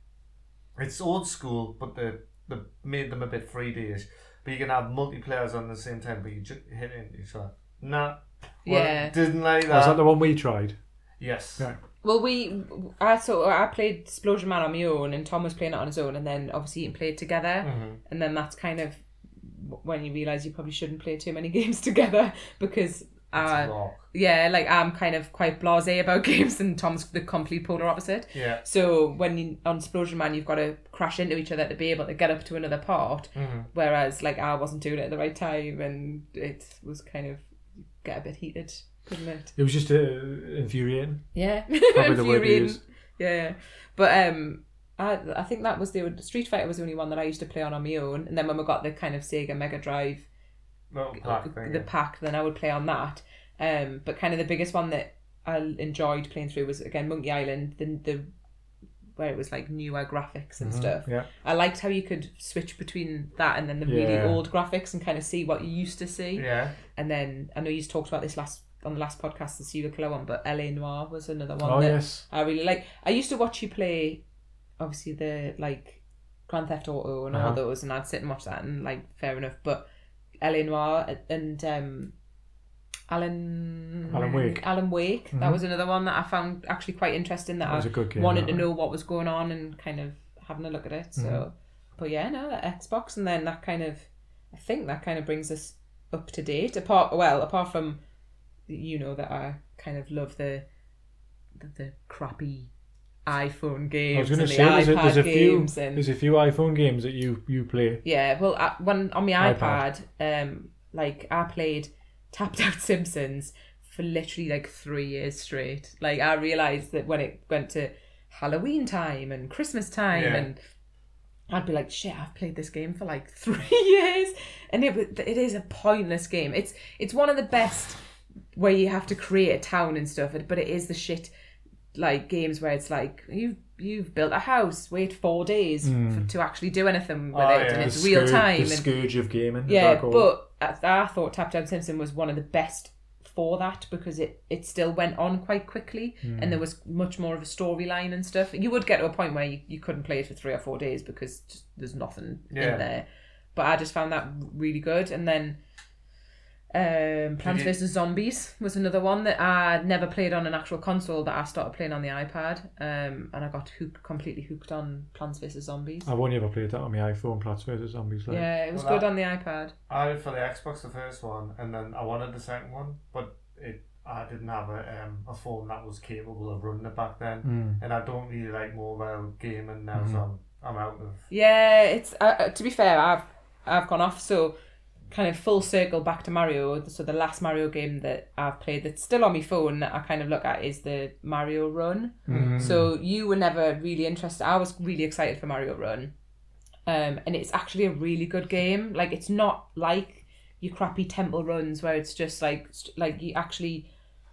it's old school, but the the made them a bit 3D-ish. But you can have multiplayers on at the same time, but you just hit into each other. Nah. Well, Yeah. Didn't like Oh, is that. uh, that the one we tried? yes. Yeah. Well, we, I so I played Explosion Man on my own, and Tom was playing it on his own, and then obviously he played together, and then that's kind of when you realise you probably shouldn't play too many *laughs* games together because uh, Rock. yeah, like I'm kind of quite blasé about *laughs* games, and Tom's the complete polar opposite. Yeah. So when you on Explosion Man, you've got to crash into each other to be able to get up to another part. Mm-hmm. Whereas like I wasn't doing it at the right time, and it was kind of get a bit heated, couldn't it? It was just uh, infuriating. Yeah, *laughs* Probably the word to Infuriating. use. Yeah, but um, I I think that was the Street Fighter was the only one that I used to play on on my own, and then when we got the kind of Sega Mega Drive Little black thing. oh, the pack, then I would play on that. Um, but kind of the biggest one that I enjoyed playing through was again Monkey Island, the the where it was like newer graphics and stuff. Mm-hmm, Yeah. I liked how you could switch between that and then the Yeah. really old graphics and kind of see what you used to see. yeah. And then I know you talked about this last on the last podcast, the serial killer one, but LA Noir was another one Oh, that yes. I really like. I used to watch you play, obviously the like Grand Theft Auto and all Uh-huh. those, and I'd sit and watch that, and like fair enough. But L.A. Noir and um, Alan Alan Wake. Mm-hmm. Alan Wake. That was another one that I found actually quite interesting. That, That was I a good game, wanted that to one. know what was going on and kind of having a look at it. So, Mm-hmm. but yeah, no, that Xbox, and then that kind of, I think that kind of brings us up to date. Apart, well, apart from you know that I kind of love the the, the crappy iPhone games I was going to and the say there's a, iPad there's a few games and there's a few iPhone games that you you play. yeah. Well, I, when on my iPad, iPad. um, like I played Tapped Out Simpsons for literally like three years straight. Like I realized that when it went to Halloween time and Christmas time Yeah. and I'd be like, shit, I've played this game for like *laughs* three years, and it was- it is a pointless game. It's it's one of the best where you have to create a town and stuff, but it is the shit like games where it's like you you've built a house, wait four days f to actually do anything with Oh, it, yeah. and The it's real Scourge- time. The and, scourge of gaming. is yeah, that called? but I, I thought Tap Down Simpson was one of the best for that because it, it still went on quite quickly Hmm. and there was much more of a storyline and stuff. You would get to a point where you, you couldn't play it for three or four days because just, there's nothing Yeah. in there. But I just found that really good. And then um, Plants Did you- vs Zombies was another one that I never played on an actual console that I started playing on the iPad. Um, and I got hooked, completely hooked on Plants vs Zombies. I've only ever played that on my iPhone. Plants vs Zombies. Like. Yeah, it was Oh, Well, good that- on the iPad. I had it for the Xbox the first one, and then I wanted the second one, but it I didn't have a um, a phone that was capable of running it back then, Mm. Hmm. and I don't really like mobile gaming now, Mm-hmm. so I'm, I'm out of. Yeah, it's uh, uh, to be fair, I've I've gone off so kind of full circle back to Mario. So the last Mario game that I've played that's still on my phone that I kind of look at is the Mario Run. Hmm. So you were never really interested. I was really excited for Mario Run, um, and it's actually a really good game. Like it's not like your crappy temple runs where it's just like st- like you actually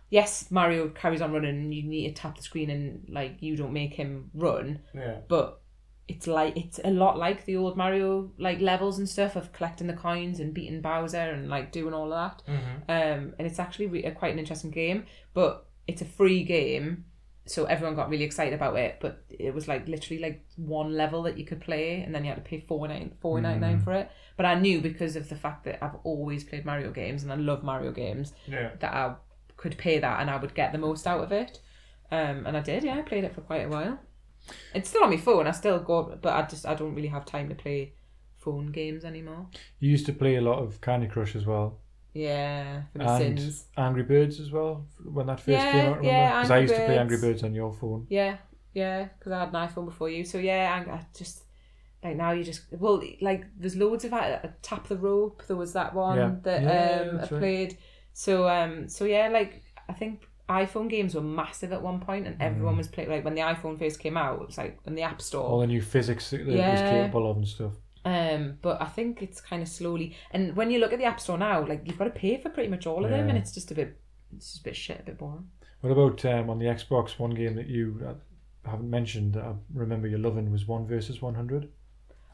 yes Mario carries on running and you need to tap the screen and like you don't make him run Yeah. but it's like it's a lot like the old Mario like levels and stuff of collecting the coins and beating Bowser and like doing all of that. Um, and it's actually re- a, quite an interesting game, but it's a free game, so everyone got really excited about it. But it was like literally like one level that you could play, and then you had to pay four nine four ninety nine for it. But I knew because of the fact that I've always played Mario games and I love Mario games Yeah. that I could pay that and I would get the most out of it. Um, and I did. Yeah, I played it for quite a while. It's still on my phone. I still go, but I just I don't really have time to play phone games anymore. You used to play a lot of Candy Crush as well, Yeah, for my and sins. Angry Birds as well when that first Yeah, came out. Remember? yeah, I Angry used to play Birds. Angry Birds on your phone. Yeah, yeah, because I had an iPhone before you. So yeah, I, I just like now you just well like there's loads of uh, tap the rope. There was that one Yeah. that Yeah, um I that's right. played. So um so yeah, like I think iPhone games were massive at one point, Mm. and everyone was playing. Like when the iPhone first came out, it was like in the App Store. All the new physics that it was Yeah. capable of and stuff. Um, but I think it's kind of slowly. And when you look at the App Store now, like you've got to pay for pretty much all of them, Yeah. and it's just a bit, it's just a bit shit, a bit boring. What about um, on the Xbox? One game that you uh, haven't mentioned that I remember you loving was One versus One Hundred.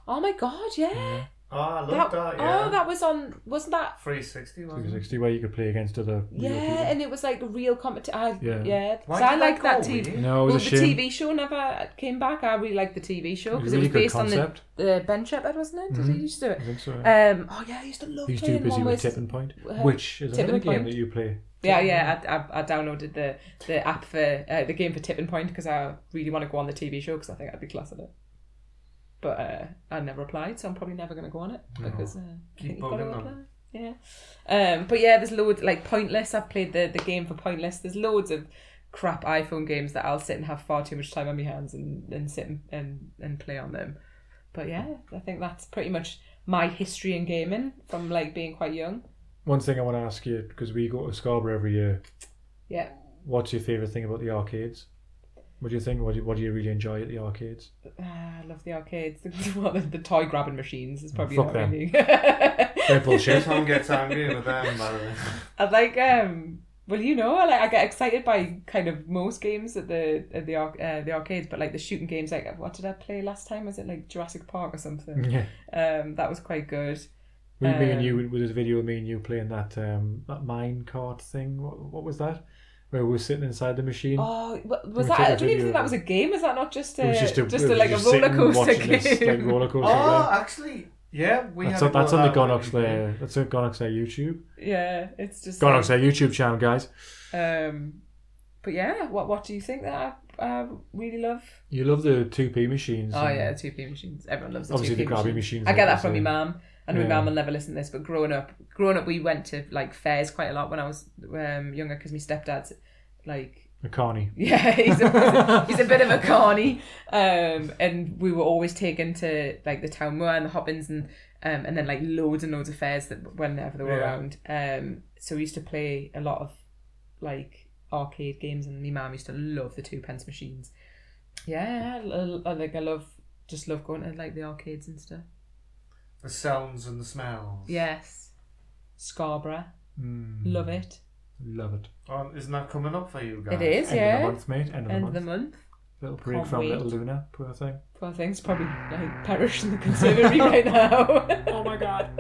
Oh my god, yeah. Oh, I That- love that, yeah. Oh, that was on. Wasn't that? 360, wasn't it? 360 where you could play against other real Yeah, and it was like a real competition. Yeah, Yeah. yeah. 'cause Why I did like that go TV. weird? *laughs* people. No, it was well, a shame. the TV show never came back. I really liked the TV show It because was a it was really good based concept. Mm-hmm. on the, the Ben Shepherd, wasn't it? Did he used to do I it? think so. yeah. Um, oh yeah, I used to love He was too playing busy one with versus- Tipping Point, uh, which is another Tipping game Point. that you play. Yeah, yeah. I, I, I downloaded the, the app for uh, the game for Tipping Point because I really want to go on the TV show because I think I'd be class at it. But uh, I never applied, so I'm probably never going to go on it because uh, I think Keep you've got to bugging them. apply. Yeah. Um, but yeah, there's loads like Pointless. I've played the, the game for Pointless. There's loads of crap iPhone games that I'll sit and have far too much time on my hands and, and sit and, and, and play on them. But yeah, I think that's pretty much my history in gaming from like being quite young. One thing I want to ask you because we go to Scarborough every year. Yeah. What's your favourite thing about the arcades? What do you think? What do you, what do you really enjoy at the arcades? Ah, I love the arcades. *laughs* well, the, the toy grabbing machines is probably Fuck not them. really. *laughs* They're bullshit. Tom gets angry with them, by the way. I like um. Well, you know, I like I get excited by kind of most games at the at the arc, uh, the arcades, but like the shooting games, like what did I play last time? Was it like Jurassic Park or something? *laughs* yeah. Um, that was quite good. We, me and you, Um, with this video of me and you playing that um, that mine cart thing. What, what was that? Where we were sitting inside the machine. Oh, wa- Mm. we was that? I take don't a even video think of that it? was a game. Is that not just a it was just a, just it a, was like a just roller sitting coaster watching game? this, like roller coaster. Oh, game. actually, yeah, we that's had on, to go that's on the that way. Gonox there. That's on Gonox there YouTube. *laughs* yeah, it's just Gonox like, there YouTube channel, guys. um. But yeah, what what do you think that I, I really love? You love the two P machines. Oh and- yeah, two P machines. Everyone loves the Obviously two the P grabby machines. machines I are get that the from my same. mum, and my Yeah. mum will never listen to this. But growing up, growing up, we went to like fairs quite a lot when I was um, younger because my stepdad's like a carny. *laughs* yeah, he's a, he's a bit *laughs* of a carny. Um, and we were always taken to like the town moor and the Hobbins and um, and then like loads and loads of fairs that whenever they were Yeah. around. Um, so we used to play a lot of like arcade games, and my mum used to love the two pence machines. Yeah, I, I, like I love just love going to like the arcades and stuff. The sounds and the smells. Yes, Scarborough, Mm, love it. love it. Oh, isn't that coming up for you guys? It is, End of the yeah. month, mate. End of the End of month. the month. Little break Can't from wait. little Luna, poor thing. Poor thing's probably like perish in the *laughs* conservatory right now. Oh my god.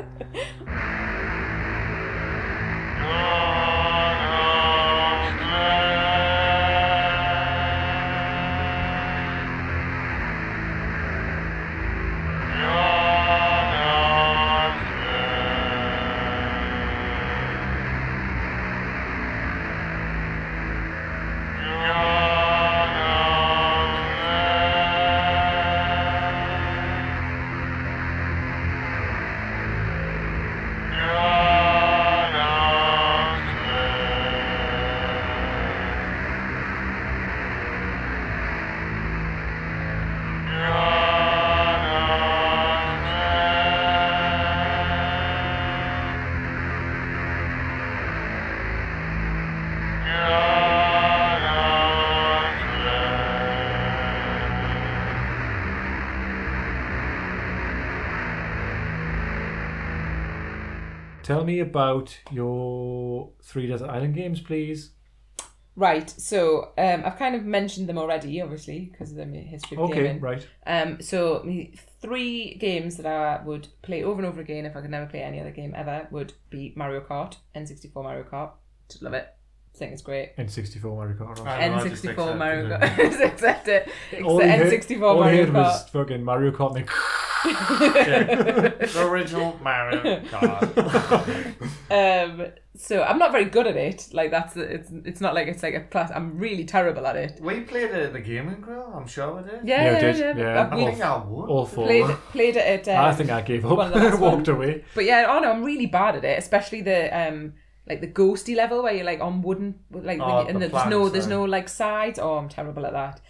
Tell me about your three desert island games, please. Right, so um, I've kind of mentioned them already, obviously, because of the history of Okay, gaming. right. Um, so me- three games that I would play over and over again if I could never play any other game ever would be Mario Kart, N64 Mario Kart. Just love it. I think it's great. N64 Mario Kart. Right. I know, I just N64 accept Mario *laughs* it. Kart. *laughs* Just accept it. All he heard- Except N64 all he Mario heard Kart. was fucking Mario Kart. And *laughs* The original Mario Kart. Um, so I'm not very good at it. Like that's it's it's not like it's like a class. I'm really terrible at it. *laughs* we played it at the Gaming Grill. I'm sure we did. Yeah, Yeah, yeah, it yeah. did. Yeah. I But we think I would. all four. played played it at. Um, *laughs* I think I gave up. one *laughs* of the last Walked one. away. But yeah, oh no, I'm really bad at it, especially the um like the ghosty level where you're like on wooden like Oh, Ah, when you, and the there's no planks, there's eh? no like sides. Oh, I'm terrible at that.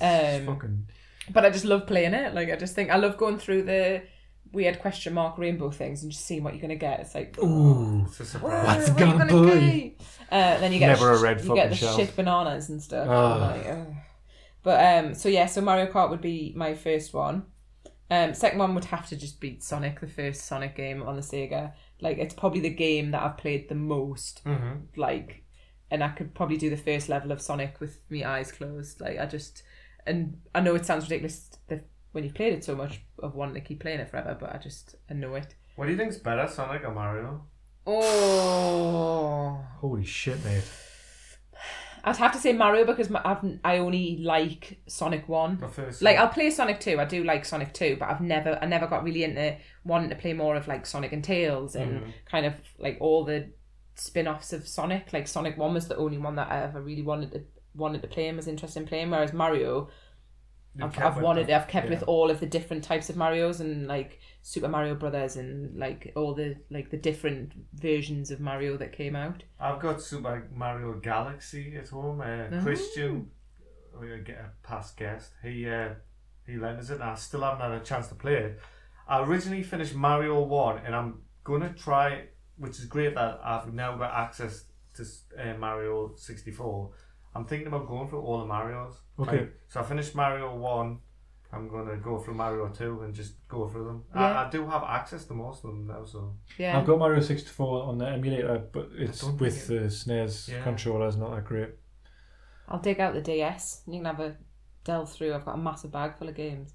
That's Um, fucking. But I just love playing it. Like I just think I love going through the weird question mark rainbow things and just seeing what you're gonna get. It's like Ooh. It's a surprise. What's "Oh, what are you gonna be?" get? Uh, then you get Never a sh- red You fucking get the shelf. shit bananas and stuff. Ugh. Like, ugh. But um, so yeah, so Mario Kart would be my first one. Um, second one would have to just be Sonic, the first Sonic game on the Sega. Like it's probably the game that I've played the most. Mm-hmm. Like, and I could probably do the first level of Sonic with my eyes closed. Like I just, and I know it sounds ridiculous that when you've played it so much of wanting to keep playing it forever, but I just I know it. What do you think's better, Sonic or Mario? Oh. Holy shit, mate. I'd have to say Mario because my, I've, I only like Sonic One. The first Like one. I'll play Sonic Two. I do like Sonic Two, but I've never I never got really into wanting to play more of like Sonic and Tails and Mm-hmm. kind of like all the spin-offs of Sonic. Like Sonic One was the only one that I ever really wanted to wanted to play and was interested in playing. Whereas Mario, You I've, kept I've with wanted that. I've kept Yeah. with all of the different types of Mario's and like Super Mario Brothers and like all the like the different versions of Mario that came out. I've got Super Mario Galaxy at home. Uh, Oh. Christian, we get a past guest. He uh, he lent us it, and I still haven't had a chance to play it. I originally finished Mario One, and I'm gonna try, which is great that I've now got access to uh, Mario sixty four. I'm thinking about going through all the Mario's. Okay. Like, so I finished Mario One. I'm gonna go through Mario Two and just go through them. Yeah. I, I do have access to most of them now, so Yeah. I've got Mario 64 on the emulator, but it's don't with think the SNES Yeah. controller. It's not that great. I'll dig out the DS and you can have a delve through. I've got a massive bag full of games.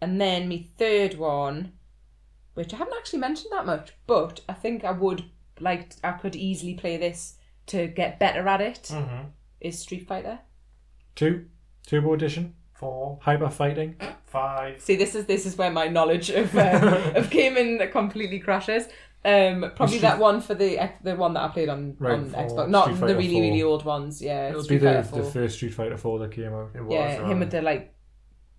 And then my third one, which I haven't actually mentioned that much, but I think I would like I could easily play this to get better at it. Is Mm-hmm. Street Fighter. Two, Turbo Edition, four, Hyper Fighting. five. See, this is this is where my knowledge of *laughs* uh, of gaming completely crashes. Um, probably Street- that one for the the one that I played on, Right, on for Xbox, Street not the Fighter really 4. really old ones. Yeah, It'll be Street the, Fighter 4. the first Street Fighter 4 that came out. It was, Yeah, him um, with the like,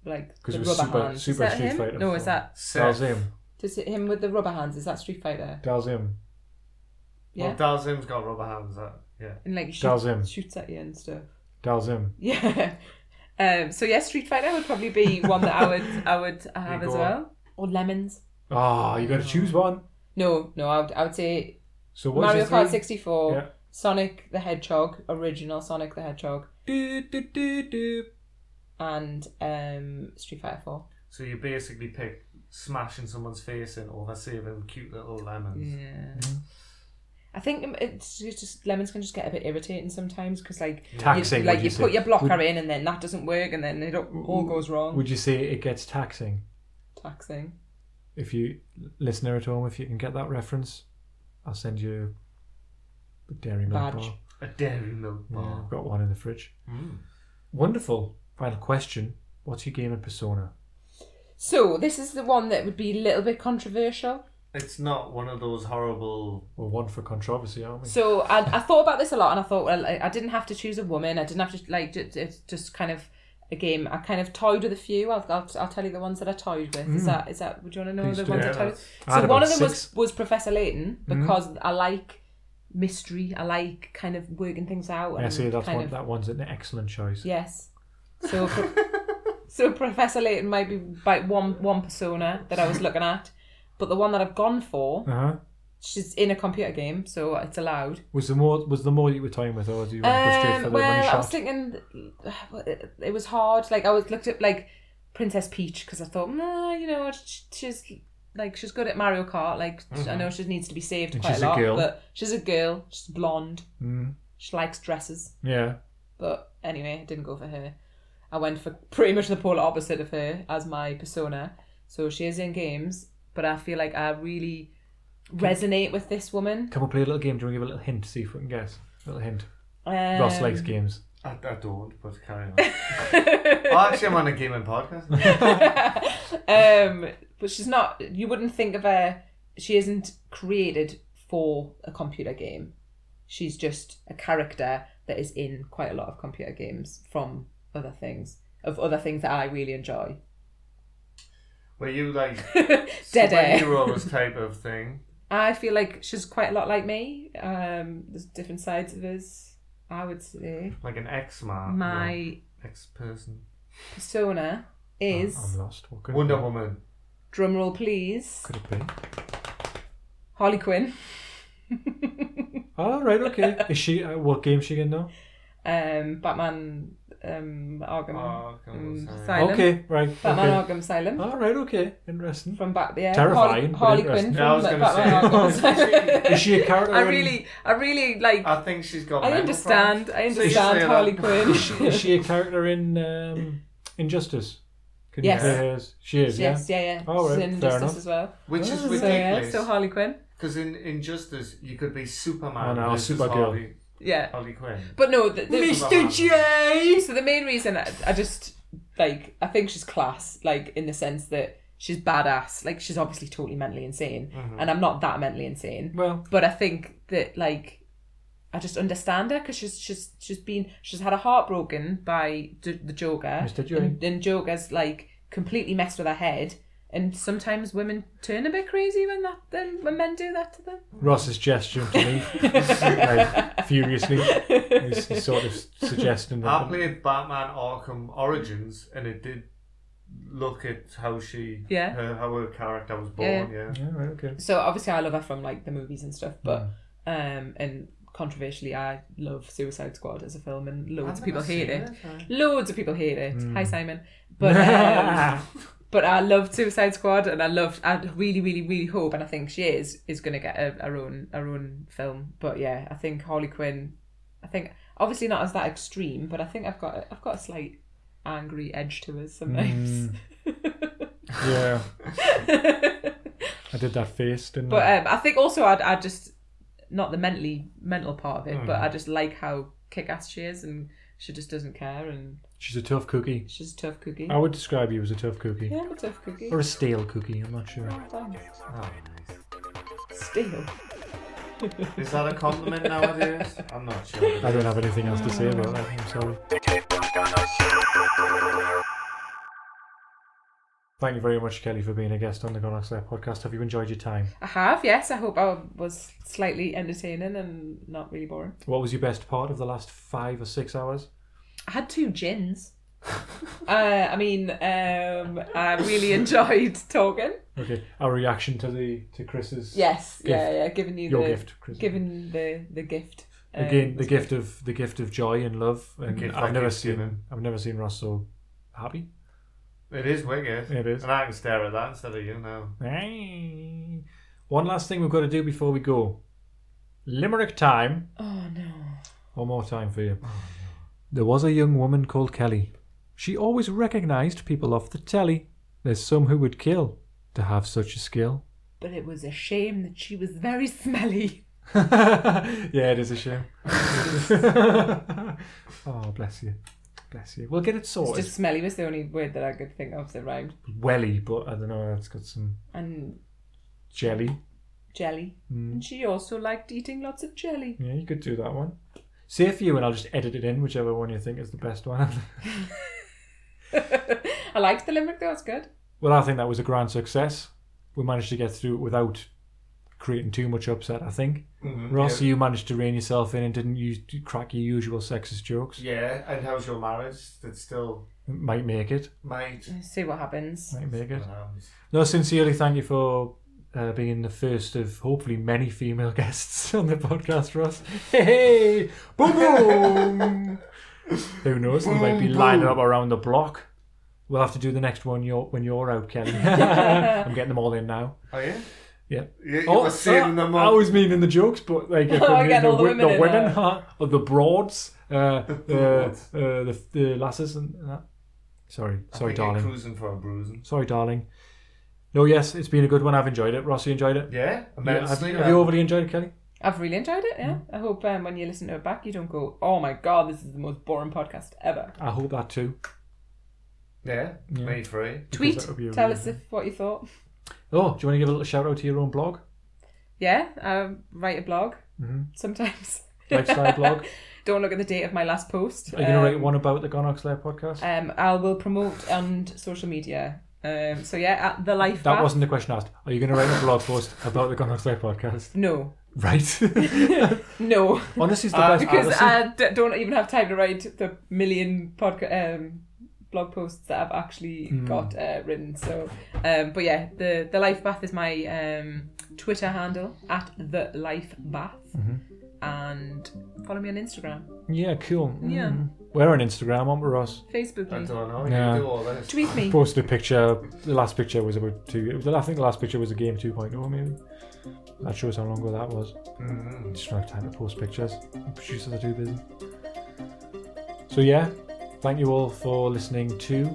like Because the it was rubber Super- hands. Super is that Street him? Fighter No, four. is that Dalzim. does it, him with the rubber hands? Is that Street Oh, Fighter? Dalzim. Well, Yeah, Dalzim's got rubber hands. That yeah. and like Dal's shoot, him. shoots at you and stuff. *laughs* Dalzim. Yeah. Um, so yeah, Street Fighter would probably be one that I would I would have You as go well. Or lemons. Ah, you got to choose Uh-huh. one. No, no, I would, I would say So what's Mario your Kart three? 64, Yeah. Sonic the Hedgehog, original Sonic the Hedgehog, do, do, do, do, and um, Street Fighter 4. So you basically pick smashing someone's face in over saving cute little lemons. Yeah. Mm-hmm. I think um, it's it's just lemons can just get a bit irritating sometimes because like Taxing, you, like would you you put say? your blocker in and then that doesn't work and then it all- all goes wrong. Would you say it gets taxing? Taxing. If you, listener at home, if you can get that reference, I'll send you a dairy milk Badge. bar. A dairy milk Yeah, bar. I've got one in the fridge. Mm. Wonderful. Final question. What's your game and persona? So this is the one that would be a little bit controversial. It's not one of those horrible. We're one for controversy, aren't we? So I, I thought about this a lot and I thought well I, I didn't have to choose a woman. I didn't have to like ju- it's just kind of a game. I kind of toyed with a few. I'll I'll, I'll tell you the ones that I toyed with. Is that is that? Would you want to know Hmm. Please the do. ones I Yeah, toyed with? that's- I had So one about of them six. Hmm. was was Professor Layton because I like mystery. I like kind of working things out. I see that's um, kind one, of- that one's an excellent choice. Yes. *laughs* So, pro- so Professor Layton might be by one one persona that I was looking at, but the one that I've gone for, Uh huh. she's in a computer game, so it's allowed. Was the more was the more you were toying with, or do you want to go straight for Um, the money well, I shot? was thinking it- *sighs* it was hard. Like I was looked at like Princess Peach because I thought, nah, you know, sh- she's like she's good at Mario Kart. Like I know she needs to be saved Mm-hmm. And quite she's a a lot, girl. but she's a girl. She's blonde. Mm, She likes dresses. yeah. But anyway, I didn't go for her. I went for pretty much the polar opposite of her as my persona. So she is in games, but I feel like I really resonate with this woman. Can we play a little game? Do you want to give a little hint? See if we can guess. A little hint. Ross Um, likes games. I, I don't, but carry *laughs* on. oh, actually, I'm on a gaming podcast. um, but she's not. You wouldn't think of her. She isn't created for a computer game. She's just a character that is in quite a lot of computer games from other things of other things that I really enjoy. Were you *laughs* like Dead air. superheroes *laughs* type of thing? I feel like she's quite a lot like me. Um, there's different sides of us. I would say Like an ex man? my ex person. persona Oh, I'm is lost. What could it Wonder be? Woman. drumroll please Could it be? Harley Quinn. Oh, right, okay. *laughs* Is she? Uh, what game is she in now? um, Batman um, Arkham, Arkham um, Asylum. Asylum. Okay, right. Batman Uh, Okay. Arkham Asylum All right, okay. Interesting. from Bat- yeah, Terrifying, Harley, but Harley interesting. Quinn Yeah, I was from gonna Batman Arkham *laughs* say. Asylum. Is she a *laughs* character? I in- really, I really like. I think she's got. I mental understand. problems. I So you understand say Harley that. Quinn. Is she a character in um, Injustice? Can Yes. You hear hers? She *laughs* is. yes, Yeah. yeah, yeah. All Oh, right, She's fair in Justice enough. as well. Which is So, So yeah, ridiculous. so Harley Quinn. Because in Injustice, you could be Superman. Oh, no, versus Supergirl. Harley, Yeah, Harley Quinn. but no, the, the, Mr. J. So the main reason I, I just like I think she's class, like in the sense that she's badass. Like she's obviously totally mentally insane, Mm-hmm. and I'm not that mentally insane. Well, but I think that like I just understand her because she's she's she's been she's had a heartbroken by D- the Joker. Mr. Joy. And, and Joker's like completely messed with her head. And sometimes women turn a bit crazy when that then when men do that to them. Ross's gesture to *laughs* me, like, furiously, is sort of suggesting I that. played Batman Arkham Origins, and it did look at how she, Yeah. her, how her character was Yeah. born. Yeah. Yeah, right, *laughs* okay. So obviously I love her from like the movies and stuff, but um and controversially I love Suicide Squad as a film and loads of people hate it. Loads of people hate it. Hi Simon. But *laughs* um, but I loved Suicide Squad, and I loved. I really, really, really hope, and I think she is is going to get a, her own her own film. But yeah, I think Harley Quinn. I think obviously not as that extreme, but I think I've got I've got a slight angry edge to us sometimes. Mm. yeah. I did that face, didn't I? *laughs* But um, I think also I'd I just not the mentally mental part of it, Mm. but I just like how kick ass she is, and she just doesn't care, and She's a tough cookie. she's a tough cookie. I would describe you as a tough cookie. Yeah, I'm a tough cookie. Or a stale cookie, I'm not sure. Oh, Still. nice. Is that a compliment nowadays? I'm not sure. I don't have anything else to say about that. I'm sorry. Thank you very much, Kelly, for being a guest on the Gone Oxley podcast. Have you enjoyed your time? I have, yes. I hope I was slightly entertaining and not really boring. What was your best part of the last five or six hours? I had two gins. *laughs* uh, I mean, um, I *laughs* really enjoyed talking. Okay, our reaction to the to Chris's Yes, yeah, Gift. yeah. Giving you your the gift, Chris. giving the the gift um, Again, the was gift of the gift of joy and love, and gift I've that never keeps seen giving. I've never seen Ross so happy. It is wicked. It is. And I can stare at that instead of you now. Hey. One last thing we've got to do before we go. Limerick time. good. Oh no! One more time for you. There was a young woman called Kelly. She always recognized people off the telly. There's some who would kill to have such a skill. But it was a shame that she was very *laughs* smelly. *laughs* yeah, it is a shame. *laughs* oh, bless you. Bless you. We'll get it It's sorted. just smelly was the only word that I could think of that rhymed. Welly, but I don't know, that's got some And jelly. jelly. Mm. And she also liked eating lots of jelly. *laughs* Yeah, you could do that one. Say a few and I'll just edit it in, whichever one you think is the best one. *laughs* I liked the limerick though. It's good. Well, I think that was a grand success. We managed to get through it without creating too much upset, I think. Ross, you managed to rein yourself in and didn't use, crack your usual sexist jokes. Yeah, and how's your marriage? That still Might make it. might. See what happens. Might make it. Um, No, sincerely, thank you for uh, being the first of hopefully many female *laughs* guests on the podcast, Ross. Hey, hey. boom, boom. Who knows? We might be lining up around the block. We'll have to do the next one you're, when you're out, Kelly. I'm getting them all in now. Oh yeah. Yeah. You, you Oh, were saving uh, them I up. was meaning the jokes, but like I Oh, couldn't again, hear all the wi- women in there. huh? Or the broads, *laughs* uh, uh, uh, broads. the, the lasses and that. Sorry, I sorry, think you're darling. Cruising for a bruising. Sorry, darling. No, yes, it's been a good one. I've enjoyed it. Ross, you enjoyed it. Yeah. Yeah, have, Immensely. have you overly enjoyed it, Kelly? I've really enjoyed it. Mm. Yeah, I hope um, when you listen to it back, you don't go, "Oh my god, this is the most boring podcast ever." I hope that too. Yeah, Yeah. me free. that Tweet, would be a tell really- us if what you thought. Oh, do you want to give a little shout out to your own blog? *laughs* Yeah, I write a blog Mm-hmm. sometimes. *laughs* Lifestyle blog? Don't look at the date of my last post. Are you going to write Um, one about the Gonox Lair podcast? Um, I will promote on social media. Um, so yeah, at the life. that Bath- wasn't the question asked. Are you going to write a blog post about the Gonox *laughs* Lair podcast? no, Right. *laughs* no, *laughs* Honestly, it's the Uh, best because because policy. I d- don't even have time to write the million podcast um, blog posts that I've actually Hmm. got uh, written. So, um, but yeah, the the life bath is my um, Twitter handle at the life bath, Mm-hmm. and follow me on Instagram, yeah, cool. Mm. Yeah. We're on Instagram, aren't we, Ross? Facebook, I me, don't know. Yeah. You do all this. tweet me. Posted a picture. The last picture was about two. It was, I think the last picture was a game 2.0, maybe. That shows how long ago that was. Mhm. Just don't have time to post pictures. The producers are too busy. So yeah, thank you all for listening to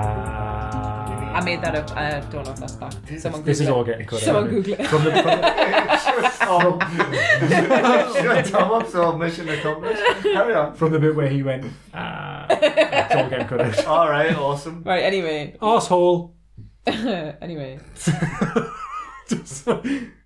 Ah. I made that up. I don't know if that's back. Someone Google This is it. all getting cut Someone out. Google it. *laughs* From the, from the, Shut Tom up, so mission accomplished. Carry on. from the bit where he went, ah, *laughs* it's all getting cut out. All right, awesome. Right. Anyway. *laughs* Asshole. anyway. *laughs* Just-